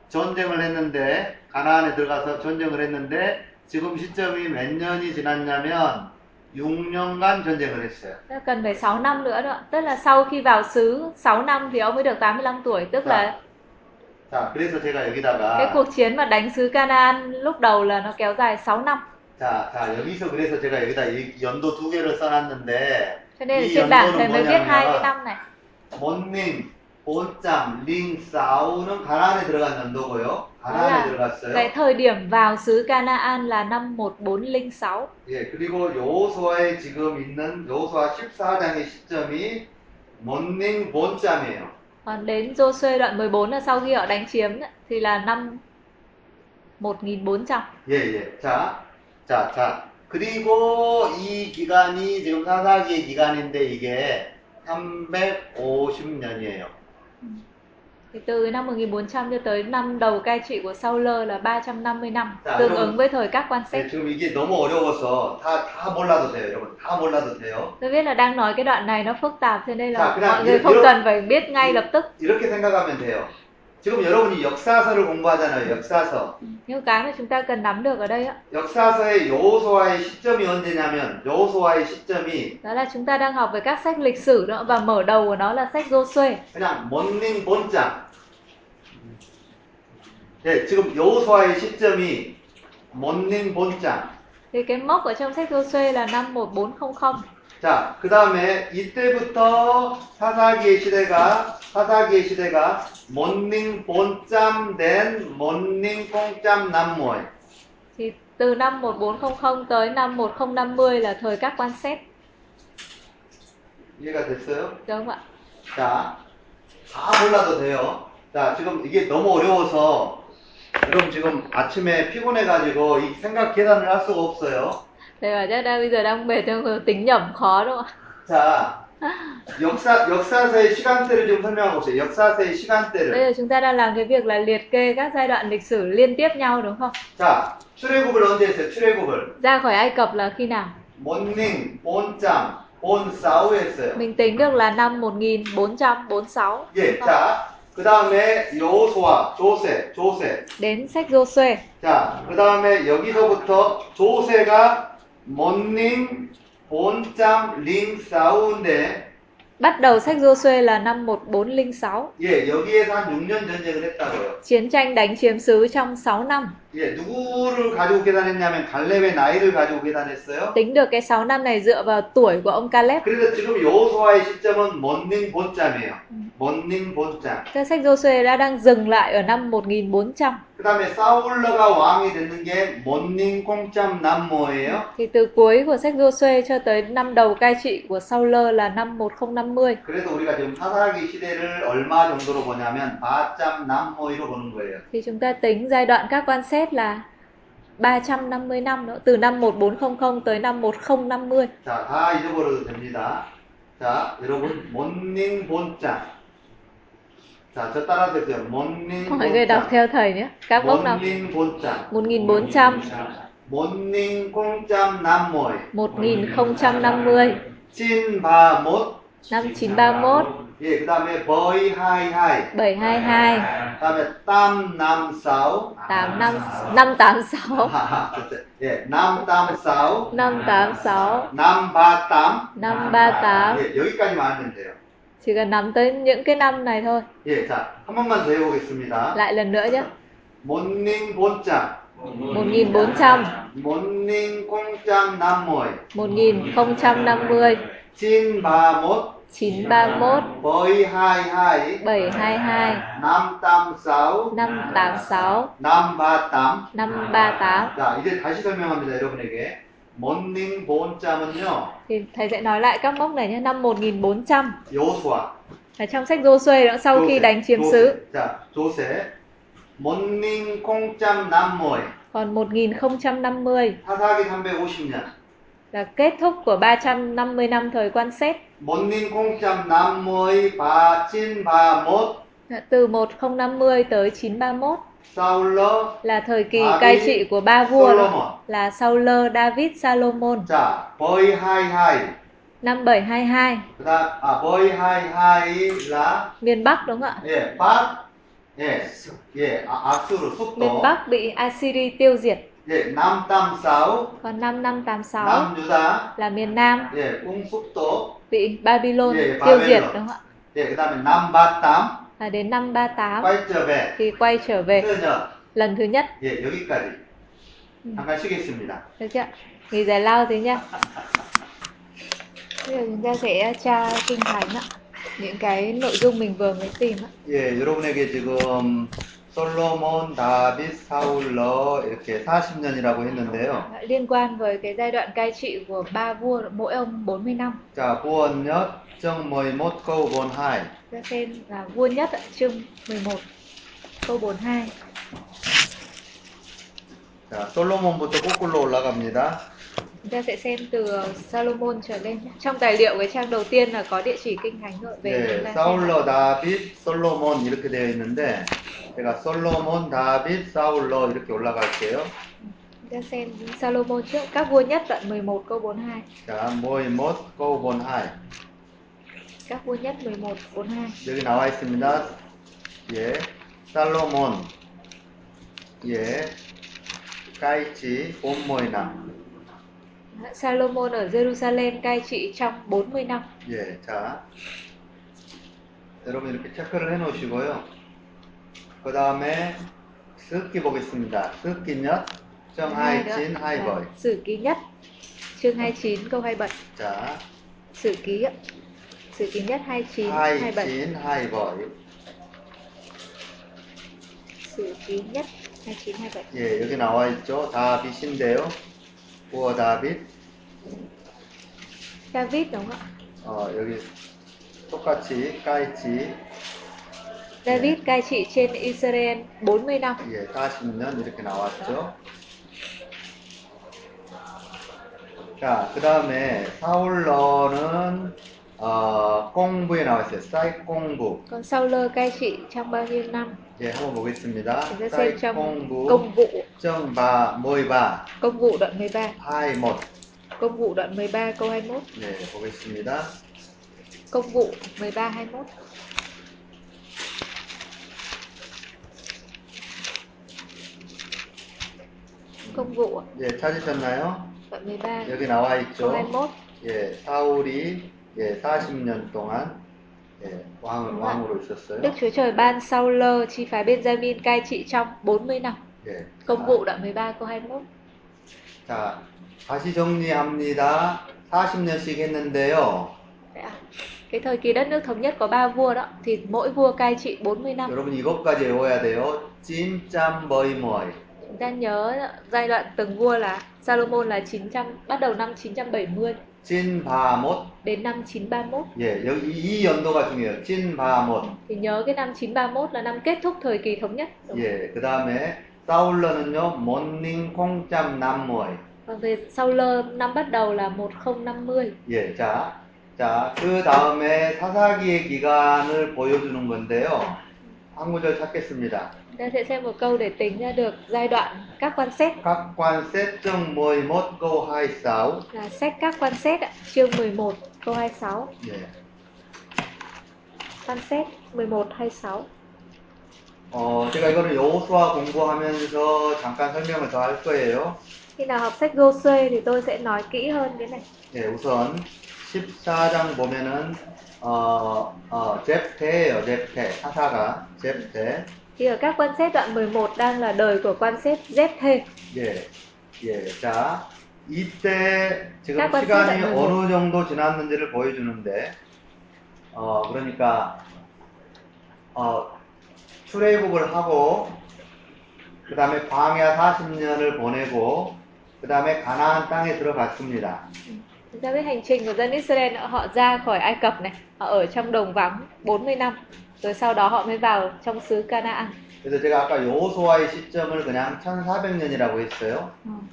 전쟁을 했는데 가나안에 들어가서 전쟁을 했는데 지금 시점이 몇 년이 지났냐면 6년간 전쟁을 했어요. Thế là Cần phải 6 năm nữa đó. ạ. Tức là sau khi vào xứ 6 năm thì ông ấy được 85 tuổi, tức Dạ. là 자, 그래서 제가 여기다가 cái cuộc chiến mà đánh xứ Canaan lúc đầu là nó kéo dài 6 năm 자, 자, 여기서 그래서 제가 여기다 이 연도 두 개를 써놨는데 cho nên là 이 trên bảng 연도는 thầy mới viết 뭐냐면 20 năm này 본님, 본짬, 링, 싸우는 가나안에 들어간 연도고요. Đó là 가나안에 네. 들어갔어요. cái thời điểm vào xứ Canaan là năm 1406 예, 그리고 여호수아에 지금 있는 여호수아 14장의 시점이 본님, 본짬이에요. còn đến Joshua đoạn 14 là sau khi họ đánh chiếm ấy, thì là năm 1400 예, 예. 자, 자, 자. 그리고 이 기간이 지금 사사기의 기간인데 이게 350년이에요. thì từ năm 1400 cho tới năm đầu cai trị của Saul là 350 năm Dạ, tương đúng. ứng với thời các quan sát 네, 지금 이게 너무 어려워서 다, 다 몰라도 돼요, 여러분. 다 몰라도 돼요. Tôi biết là đang nói cái đoạn này nó phức tạp thế nên Dạ, là cái đoạn mọi gì- người không yếu- cần phải biết ngay lập tức. 이렇게 생각하면 돼요. 지금 여러분이 역사서를 공부하잖아요, 역사서. Nhưng cái mà chúng ta cần nắm được ở đây á, 역사서의 여호수아의 시점이 언제냐면 여호수아의 시점이 đó là chúng ta đang học về các sách lịch sử đó và mở đầu của nó là sách Joshua. 그냥 먼닝 본장. 네, 지금 여호수아의 시점이 먼닝 본장. Thì cái mốc ở trong sách Joshua là năm 1400. 자, 그 다음에 이때부터 사사기의 시대가, 사사기의 시대가 먼닝 본짬 된 먼닝 꽁짬 남모에. Thì từ năm 1400 tới năm 1050 là thời các quan xét, 이해가 됐어요? đúng không ạ? 자, 다 몰라도 돼요. 자, 지금 이게 너무 어려워서 여러분 지금 아침에 피곤해가지고 이 생각 계산을 할 수가 없어요. Thầy bảo chắc đang bây giờ đang mệt đang tính nhẩm khó đúng không ạ? 자, 역사, 역사서의 시간대를 좀 설명하고 있어요. 역사서의 시간대를. Bây giờ chúng ta đang làm cái việc là liệt kê các giai đoạn lịch sử liên tiếp nhau đúng không? 자, 출애굽을 언제 했어요? 출애굽을. Ra khỏi Ai Cập là khi nào? 몬닝, 본짬, 본싸우 했어요. Mình tính được là năm 1446 예, 자, 그 다음에 여호수아, 조세, 조세. đến sách Joshua. 자, 그 다음에 여기서부터 조세가 몬닝, 본짬, 링, 싸우인데, Bắt đầu sách Joshua là năm 1406, 예, 여기에서 한 6년 전쟁을 했다고요. chiến tranh đánh chiếm xứ trong 6 năm. 예, 누구를 가지고 계산했냐면 갈렙의 나이를 가지고 계산했어요. Tính được cái 6 năm này dựa vào tuổi của ông Caleb. 그래서 지금 여호수아의 시점은 몬닝, 본짬이에요. 몬닝, 본짬. Các sách Joshua đã đang dừng lại ở năm 1400. 그 다음에 사울러가 왕이 되는 게 몬닝, 공짬, 남모예요. Thì từ cuối của sách Joshua cho tới năm đầu cai trị của Saul là năm 1050. 그래서 우리가 지금 사사기 시대를 얼마 정도로 보냐면 바짬 남모이로 보는 거예요. Thì chúng ta tính giai đoạn các quan xét là 350 năm nữa, từ năm 1400 tới năm 1050. 자, 다 잊어버려도 됩니다. 자, 여러분 몬닝 본짬. 자, 저 따라서 해주세요. 몬닝 Mọi người đọc 본짬. theo thầy nhé. Các mốc nào? 몬닝 본짬. 1400, 몬닝 공짬 남모이. 1050, 찐바못. năm 931, 예, 그 다음에 버이 하이 하이. 722, 그 다음에 땀남싸우. 85 586 예, 남땀싸우. 586 남바땀. 538 예, 여기까지만 하면 돼요. chỉ cần nắm tới những cái năm này thôi 예, 자, 한 번만 더 해보겠습니다. lại lần nữa nhé 몬닝 본짬, 몬닝 공짬 남모이, 1050 찐바못, 931 버이하이하이, 722 남땀싸우, 586 남바땀. 538 자, 이제 다시 설명합니다, 여러분에게. 몬닝 본짬은요, thì thầy sẽ nói lại các mốc này nhé năm 1400 여호수아. ở trong sách Joshua đó, sau khi 조세, đánh chiếm 조세. xứ 자, 조세. 몬닝 공짬 남모이. còn 1050 사사기 350년. là kết thúc của 350 năm thời quan xét 몬닝 공짬 남모이 바친 바못 Dạ, từ 1050 tới 931 사울러. là thời kỳ David, cai trị của ba vua đó, Solomon. là Saul, David, Salomon 자, 버이 하이 하이. năm 722 그다음 아 버이 하이 하이 라. miền Bắc đúng không ạ? 예, 밭. 예. 예, 아, 악수르 Miền 숲도. Bắc bị Assyri tiêu diệt. 예, 남담사우. Còn năm 586 남유다. là miền Nam 예, 꿍숲도. bị Babylon Về tiêu diệt Babylon. đúng không ạ? 예, 그다음에 남바땀. 네. à, đến năm 38 quay trở về thì quay trở về 그죠? lần thứ nhất 예, 여기까지 Ừ. 잠깐 쉬겠습니다. được chưa? Nghỉ giải lao thế nha. Bây giờ chúng ta sẽ tra kinh thánh ạ. Những cái nội dung mình vừa mới tìm ạ. 예, 여러분에게 지금 솔로몬, 다윗, 사울러 이렇게 40년이라고 했는데요. Liên quan với cái giai đoạn cai trị của ba vua mỗi ông 40 năm. 자, 부원역 정모의 못 거우본 하이. Ra xem là vua nhất ạ, chương 11 câu 42. 자, 솔로몬부터 거꾸로 올라갑니다. Chúng ta sẽ xem từ ờ, Salomon trở lên nhé. Trong tài liệu cái trang đầu tiên là có địa chỉ kinh thánh rồi về chúng 예, ta xem. 사울러, 다윗, 솔로몬 이렇게 되어 있는데 제가 솔로몬, 다윗, 사울러 이렇게 올라갈게요. Chúng ta xem Salomon trước các vua nhất đoạn 11 câu 42. 자, 모의 못 거우본 하이. Các vua nhất 11 42. 여기 나와 있습니다. 예, 살로몬, 예, 까이치, 온모이나. Đã, Salomon ở Jerusalem cai trị trong 40 năm. 예, 자, 여러분 이렇게 체크를 해놓으시고요. 그 다음에 스키 보겠습니다. 스키넛, Hai nữa 정하이친, là 하이버이. Sử ký nhất chương 29 câu 27. 자, Sử ký ạ. Sử ký nhất 29 27. 하이친, 하이버이. Sử ký nhất 29 27. 예, 여기 나와 있죠. 다빗인데요. 우어 다빗. David đúng không ạ? 어, 여기 똑같이 까이치, David cai trị trên Israel 40 năm. 예, 40년 이렇게 나왔죠. 자, 그 다음에 사울러는 어, 공부에 나왔어요. 사이 공부. Còn Sauler cai trị trong bao nhiêu năm? 예, 한번 보겠습니다. Chúng ta xem 네, 사이 trong 공부, công vụ, 정바, 모이바, công vụ đoạn 13, 하이못. công vụ đoạn 13 câu 21, 예, 보겠습니다. công vụ 13 21. Công vụ 예, 찾으셨나요? đoạn 13 여기 나와 câu 있죠. 21. 예, 사울이 예, 40년 동안 예, 왕, Đúng ạ. 왕으로 있었어요. Đức Chúa Trời ban Sauler chi phái Benjamin cai trị trong 40 năm. 예, Công vụ đoạn 13 câu 21. 자, 다시 정리합니다. 40년씩 했는데요. Vậy à? Cái thời kỳ đất nước thống nhất có 3 vua đó thì mỗi vua cai trị 40 năm. 여러분 이것까지 외워야 돼요. 찜짬 머이 머이. Chúng ta nhớ giai đoạn từng vua là Salomon là 900 bắt đầu năm 970 찐바못. đến năm 931 예, 여기 이 연도가 중요해요. 찐바못. thì nhớ cái năm 931 là năm kết thúc thời kỳ thống nhất. Đúng. 예, 그 다음에 사울러는요. 몬닝 콩짬 남모이. Còn về sau lơ năm bắt đầu là 1050. 예, 자, 자, 그 다음에 사사기의 기간을 보여주는 건데요. 한 구절 찾겠습니다. Chúng ta sẽ xem một câu để tính ra được giai đoạn các quan xét 각 관 세정 모이 못 go 하이 사우. là xét các quan xét ạ, chương 11 câu 26, 예. quan xét 11 26. 어, 제가 이거는 여호수아 공부하면서 잠깐 설명을 더 할 거예요. Khi nào học sách Gosue thì tôi sẽ nói kỹ hơn cái này. 예, 우선 14장 보면은 어, 어, 잽테예요, 잽테. 사사가 잽테. Thì ở các quan xét đoạn 11 đang là đời của quan xét Zethê. 예. 예. 자, 이때 지금 딱 시간이 맞습니다. 어느 정도 지났는지를 보여주는데 어, 그러니까 어, 출애굽을 하고 그다음에 광야 40년을 보내고 그다음에 가나안 땅에 들어갔습니다. Chúng ta biết hành trình của dân Israel nữa, họ ra khỏi Ai Cập này, họ ở trong đồng vắng 40 năm, rồi sau đó họ mới vào trong xứ Canaan. 그래서 제가 아까 여호수아의 시점을 그냥 1400년이라고 했어요.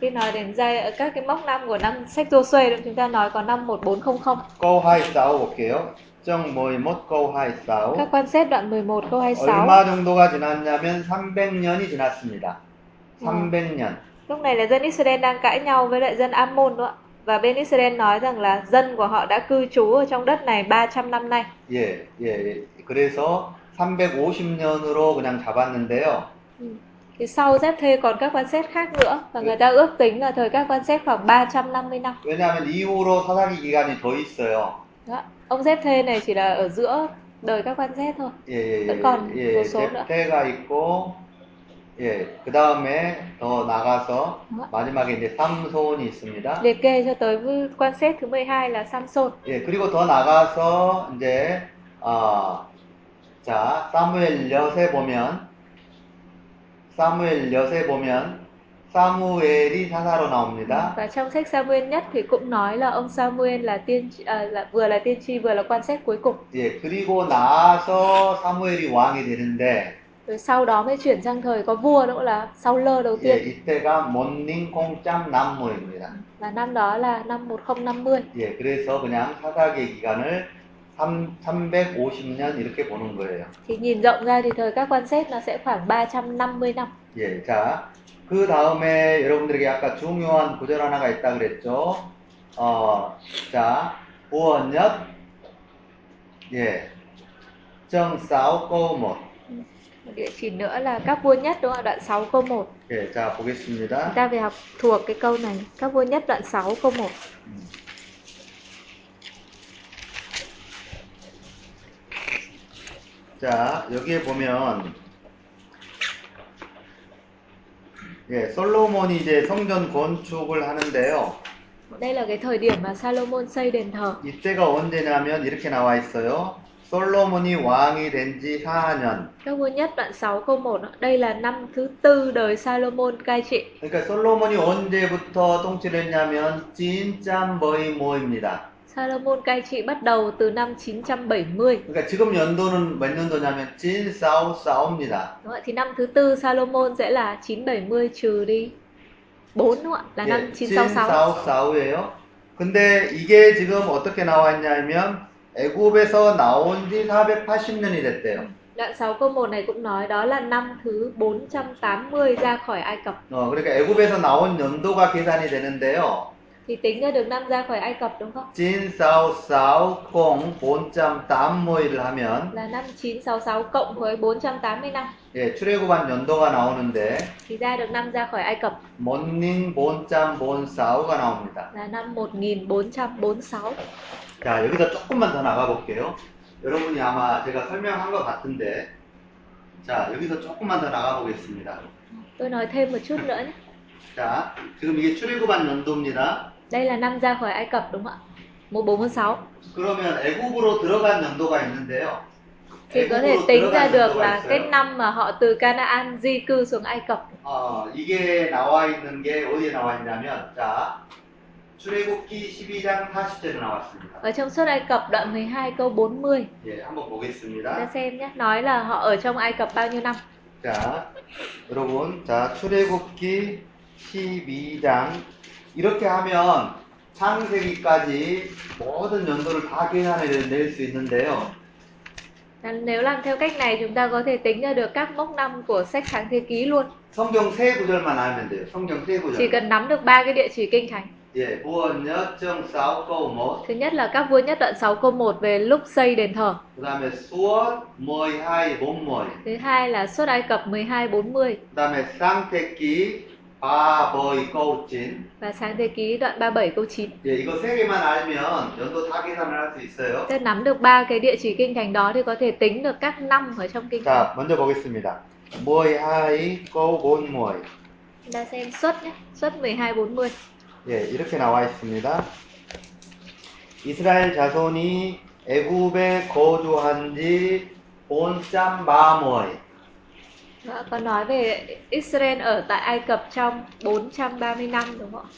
Khi nói đến giai ở các cái mốc năm của năm sách Joshua đó, chúng ta nói có năm 1400. 거하이 싸우 볼게요. 정모이못 거하이 싸우. Các quan xét đoạn 11 câu 26. 얼마 정도가 지났냐면 300년이 지났습니다. 300년. Lúc này là dân Israel đang cãi nhau với lại dân Ammon nữa. Và bên Israel nói rằng là dân của họ đã cư trú ở trong đất này 300 năm nay. 예, 예, 예. 그래서 350년으로 그냥 잡았는데요. Thì sau Zép Thê còn các quan xét khác nữa và người ta ước tính là thời các quan xét khoảng 350 năm. 왜냐하면 이후로 사사기 기간이 더 있어요. Dạ, Đó. Ông Zép Thê này chỉ là ở giữa đời các quan xét thôi 예, 예, vẫn 예, còn 예, một 예, số nữa. 대가 있고, 예, 그 다음에 더 나가서 어? 마지막에 이제 삼손이 있습니다. liệt kê cho tới với quan xét thứ 12 là Samson 예, 그리고 더 나가서 이제 아, 자, 사무엘 엿에 보면 사무엘 엿에 보면 사무엘이 사사로 나옵니다. và trong sách Samuel nhất thì cũng nói là ông Samuel là tiên à, là vừa là tiên tri vừa là quan xét cuối cùng 예, 그리고 나서 사무엘이 왕이 되는데 rồi sau đó mới chuyển sang thời có vua nữa là sau lơ đầu 예, tiên 이때가 몬닝 공짬 남무입니다. và năm đó là năm 1050 예, 그래서 그냥 사사기의 기간을 3, 350년 이렇게 보는 거예요. thì nhìn rộng ra thì thời các quan xét nó sẽ khoảng 350 năm 예, 자, 그 다음에 여러분들에게 아까 중요한 구절 하나가 있다 그랬죠? 어, 자, 우원엽, 예, 정싸우 뭐, 꼬못. Một địa chỉ nữa là các vua nhất đúng không ạ đoạn 6 câu 1 예, 자, chúng 보겠습니다. ta phải học thuộc cái câu này các vua nhất đoạn 6 câu 1 음. 자, 여기에 보면, 예, 솔로몬이 이제 성전 건축을 하는데요. đây là cái thời điểm mà Salomon xây đền thờ 이때가 언제냐면 이렇게 나와 있어요. 솔로몬이 왕이 된 지 4년. các vua nhất đoạn 6 câu 1 ạ. đây là năm thứ tư đời Salomon cai trị 그러니까 솔로몬이 언제부터 통치를 했냐면 진짬 거의 모입니다. Salomon cai trị bắt đầu từ năm 970 그러니까 지금 연도는 몇 년도냐면 진 싸우 싸웁니다. đúng không ạ? thì năm thứ tư Salomon sẽ là 970 trừ đi 4 đúng không ạ Dạ, là năm 예, 진 싸우 966 싸우예요. 근데 이게 지금 어떻게 나와 있냐면 애굽에서 나온 지 480년이 됐대요. đoạn 6 câu 1 này cũng nói đó là năm thứ 480 ra khỏi Ai Cập 어, 그러니까 애굽에서 나온 연도가 계산이 되는데요. thì tính ra được năm ra khỏi Ai Cập đúng không 진 싸우 싸우 콩 본짬 땀 모이를 하면 là năm 966 cộng với 480 năm 예, 출애굽한 연도가 나오는데 thì ra được năm ra khỏi Ai Cập 몬닝 본짬 본사우가 나옵니다. là năm 1446 자, 여기서 조금만 더 나가 볼게요. 여러분이 아마 제가 설명한 것 같은데 자, 여기서 조금만 더 나가 보겠습니다. tôi nói thêm một chút nữa nhé 자, 지금 이게 출애굽한 연도입니다. đây là năm ra khỏi Ai Cập đúng không ạ 1446 그러면 애굽으로 들어간 연도가 있는데요. thì có thể 애굽으로 tính ra 들어간 được 연도가 là cái 있어요. năm mà họ từ Canaan di cư xuống Ai Cập 어, 이게 나와 있는 게 어디에 나와 있냐면 자, 출애굽기 12장 40절에 나왔습니다. ở trong suốt Ai Cập đoạn 12 câu 40 예, 한번 ta 보겠습니다. xem nhé nói là họ ở trong Ai Cập bao nhiêu năm 자, 여러분, 자, 출애굽기 12장 이렇게 하면 창세기까지 모든 연도를 다 계산해 낼 수 있는데요. Là nếu làm theo cách này chúng ta có thể tính ra được các mốc năm của sách Sáng Thế Ký luôn 성경 세 구절만 알면 돼요. 성경 세 chỉ 구절. cần nắm được ba cái địa chỉ kinh thánh 예, 구원역 정사우 뭐. 꼬모, thứ nhất là các vua nhất đoạn 6 câu 1 về lúc xây đền thờ 그다음에 수원 모이하이 몬모이, thứ hai là suốt Ai Cập 12 40 그다음에 쌍태끼 바보이 꼬우친. và Sáng Thế Ký đoạn 37 câu 9 예, 이거 세 개만 알면 연도 다 계산을 할 수 있어요. Tức nắm được ba cái địa chỉ kinh thành đó thì có thể tính được các năm ở trong kinh thành. 자, 먼저 보겠습니다. 모이 하이 꼬본 모이. Ta xem suất nhé, suất 12 40. 예, 이렇게 나와 있습니다. 이스라엘 자손이 애굽에 거주한 지 본짬 마모이. Đó, có Vâng nói về Israel ở tại Ai Cập trong 430 năm đúng không ạ?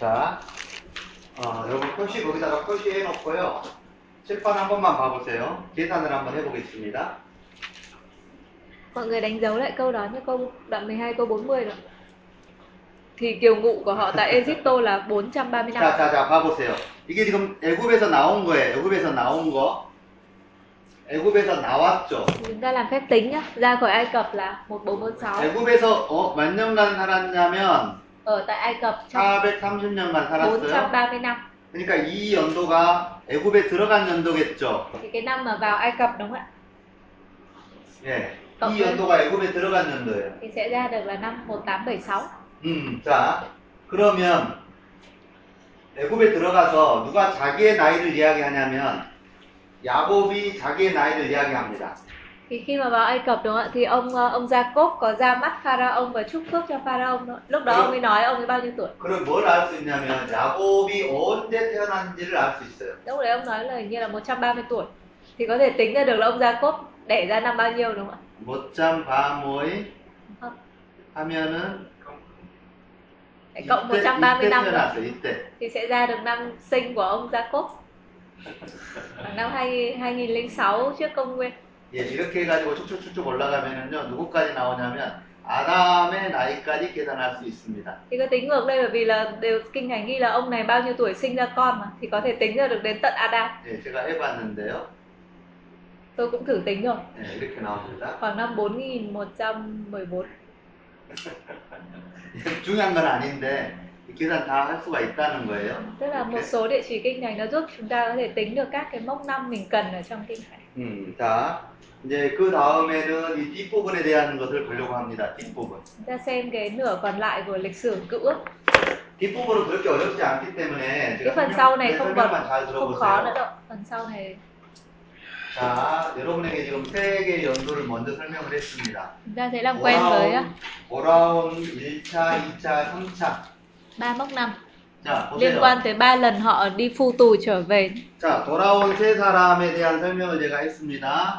자, 어, 여러분 표시 거기다가 표시해 놓고요. 칠판 한 번만 봐보세요. 계산을 한번 해보겠습니다. Mọi người đánh dấu lại câu đó như câu đoạn 12 câu 40 rồi. Thì kiều ngụ của họ tại Egypto là 430 năm. 자, 자, 자, 봐보세요. 이게 지금 애굽에서 나온 거예요. 애굽에서 나온 거. 애굽에서 나왔죠. Chúng ta làm phép tính nhá, ra khỏi Ai Cập là Dạ. 1446, 애굽에서 어, 몇 년간 살았냐면 ở tại Ai Cập Dạ, trong 430년간 살았어요. 430 năm. 그러니까 이 연도가 애굽에 들어간 연도겠죠. Thì cái năm mà vào Ai Cập đúng không ạ? 예. 어, 이 연도가 애굽에 들어간 연도예요. Thì sẽ ra được là năm 1876. 음, 자, 그러면 애굽에 들어가서 누가 자기의 나이를 이야기하냐면 야곱이 자기의 나이를 이야기합니다. thì khi mà vào Ai Cập đúng không ạ thì ông ờ, ông Jacob có ra mắt Pharaoh và chúc phước cho Pharaoh đó. lúc đó ông ấy nói ông ấy bao nhiêu tuổi 그럼 뭘 알 수 있냐면 야곱이 언제 태어난지를 알 수 있어요. lúc đấy ông nói là hình như là 130 tuổi thì có thể tính ra được là ông Jacob đẻ ra năm bao nhiêu đúng không 못장 과모이 어. 하면은 ạ Để cộng 이때, 이때 130 năm nữa 태어났어요. 이때. thì sẽ ra được năm sinh của ông Jacob Khoảng năm 2000, 2006 trước công nguyên 예, 이렇게 해가지고 쭉쭉쭉쭉 올라가면은요 누구까지 나오냐면 아담의 나이까지 계산할 수 있습니다. thì cứ tính ngược đây bởi vì là đều kinh thánh ghi là ông này bao nhiêu tuổi sinh ra con mà thì có thể tính ra được đến tận Adam 예, 제가 해봤는데요. tôi cũng thử tính rồi 예, 이렇게 나옵니다. khoảng năm 4114 중요한 건 아닌데 이 계산 다 할 수가 있다는 거예요. tức là một Ok. số địa chỉ kinh thánh nó giúp chúng ta có thể tính được các cái mốc năm mình cần ở trong kinh thánh 음, 자 이제 그 다음에는 이 뒷부분에 대한 것을 보려고 합니다. 뒷부분. chúng ta xem cái nửa còn lại của lịch sử cựu ước 뒷부분은 그렇게 어렵지 않기 때문에 cái 제가 phần 설명- sau này 네, 설명만 không còn 잘 không khó nữa 들어보세요. đâu phần sau này 자, 여러분에게 지금 세 개의 연도를 먼저 설명을 했습니다. chúng ta sẽ làm quen với 보라온, 보라온 1차, 2차, 3차. ba mốc năm 자, liên 보세요. quan tới ba lần họ đi phu tù trở về 자, 돌아온 세 사람에 대한 설명을 제가 했습니다.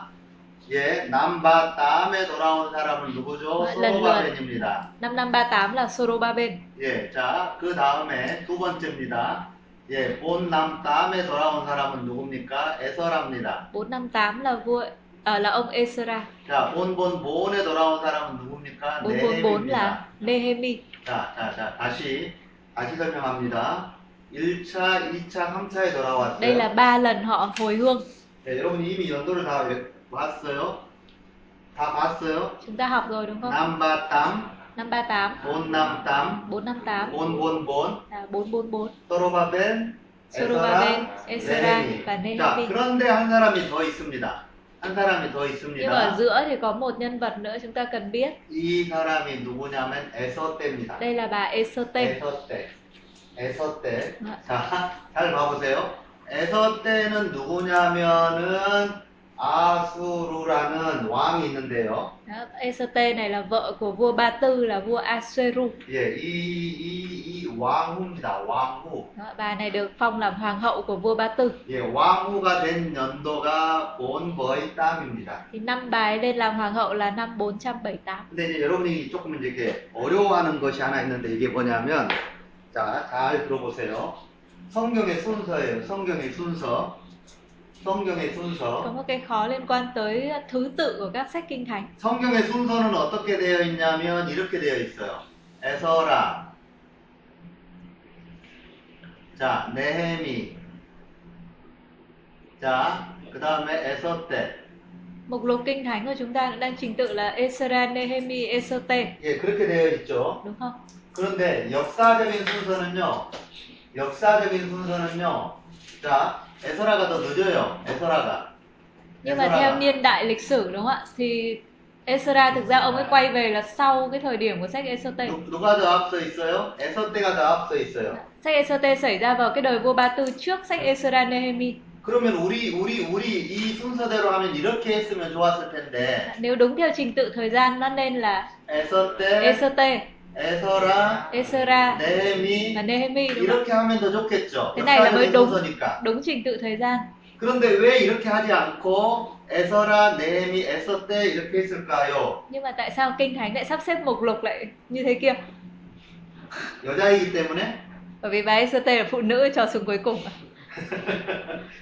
예, 남바 다음에 돌아온 사람은 누구죠? 아, 소로바벤입니다. năm năm ba tám là Sorobaben 예, 자, 그 다음에 두 번째입니다. 예, 본남 다음에 돌아온 사람은 누굽니까? 에서랍니다. bốn năm tám là vua à, là ông Esra 자, 본본 본에 돌아온 사람은 누굽니까? bốn bốn bốn 네헤입니다. là Nehemi 자, 자, 자, 다시, 다시 설명합니다. 1차, 2차, 3차에 돌아왔어요. đây là ba lần họ hồi hương 네, 여러분 이미 연도를 다 왜- 봤어요? 다 봤어요? chúng ta học rồi đúng Dạ. không 남바땀, năm ba tám 본남땀, bốn năm tám 본본본, là bốn bốn bốn 서로바벤, Sorobaben, Esra và 네헤미. 자, Nehemi. 그런데 한 사람이 더 있습니다. 한 사람이 더 Nhưng mà ở 있습니다. giữa thì có một nhân vật nữa chúng ta cần biết. 이 사람이 누구냐면 에서떼입니다. Đây là bà 네. Esotê. 에서떼. 에서떼. 아. 자, 잘 봐보세요. 에서떼는 누구냐면은 아수르라는 왕이 있는데요. Đó, Esotê này là vợ của vua Ba Tư là vua Asueru. 예, 이, 이, 이 왕후입니다. 왕후. Đó, bà này được phong làm hoàng hậu của vua Ba Tư. 예, 왕후가 된 연도가 본거의 땅입니다. Thì năm bà ấy lên làm hoàng hậu là năm 478. 근데 이제 여러분이 조금 이제 이렇게 어려워하는 것이 하나 있는데 이게 뭐냐면, 자, 잘 들어보세요. 성경의 순서예요. 성경의 순서. 성경의 순서. Có một cái khó liên quan tới thứ tự của các sách kinh thánh. 성경의 순서는 어떻게 되어 있냐면 이렇게 되어 있어요. 에서라. 자, 네헤미. 자, 그 다음에 에서 때. Mục lục kinh thánh của chúng ta cũng đang trình tự là Esra, Nehemi, Esotê. 예, 그렇게 되어 있죠. Đúng không? 그런데 역사적인 순서는요. 역사적인 순서는요. 자, 에서라가 더 늦어요. 에서라가. Nhưng mà theo niên đại lịch sử đúng không ạ? Thì Esra thực ra ông ấy quay về là sau cái thời điểm của sách Esotê. 누, 누가 더 앞서 있어요? 에서 때가 더 앞서 있어요. Sách Esotê xảy ra vào cái đời vua Ba Tư trước sách Esra Nehemi. 그러면 우리 우리 우리 이 순서대로 하면 이렇게 했으면 좋았을 텐데 Nếu đúng theo trình tự thời gian nó nên là 에서 때, Esotê, 에서라, Esra 네헤미 và Nehemi đúng không? 이렇게 하면 더 좋겠죠. Thế này là mới 역사적인 đúng. 순서니까. Đúng trình tự thời gian. 그런데 왜 이렇게 하지 않고 에서라, 네헤미, 에서 때 이렇게 했을까요? Nhưng mà tại sao Kinh Thánh lại sắp xếp mục lục lại như thế kia? 여자이기 때문에 Bởi vì bà Esotê là phụ nữ trò xuống cuối cùng. à?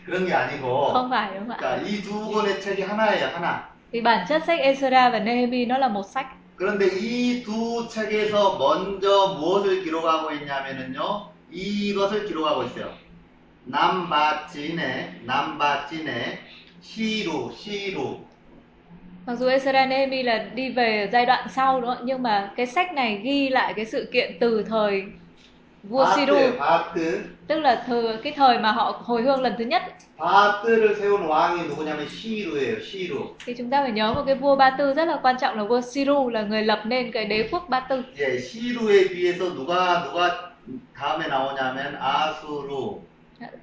그런 게 아니고 Không phải đúng không ạ? 그러니까 이 두 권의 책이 하나예요, 하나. Vì bản chất sách Esra và Nehemi nó là một sách. 그런데 이 두 책에서 먼저 무엇을 기록하고 있냐면은요, 이것을 기록하고 있어요. 남바진의 남바진의 시루 시루 Mặc dù Esra Nehemi là đi về giai đoạn sau đúng không? ạ? Nhưng mà cái sách này ghi lại cái sự kiện từ thời vua Siru, 바트, 바트. tức là từ cái thời mà họ hồi hương lần thứ nhất ấy. 바트를 세운 왕이 누구냐면 시루예요. 시루. thì chúng ta phải nhớ một cái vua Ba Tư rất là quan trọng là vua Siru là người lập nên cái đế quốc Ba Tư. 예, 시루에 비해서 예, 누가 누가 다음에 나오냐면 아수루.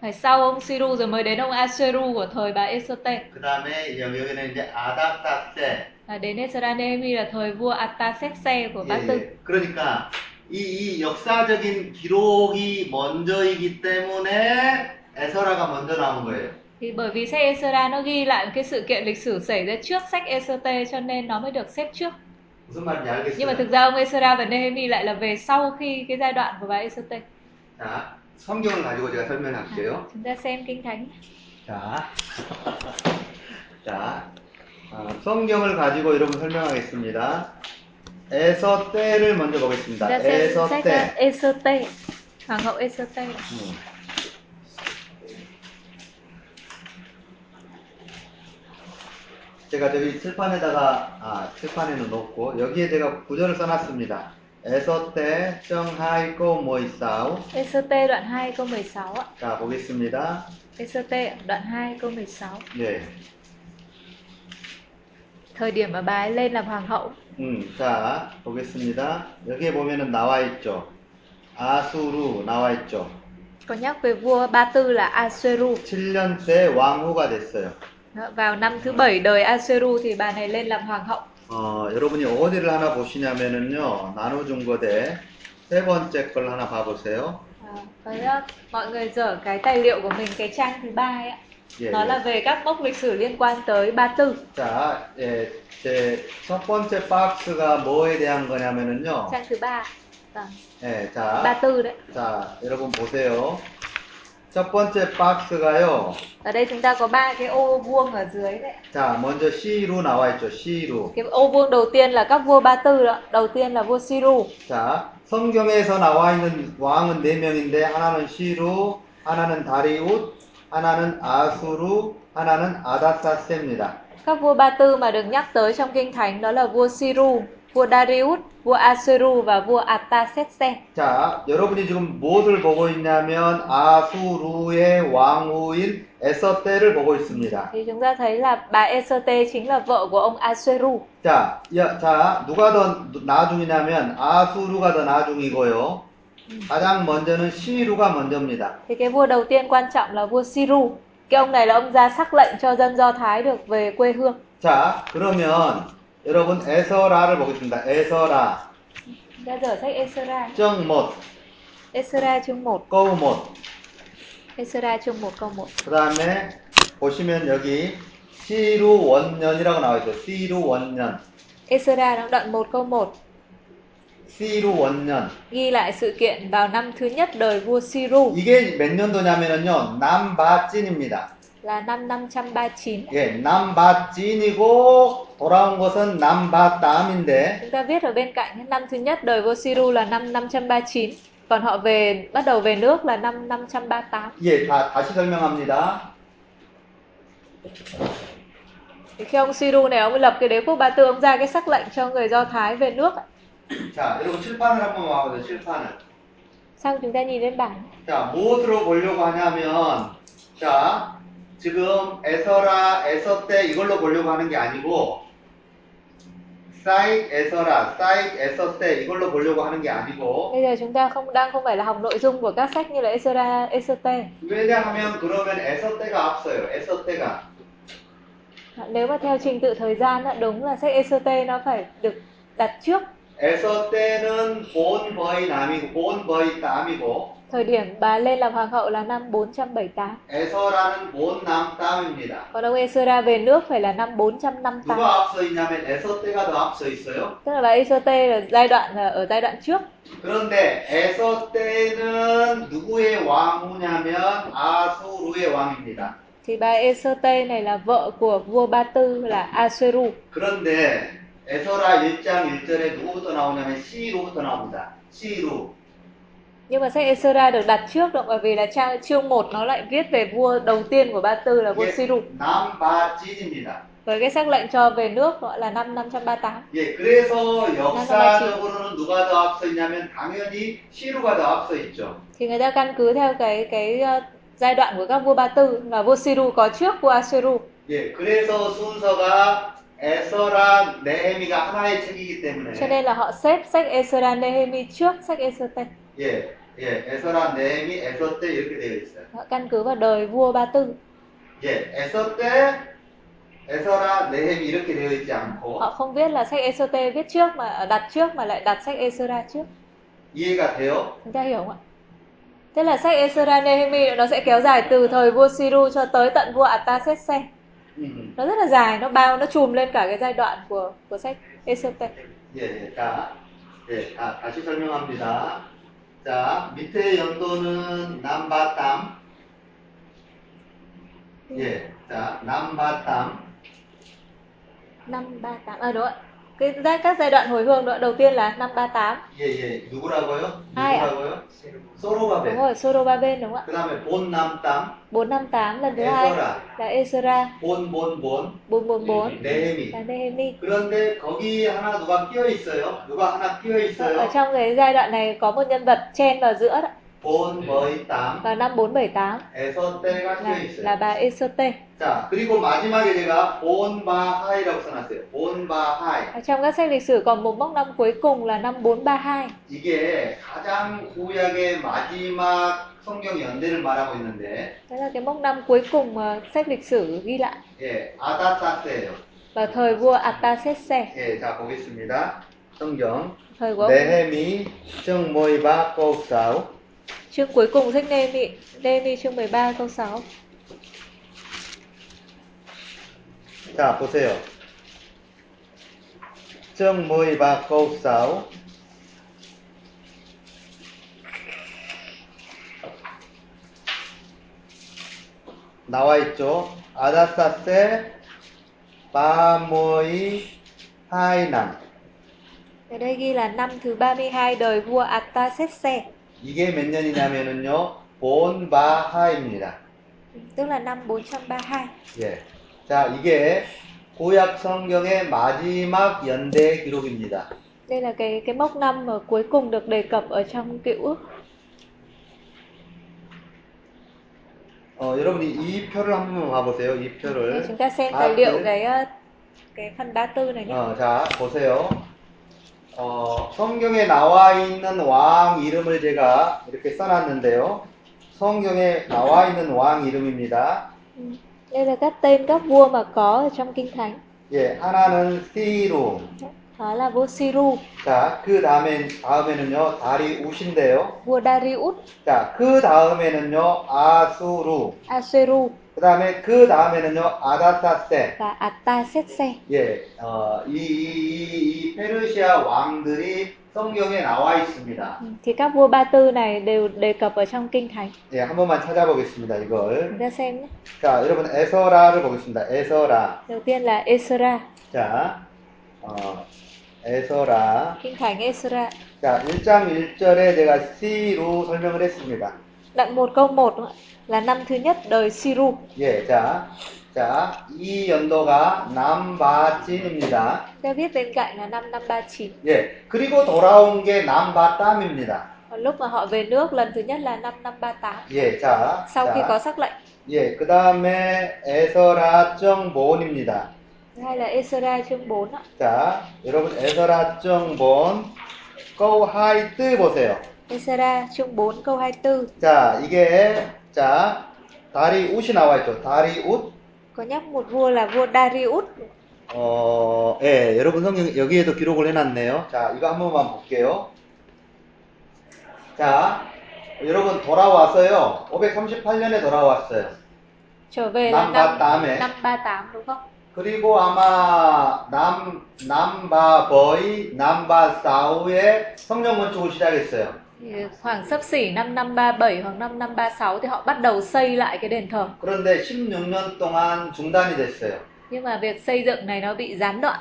phải sau ông Siru rồi mới đến ông Aseru của thời bà Esate 그 다음에 여기는 이제 아닥닥세. và đến Esranemi là thời vua Artaxerxes của Bát 예, Tư 예. 그러니까 이, 이 역사적인 기록이 먼저이기 때문에 에서라가 먼저 나온 거예요. thì bởi vì sách Esra nó ghi lại cái sự kiện lịch sử xảy ra trước sách Esate cho nên nó mới được xếp trước 무슨 말인지 nhưng mà 알겠어요? thực ra ông Esra và Nehemi lại là về sau khi cái giai đoạn của bà Esate 자, 성경을 가지고 제가 À, 설명할게요. chúng ta xem kinh thánh 자, 자, 어, 성경을 가지고 여러분 설명하겠습니다. 에서 때를 먼저 chúng 보겠습니다. ta xem 에서 sách 때. Esate hoàng hậu Esate 음. 제가 저기 칠판에다가 아 칠판에는 놓고 여기에 제가 구절을 써놨습니다. 에서 때 정하이고 모이사우 Esate đoạn 2 câu 16 ạ 자 보겠습니다. Esate đoạn 2 câu 16 예. thời điểm mà bà ấy lên làm hoàng hậu 음, 자, 보겠습니다. 여기에 보면은 나와 있죠. 아수루 나와 있죠. có nhắc về vua Ba Tư là Asueru 7년 때 왕후가 됐어요. Đó, vào năm thứ bảy đời Asueru thì bà này lên làm hoàng hậu 어, 여러분이 어디를 하나 보시냐면은요. 나눠준거대 세 번째 걸 하나 봐보세요. à, với ờ, mọi người dở cái tài liệu của mình cái trang thứ ba ấy ạ 예, 예. nó là về các mốc lịch sử liên quan tới Ba Tư 자, 예, 제 첫 번째 박스가 뭐에 대한 거냐면은요. trang thứ ba vâng 예, 자, Ba Tư đấy 자, 여러분 보세요. 첫 번째 박스가요. ở đây chúng ta có ba cái ô vuông ở dưới đấy ạ. 자, 먼저 C로 나와 있죠. C로. cái ô vuông đầu tiên là các vua Ba Tư đó đầu tiên là vua Siru 자, 성경에서 나와 있는 왕은 네 명인데 하나는 시루, 하나는 다리웃, 하나는 아수루, 하나는 아다사세입니다. các vua Ba Tư mà được nhắc tới trong kinh thánh đó là vua Siru vua Darius vua Asueru và vua Artaxerxes 자, 여러분이 지금 무엇을 보고 있냐면 아, 아수루의 왕후인 에서떼를 보고 있습니다. thì chúng ta thấy là bà Eserte chính là vợ của ông Asueru. 자, 여- 자, 누가 더 나중이냐면 아수루가 더 나중이고요. 가장 먼저는 시루가 먼저입니다. Thì cái vua đầu tiên quan trọng là vua Siru. Cái ông này là ông ra sắc lệnh cho dân Do Thái được về quê hương. 자, 그러면 여러분 에서라를 보겠습니다. 에서라, Chúng ta dở sách Esra. 정못, Esra chương 1. 꼬우못, Esra chương 1 câu 1. 그 다음에 보시면 여기 시루 원년이라고 나와 있어요. 시루 원년. Esra nó đoạn 1 câu 1. 시루 원년. Ghi lại sự kiện vào năm thứ nhất đời vua Siru 이게 몇 년도냐면요. 남바진입니다. là năm 539. 예, 남바진이고 돌아온 것은 남바땀인데 Chúng ta viết ở bên cạnh năm thứ nhất đời vua Siru là năm 539. Còn họ về bắt đầu về nước là năm 538. 예, 다, 다시 설명합니다. Thì khi ông Siru này ông ấy lập cái đế quốc Ba Tư ông ra cái sắc lệnh cho người Do Thái về nước. ạ. 자, 여러분 칠판을 한번 봐보세요. 칠판을. Xong chúng ta nhìn lên bảng. 자, 무엇으로 보려고 하냐면, 자, 지금 에서라, 에서 때 이걸로 보려고 하는 게 아니고, 사이트 에서라, 사이트 에서 때 이걸로 보려고 하는 게 아니고, Bây giờ chúng ta không đang không phải là học nội dung của các sách như là Esra, Eserte. 왜냐하면 그러면 에서 때가 앞서요, 에서 때가. Nếu mà theo trình tự thời gian ạ, đúng là sách Eserte nó phải được đặt trước. 에서 때는 본 거의 남이고, 본 거의 땀이고, Thời điểm bà lên làm hoàng hậu là năm 478. 에서라는 본 남 땀입니다. Còn ông Esra về nước phải là năm 458. 누가 앞서 있냐면 에서 때가 더 앞서 있어요. Tức là bà Eserte là giai đoạn là ở giai đoạn trước. 그런데 에서 때는 누구의 왕후냐면 아수르의 왕입니다. Thì bà Eserte này là vợ của vua Ba Tư là Asueru. 그런데 에서라 1장 1절에 누구부터 나오냐면 시루부터 나옵니다. 시루. Nhưng mà sách Esra được đặt trước đó bởi vì là trang chương 1 nó lại viết về vua đầu tiên của Ba Tư là vua 예, Siru. 남바진입니다. Với cái sắc lệnh cho về nước gọi là năm 538. 예, 그래서 역사적으로는 누가 더 앞서 있냐면 당연히 시루가 더 앞서 있죠. thì người ta căn cứ theo cái cái ờ, giai đoạn của các vua Ba Tư là vua Siru có trước vua Asiru 예, 그래서 순서가 에서라 네헤미가 하나의 책이기 때문에 네. cho nên là họ xếp sách Esra Nehemi trước sách Esra 예, 예, 에서랑 네임이 에서 때 이렇게 되어 있어요. Đó, căn cứ vào đời vua Ba Tư 예, 에서 때 에서랑 네임이 이렇게 되어 있지 않고 họ không viết là sách Esôtê viết trước mà ờ, đặt trước mà lại đặt sách Esra trước 이해가 돼요? chúng ta hiểu không ạ thế là sách Esra Nehemi nó sẽ kéo dài từ thời vua Siru cho tới tận vua Artaxerxes 음, nó rất là dài nó bao nó chùm lên cả cái giai đoạn của của sách Esôtê 예, 예, 자, 예, 아, 다시 설명합니다. 자, 밑에 연도는 남바땀. 예, 자, 남바땀. năm ba tám à đúng ạ cái giai các giai đoạn hồi hương đó đầu tiên là năm ba tám 예, 예, 누구라고요? 아이, 아. 누구라고요? đúng 소로바벨. rồi Soro ba bên đúng ạ 그 다음에 본남땀, bốn năm tám lần thứ hai 에서라, là Esra 본본본, bốn bốn bốn 네헤미. là Nehemi 그런데 거기 하나 누가 끼어 있어요? 누가 하나 끼어 ở 있어요? trong cái giai đoạn này có một nhân vật chen vào giữa đó, 본머이 땀, vào năm 478 에서 때가 끼어 là là 있어요. bà Esote. 자, 그리고 마지막에 제가 본바하이라고 써놨어요. 본바하이. Ở trong các sách lịch sử còn một mốc năm cuối cùng là năm 432. 이게 가장 구약의 마지막 성경 연대를 말하고 있는데, Đó là cái mốc năm cuối cùng mà sách lịch sử ghi lại 예, 아다사스예요. vào thời vua Artaxerxes, 예, 자 보겠습니다. 성경 thời của ông 네헤미 정모이바 꼬우사우 chương cuối cùng sách Nehemi, Nehemi chương 13 câu 6. 자 보세요. 정모이바 꼬우사우 나와 있죠. 아다사세 바모이 하이남 Ở đây ghi là năm thứ 32 đời vua Artaxerxes, 이게 몇 년이냐면은요 본바하입니다. tức là năm 432. 예. 자, 이게 구약 성경의 마지막 연대 기록입니다. Đây là cái cái mốc năm mà cuối cùng được đề cập ở trong cựu ước. 어, 여러분이 이 표를 한번 봐보세요. 이 Đây, 표를. chúng ta xem À, tài liệu thế. cái ờ, cái phần 34 này nhé. 어, 자, 보세요. 어, 성경에 나와 있는 왕 이름을 제가 이렇게 써놨는데요. 성경에 나와 있는 왕 이름입니다. Ừ. Đây là các tên các vua mà có ở trong kinh thánh. 예, 하나는 시루. Đó là vua Siru, 자, 그 다음에, 다음에는요, 다리 우신데요. vua Darius, 자, 그 다음에는요, 아수루. Aseru 그 다음에 그 다음에는요 아다사세 và Artaxerxes. 예, 어, 이, 이, 이, 이 페르시아 왕들이 성경에 나와 있습니다. Ừ. Thì các vua Ba Tư này đều đề cập ở trong kinh thánh. 예, 한 번만 찾아보겠습니다. 이걸 Chúng ta xem nhé. 자 여러분 에서라를 보겠습니다. 에서라 Đầu tiên là Esra, 자 어, 에서라 kinh thánh Esra. 자 1장 1절에 제가 C로 설명을 했습니다. Đoạn 1 câu 1 đúng không ạ? là năm thứ nhất đời Siru. 예, 자, 자, 이 연도가 남바진입니다. Chúng ta viết bên cạnh là năm 539. 예, 그리고 돌아온 게 남바땀입니다. Còn lúc mà họ về nước lần thứ nhất là năm 538. 예, 자, Sau khi 자, có sắc lệnh. 예, 그 다음에 에서라정 본입니다. Hay là Esra chương 4 ạ. 자, 여러분 에서라정 본, 거하이트 보세요. Esra chương 4 câu 24 자, 이게 자 다리 웃이 나와 있죠. 다리 웃. có nhắc một vua là vua Darius 어, 예, 여러분 성경 여기에도 기록을 해놨네요. 자, 이거 한 번만 볼게요. 자, 여러분 돌아와서요. 538년에 돌아왔어요. trở về Năm là ba tám ấy. năm năm ba tám đúng không? 그리고 아마 남 남바 버이 남바 사우의 성전 건축을 시작했어요. Thì khoảng sấp xỉ năm năm ba bảy hoặc năm năm ba sáu thì họ bắt đầu xây lại cái đền thờ 그런데 16년 동안 중단이 됐어요. nhưng mà việc xây dựng này nó bị gián đoạn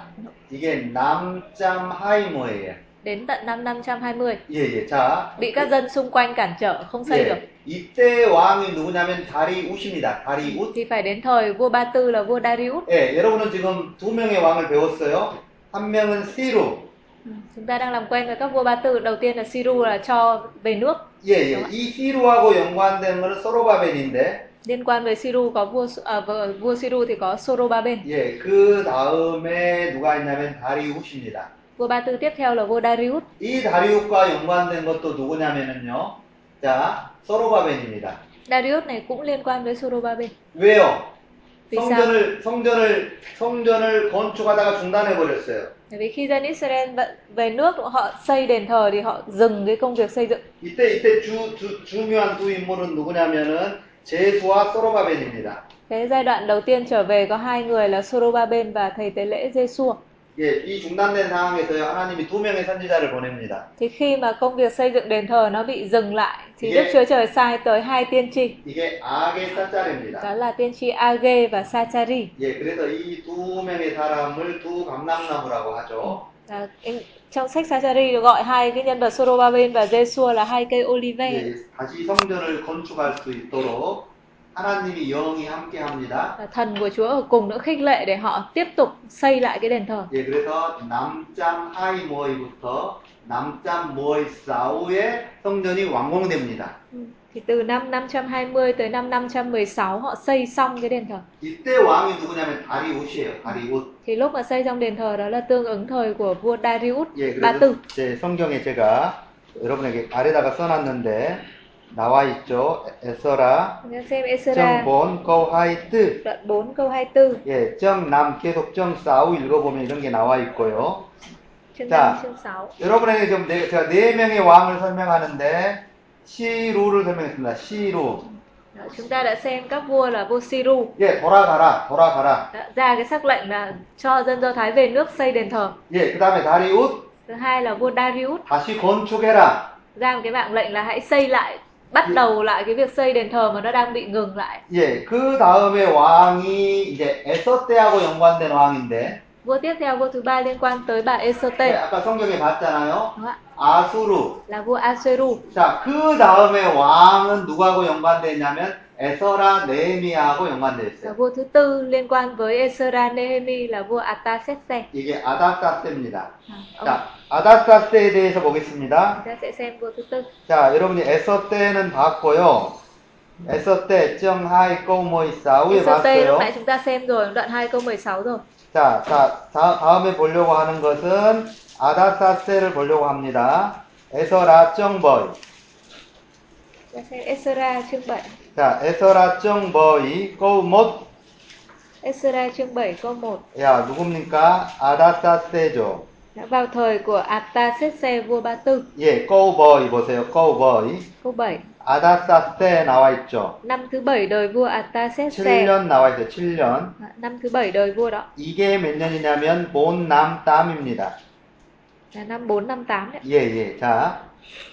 이게 남짬 하이모예요. đến tận năm 520 예예. 자, bị các dân xung quanh cản trở không xây được 예. 이때 왕이 누구냐면 다리우십니다. 다리우. thì phải đến thời vua Ba Tư là vua Darius 예, 여러분은 지금 두 명의 왕을 배웠어요. 한 명은 시루. Ừ, chúng ta đang làm quen với các vua Ba Tư đầu tiên là Siru là cho về nước 예, 예. 이 시루하고 연관된 것은 소로바벨인데, liên quan với Siru có vua à, vợ- vua Siru thì có Sorobaben 예, 그 다음에 누가 있냐면 다리우십니다. vua Ba Tư tiếp theo là vua Darius 이 다리옷과 연관된 것도 누구냐면은요. 자, 서로바벤입니다. Darius này cũng liên quan với Sorobaben. 왜요? Vì sao? 성전을 성전을 성전을 건축하다가 중단해 버렸어요. Bởi vì khi dân Israel vận- về nước họ xây đền thờ thì họ dừng cái công việc xây dựng. 이때 이때 주, 주- 중요한 두 인물은 누구냐면은 제수와 서로바벤입니다. Cái giai đoạn đầu tiên trở về có hai người là Sorobaben và thầy tế lễ Giêsu. 예, 이 중단된 상황에서 하나님이 두 명의 선지자를 보냅니다. Thì khi mà công việc xây dựng đền thờ nó bị dừng lại thì Yeah. Đức Chúa Trời sai tới hai tiên tri, 이게 악의 사자입니다. đó là tiên tri Age và Sachari. 예, 그래서 이 두 명의 사람을 두 감람나무라고 하죠. À, anh- trong sách Sachari gọi hai cái nhân vật Sorobaben và Giêsu là hai cây olive. 예, 다시 성전을 건축할 수 있도록 하나님이 영이 함께 합니다. Và thần của Chúa ở cùng nữa khích lệ để họ tiếp tục xây lại cái đền thờ. 예, 그래서 남짬 하이모이부터 남짬 모이사우의 성전이 완공됩니다. Thì từ năm 520 tới năm 516 họ xây xong cái đền thờ. 이때 왕이 누구냐면 다리우스예요. 다리우스. Thì lúc mà xây xong đền thờ đó là tương ứng thời của vua Darius 예, Ba Tư. 그래서 제 성경에 제가 여러분에게 아래다가 써놨는데 나와 있죠. 에- 에서라 Chúng ta xem Esra 정본 거하이트 đoạn 4 câu 24. 예, 정, 남, 계속 정, 싸우 읽어보면 이런 게 나와 있고요. Chương Dạ. 5 chương 6. 여러분에게 지금 네, 제가 네 명의 왕을 설명하는데 시루를 설명했습니다. 시루. Đó, chúng ta đã xem các vua là vua Siru 예, 돌아가라, 돌아가라. đã ra cái sắc lệnh là cho dân Do Thái về nước xây đền thờ. 예, 그 다음에 다리웃, Thứ hai là vua Darius 다시 건축해라. ra một cái mạng lệnh là hãy xây lại bắt đầu lại cái việc xây đền thờ mà nó đang bị ngừng lại. 예, 그 다음에 왕이 이제 에서 때하고 연관된 왕인데 Vua tiếp theo vua thứ ba liên quan tới bà 예, Esotê 아까 성경에 봤잖아요. đúng không ạ? 아수르. là vua Aseru. 자, 그 다음에 왕은 누구하고 연관되냐면 에서라 네미하고 연관되어 Và 있어요. vua thứ tư liên quan với Esra Nehemi là vua Artaxerxes. 이게 아닥사스입니다. À, ông- 자, 아닥사스에 대해서 chúng 보겠습니다. ta sẽ xem vua thứ tư. 자, 여러분이 에서 때는 봤고요. 에서 때, 정하이 뭐, 꼬모이 싸우에 Esotê lúc 봤어요. nãy chúng ta xem rồi, đoạn 2 câu 16 rồi. 자, 자, 다, 다음에 보려고 하는 것은 아닥사스를 보려고 합니다. 에서라 정보이. Chúng ta xem Esra chương 7. 자, 에서라 정보이 꼬못. Esra chương 7 câu 1. 야, 누굽니까? 아닥사스죠. Đã vào thời của Artaxerxes vua Ba Tư. 예, 꼬보이 보세요. 꼬보이. Câu 7. 아닥사스에 나와 있죠. Năm thứ 7 đời vua Artaxerxes. 7년 나와 있어요. 7년. À, Năm thứ 7 đời vua đó 이게 몇 년이냐면 본남땀입니다. là Dạ, năm 458 đấy. 예, 예. 자,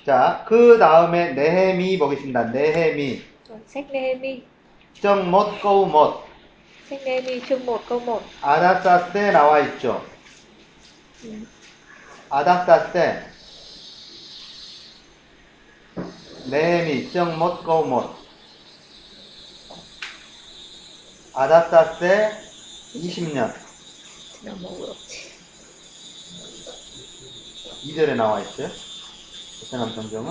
자, 그 다음에 네헤미 보겠습니다. 네헤미. Rồi, sách Nehemi. 정못 거우못 Sách Nehemi chương 1 câu 1. 아닥사스에 나와 있죠. Dạ. 아닥사스. 네헤미 정못 거우못. 아닥사스 20년 Nào mà vừa. 2절에 나와 있어요. 베트남 성경은.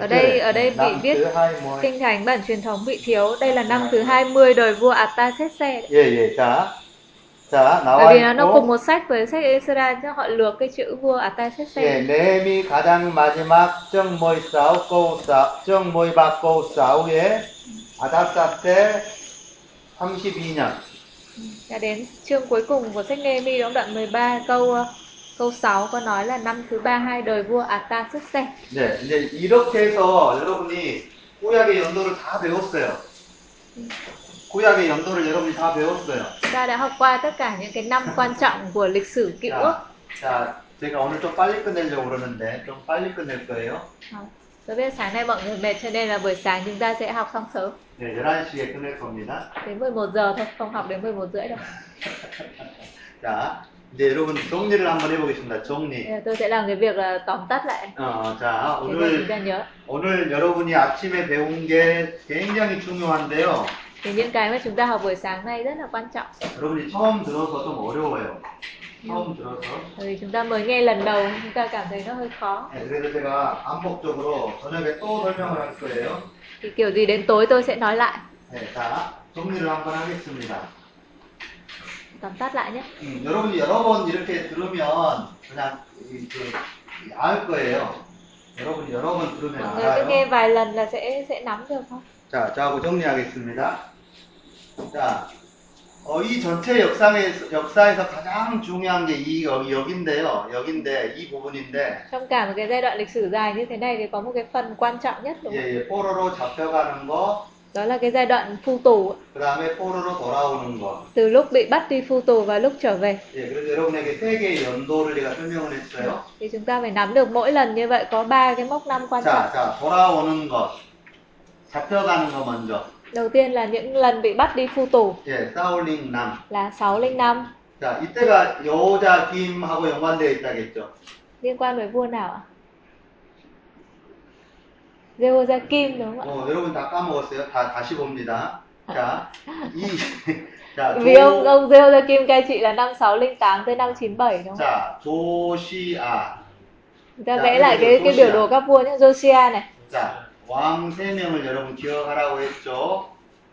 Ở đây- ở đây bị viết 그 viết Kinh thánh bản truyền thống bị thiếu. Đây là năm thứ 20 đời vua Artaxerxes. đấy. 예, 예. 자. 자, 나와 Bởi vì nó, nó 있고 cùng một sách với sách Esra chứ họ lược cái chữ vua 예, à, Artaxerxes. 네미 가장 마지막 정모이사우 뭐 꼬우사 정모이바 예. 꼬우사우의 아닥사테 32년 Đã đến chương cuối cùng của sách Nehemi đó đoạn 13 câu ờ, câu 6 có nói là năm thứ 32 đời vua à, Artaxerxes. 네, 이제 이렇게 해서 여러분이 구약의 연도를 다 배웠어요 구약의 연도를 여러분이 다 배웠어요 Ta đã học qua tất cả những cái năm quan trọng của lịch sử Cựu Ước. 자, 자, 제가 오늘 좀 빨리 끝내려고 그러는데 좀 빨리 끝낼 거예요 Đó. Tôi biết sáng nay mọi người mệt cho nên là buổi sáng chúng ta sẽ học xong sớm. 네, 11시에 끝낼 겁니다 Đến 11 giờ thôi, không học đến 11 rưỡi đâu. 자, 이제 여러분 정리를 한번 해보겠습니다. Bây 정리. giờ Tôi sẽ làm cái việc là tóm tắt lại 어, 자, để cho chúng 오늘 ta nhớ. 오늘 여러분이 아침에 배운 게 굉장히 중요한데요. Thì những cái mà chúng ta học buổi sáng nay rất là quan trọng. 여러분이 처음 들어서 좀 어려워요. 처음 들어서. Bởi vì chúng ta mới nghe lần đầu chúng ta cảm thấy nó hơi khó. 네, 그래서 제가 반복적으로 저녁에 또 설명을 할 거예요. Thì kiểu gì đến tối tôi sẽ nói lại, 네, 자, 정리를 한번 하겠습니다. tóm tắt lại nhé. 음, 여러분이 여러 번 이렇게 들으면 그냥 이, 그, 알 거예요. 여러분이 여러 번 들으면 mọi người cứ nghe 알아요. vài lần là sẽ sẽ nắm được không? 자, 저하고 정리하겠습니다. 자, 어, 이 전체 역사에, 역사에서 가장 중요한 게 이 여기, 여긴데요. 여긴데, 이 부분인데, Trong cả một cái giai đoạn lịch sử dài như thế này thì có một cái phần quan trọng nhất đúng 예, không? 예, 포로로 잡혀가는 거, Đó là cái giai đoạn phu tù, 그 다음에 포로로 돌아오는 거. từ lúc bị bắt đi phu tù và lúc trở về. 예, 그래서 여러분에게 세 개의 연도를 제가 설명을 했어요. Thì chúng ta phải nắm được mỗi lần như vậy có ba cái mốc năm quan trọng. 자, 자, 돌아오는 것. 잡혀가는 거 먼저. Đầu tiên là những lần bị bắt đi phu tù 예, 사울링 남. là 605 자, 이때가 여호자 김하고 연관되어 있다겠죠. liên quan với vua nào ạ? Jehoiakim đúng không 어, 여러분 다 까먹었어요. 다 다시 봅니다. 자, 이 자, ạ? Vì 조, ông ông Jehoiakim cai trị là năm 608 tới năm 97 đúng không? ạ? 자, 조시아. Chúng Dạ, ta vẽ bây lại giờ cái cái biểu Josia. đồ các vua nhé. Josiah này 자, 왕 세 명을 여러분 기억하라고 했죠.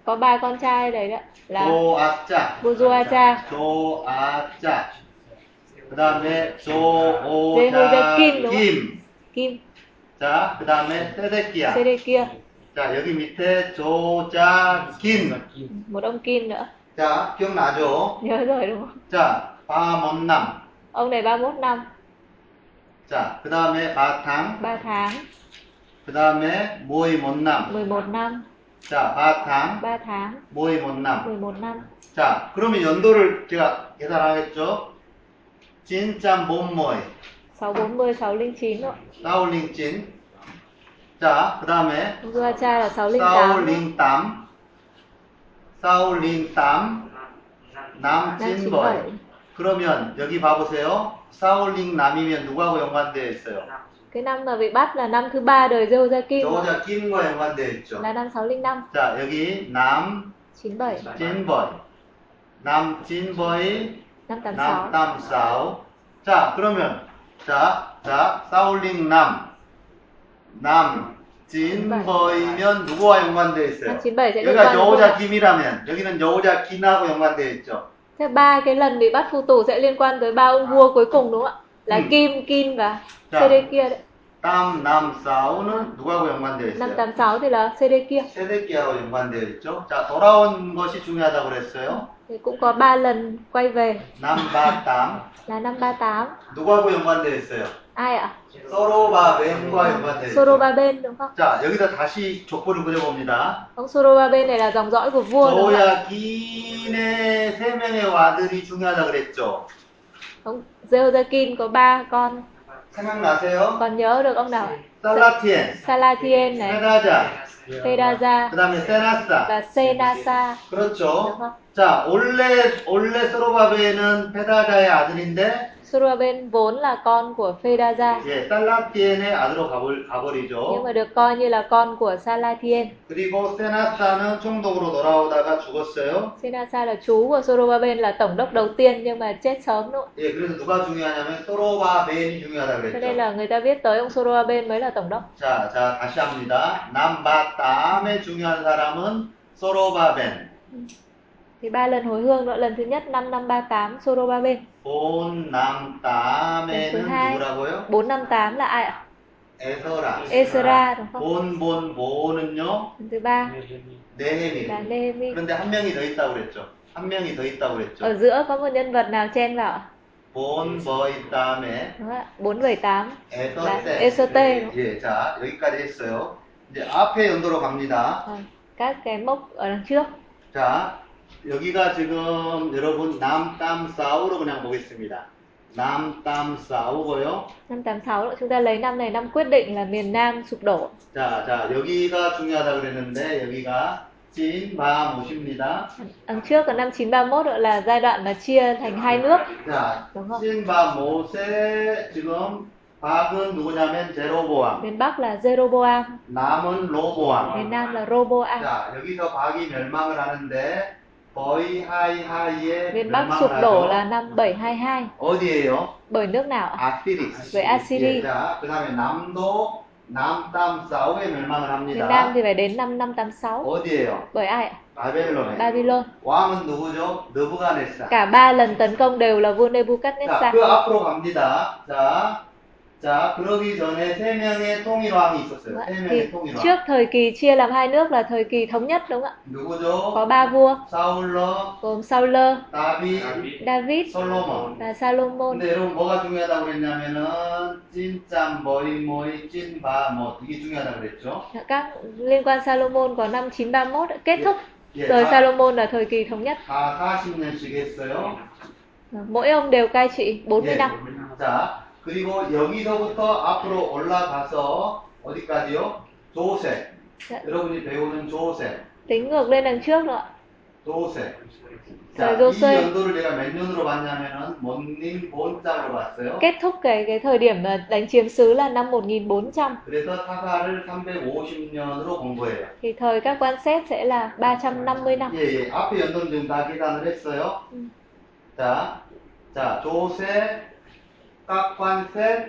có ba con trai đấy đó là 조아짜, Buzuacha, 조아짜. 그다음에 제호자 조오자 김, đúng 김. Kim, 자, 그다음에 세데키야. Sedekia, 자, 여기 밑에 조자 김. một ông Kim nữa. 자, 기억나죠? Nhớ rồi đúng không? 자, 바먼남. Ông này 31 năm, 자, 그다음에 바탕. 3 tháng, 그 다음에 모이 못남. 11 năm, 자, 바탕, 3 tháng, 모이 못남. 11 năm. 자, 그러면 연도를 제가 계산하겠죠? 진짜 못모이, 640, 609 rồi. 사울링 찐. 자, 그 다음에 Ông Joacha là 608. nữa. 사울링 땀, 사울링 땀, 남찐벌. 그러면 여기 봐보세요. 사울링 남이면 누구하고 연관되어 있어요? Cái năm mà bị bắt là năm thứ ba đời Jehoiakim 저자 김과 연관되어 있죠. là năm 605, 자, 여기 남, 97, 찐벌. 남, 찐벌이 năm 남, 86. 남, 싸우. 자, 그러면, 자, 자, 싸울링 남. 남, 진버이면 누구와 연관되어 있어요? Năm 97 sẽ liên 여기가 quan đến 여호자 vua. 김이라면, 여기는 여호자 김하고 연관되어 있죠. Thế ba cái lần bị bắt phu tù sẽ liên quan tới ba ông vua cuối cùng đúng không ạ? Là Ừ. Kim, Kim và Dạ. Sedekia đấy. 땀, 남, 싸우는 누구하고 연관되어 Năm 있어요? 86 thì là Sedekia. 세대기하고 연관되어 있죠. 자, 돌아온 것이 중요하다고 그랬어요. Thì cũng có ba lần quay về 남바, 땀. là năm 38. 누구하고 연관되어 있어요? Ai ạ? 서로바벤과 연관되어 있죠. Sorobaben đúng không? 자, 여기다 다시 족보를 그려봅니다. Ông Sorobaben này là dòng dõi của vua đúng không Dạ. ạ? 조야긴의 세 명의 와들이 중요하다 그랬죠. Ông Jehoiakim có ba con. 생각나세요? Còn nhớ được ông nào? ạ? 살라티엔, Salatien 네. này, 세라자, Fedaza 그다음에 세나사. và Senasa đúng 그렇죠. không? 자, 원래 원래 서로바베는 페다자의 아들인데, Sorobaben vốn là con của Fedaza 예, 살라티엔의 아들로 가볼, nhưng 가버리죠. mà được coi như là con của Salatien. 그리고 세나사는 총독으로 돌아오다가 죽었어요. Senasa là chú của Sorobaben là tổng đốc đầu tiên nhưng mà chết sớm nữa. 예, 그래서 누가 중요하냐면 서로바벤이 중요하다 Cho 그랬죠. nên là người ta biết tới ông Sorobaben mới là tổng đốc. 자, 자, 다시 합니다. 남바땀의 중요한 사람은 소로바벤, Thì ba lần hồi hương nữa, lần thứ nhất năm năm 38 Sorobaben, 본남땀에는 네, 누구라고요? 458 là ai ạ? 에서라. Ezra đúng không? 본본보는요? Lần thứ ba là 네헤미. Nehemi. 그런데 한 명이 더 있다고 그랬죠. 한 명이 더 있다고 Ở 그랬죠. giữa có một nhân vật nào chen vào ạ? 네. 본보이땀에 Đúng không ạ? 478 là 네, 에서세. Esote đúng không? 예, 자, 여기까지 했어요. 이제 앞에 연도로 갑니다. Ờ, Các cái mốc ở đằng trước. 자, 여기가 지금 여러분 남땀싸우로 그냥 보겠습니다. 남땀싸우고요. Năm 86 nữa, chúng ta lấy năm này năm quyết định là miền Nam sụp đổ. 자, 자, 여기가 중요하다 그랬는데 여기가 찐바모십니다. Đằng trước là năm 931 nữa là giai đoạn mà chia thành hai nước. 자, đúng không? 찐바모세 지금 박은 누구냐면 제로보암, Miền Bắc là Jeroboam, 남은 로보암. miền Nam là Roboam. 자, 여기서 박이 멸망을 하는데 거의 하이하이에 Miền Bắc sụp đổ là 멸망을 하죠. năm 722 어디예요? bởi nước nào ạ? 아시리스. 왜 예, 아시리? 자, 그다음에 남도 남땀 싸움에 멸망을 Miền Nam 합니다. thì phải đến năm 586 어디예요? bởi ai ạ? 바벨론에. Babylon. 왕은 누구죠? 느부갓네살. Cả ba lần tấn công đều là vua 자, Nebuchadnezzar. 그 앞으로 갑니다. 자, 자, 그러기 전에 세 명의 통일왕이 있었어요. 세 Vậy Vâng thì 명의 trước 통일왕. thời kỳ chia làm hai nước là thời kỳ thống nhất đúng không ạ? Có 누구죠? ba vua 사울러, gồm Sauler, 다윗, David 솔로몬. và Salomon. 근데 여러분 뭐가 중요하다고 그랬냐면은 찐짬, 머리모이, 찐바, 뭐 이게 중요하다고 그랬죠? Dạ, Các liên quan Salomon vào năm 931 đã kết thúc. 예, Rồi 다, Salomon là thời kỳ thống nhất. 다 40년씩 했어요. Mỗi ông đều cai trị 40 예. năm. 자, 그리고 여기서부터 앞으로 올라가서 어디까지요? 조세. 자. 여러분이 배우는 조세. Tính ngược lên đằng trước rồi. ạ. 조세. 자, 자, 조세. 이 연도를 내가 몇 년으로 봤냐면은 먼님 본장으로 봤어요. Kết thúc cái cái thời điểm mà đánh chiếm xứ là năm 1400 그래서 사사를 350년으로 본 거예요. thì thời các quan xét sẽ là 350 năm. 예, 예. 앞에 연도는 지금 다 계산을 했어요. 음. 자, 자, 조세, 깍관세,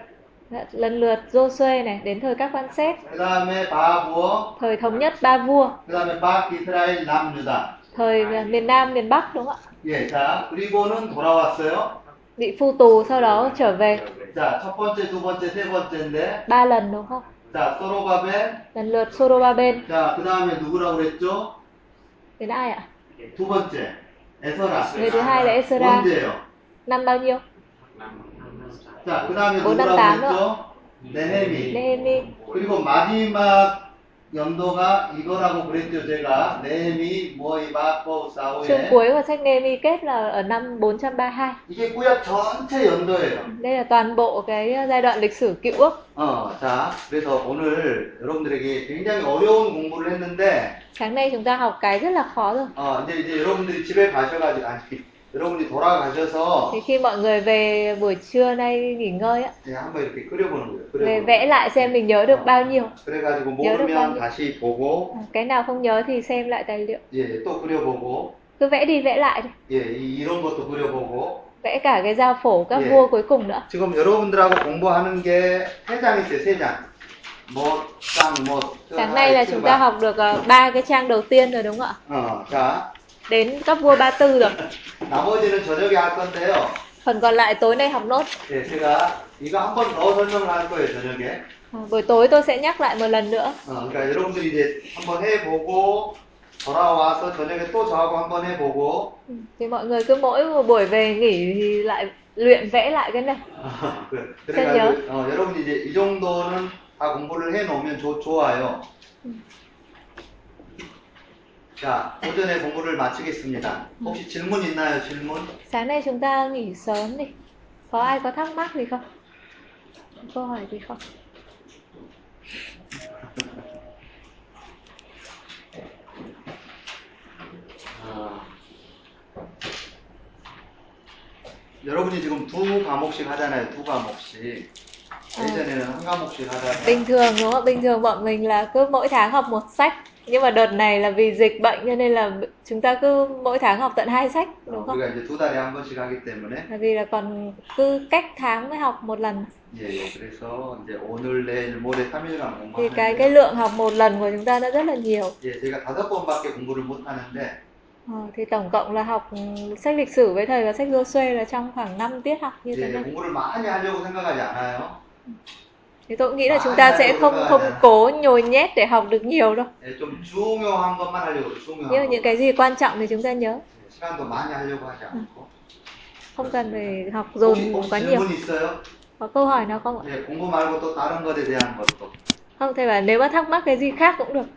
Dạ, Lần lượt Josué này đến thời các quan xét, 그 다음에 바부어, thời thống nhất ba vua, 그 다음에 박 이스라엘 남유다. thời à, miền Nam miền Bắc đúng không ạ? 예, 자, 그리고는 돌아왔어요. Bị phu tù sau đó trở về 자, 첫 번째, 두 번째, 세 번째인데, ba lần đúng không? 자, 소로바벨, Lần lượt Sorobaben 자, 그 다음에 누구라고 그랬죠? đến ai ạ? 두 번째, 에서라. Người thứ hai là Esra 언제요? năm bao nhiêu? Dạ. 자, 그 다음에 뭐 누구라고 난다, 그랬죠? 네헤미. Nehemi 그리고 마지막 연도가 이거라고 그랬죠, 제가. 네헤미, 모이바, chương 보사오에. cuối của sách Nehemi kết là ở năm 432. 이게 구약 전체 연도예요. Đây là toàn bộ cái giai đoạn lịch sử Cựu Ước. 어, 자, 그래서 오늘 여러분들에게 굉장히 어려운 공부를 했는데, Sáng nay chúng ta học cái rất là khó rồi. 어, 이제, 이제 여러분들이 집에 가셔가지고, 아니, 여러분이 돌아가셔서, Thì khi mọi người về buổi trưa nay nghỉ ngơi á, 그냥 한번 이렇게 끓여보는 거예요. về 끓여보는 vẽ 거예요. lại xem mình nhớ được bao nhiêu. 네, 그래가지고 열흘 모르면 밤이- 다시 보고, Cái nào không nhớ thì xem lại tài liệu. 예, 예, 또 그려보고, Cứ vẽ đi vẽ lại đi. 예, 이, 런 것도 그려보고. Vẽ cả cái giao phổ các Yeah. vua cuối cùng nữa. 지금 여러분들하고 공부하는 게 세 장 있어요, 세 장. 뭐, 쌍, 뭐, Sáng nay là chúng ta học được ờ, ba cái trang đầu tiên rồi đúng không ạ? 어, 자, Đến các vua ba tư rồi. 나머지는 저녁에 할 건데요. Phần còn lại tối nay học nốt. 예, 제가 이거 한 번 더 설명을 할 거예요, 저녁에. Ờ, Buổi tối tôi sẽ nhắc lại một lần nữa. 어, 그러니까 여러분들이 이제 한번 해보고 돌아와서 저녁에 또 저하고 한번 해보고 Ừ, Thì mọi người cứ mỗi một buổi về nghỉ thì lại luyện vẽ lại cái này. 그- 그래가지고 어, 여러분이 이제 이 정도는 다 공부를 해놓으면 좋- 좋아요. 자, 오전에 공부를 마치겠습니다. 혹시 질문 있나요? 질문? Sáng nay chúng ta nghỉ sớm đi. Có ai có thắc mắc gì không? Có Câu hỏi gì không? 여러분이 지금 두 과목씩 하잖아요. 두 과목씩. 예전에는 한 과목씩 Bình 하다가 thường đúng không? Bình thường bọn mình là cứ mỗi tháng học một sách. Nhưng mà đợt này là vì dịch bệnh cho nên là chúng ta cứ mỗi tháng học tận hai sách 어, đúng không? 우리가 이제 두 달에 한 번씩 하기 때문에 Là vì là còn cứ cách tháng mới học một lần. 예, 예. 그래서 이제 오늘 내일 모레 3일간 Thì cái 공부하는데 cái lượng học một lần của chúng ta nó rất là nhiều. 예, 제가 다섯 번밖에 공부를 못 하는데 Ờ, thì tổng cộng là học ừ, sách lịch sử với thầy và sách Josué là trong khoảng 5 tiết học như thế 예, này. 공부를 많이 하려고 생각하지 않아요. Thì tôi cũng nghĩ là Mãi chúng ta là sẽ tôi không là- không cố nhồi nhét để học được nhiều đâu. 예, 좀 중요한 것만 하려고 그래요, Nhưng mà 중요한 những 것. cái gì quan trọng thì chúng ta nhớ, 예, 시간도 많이 하려고 하지 않고. không cần phải học 혹시, dồn 혹시 quá nhiều. 질문 있어요? Có câu hỏi nào không ạ? 예, 공부 말고 또 다른 것에 대한 것도. Không, thầy bảo nếu mà thắc mắc cái gì khác cũng được.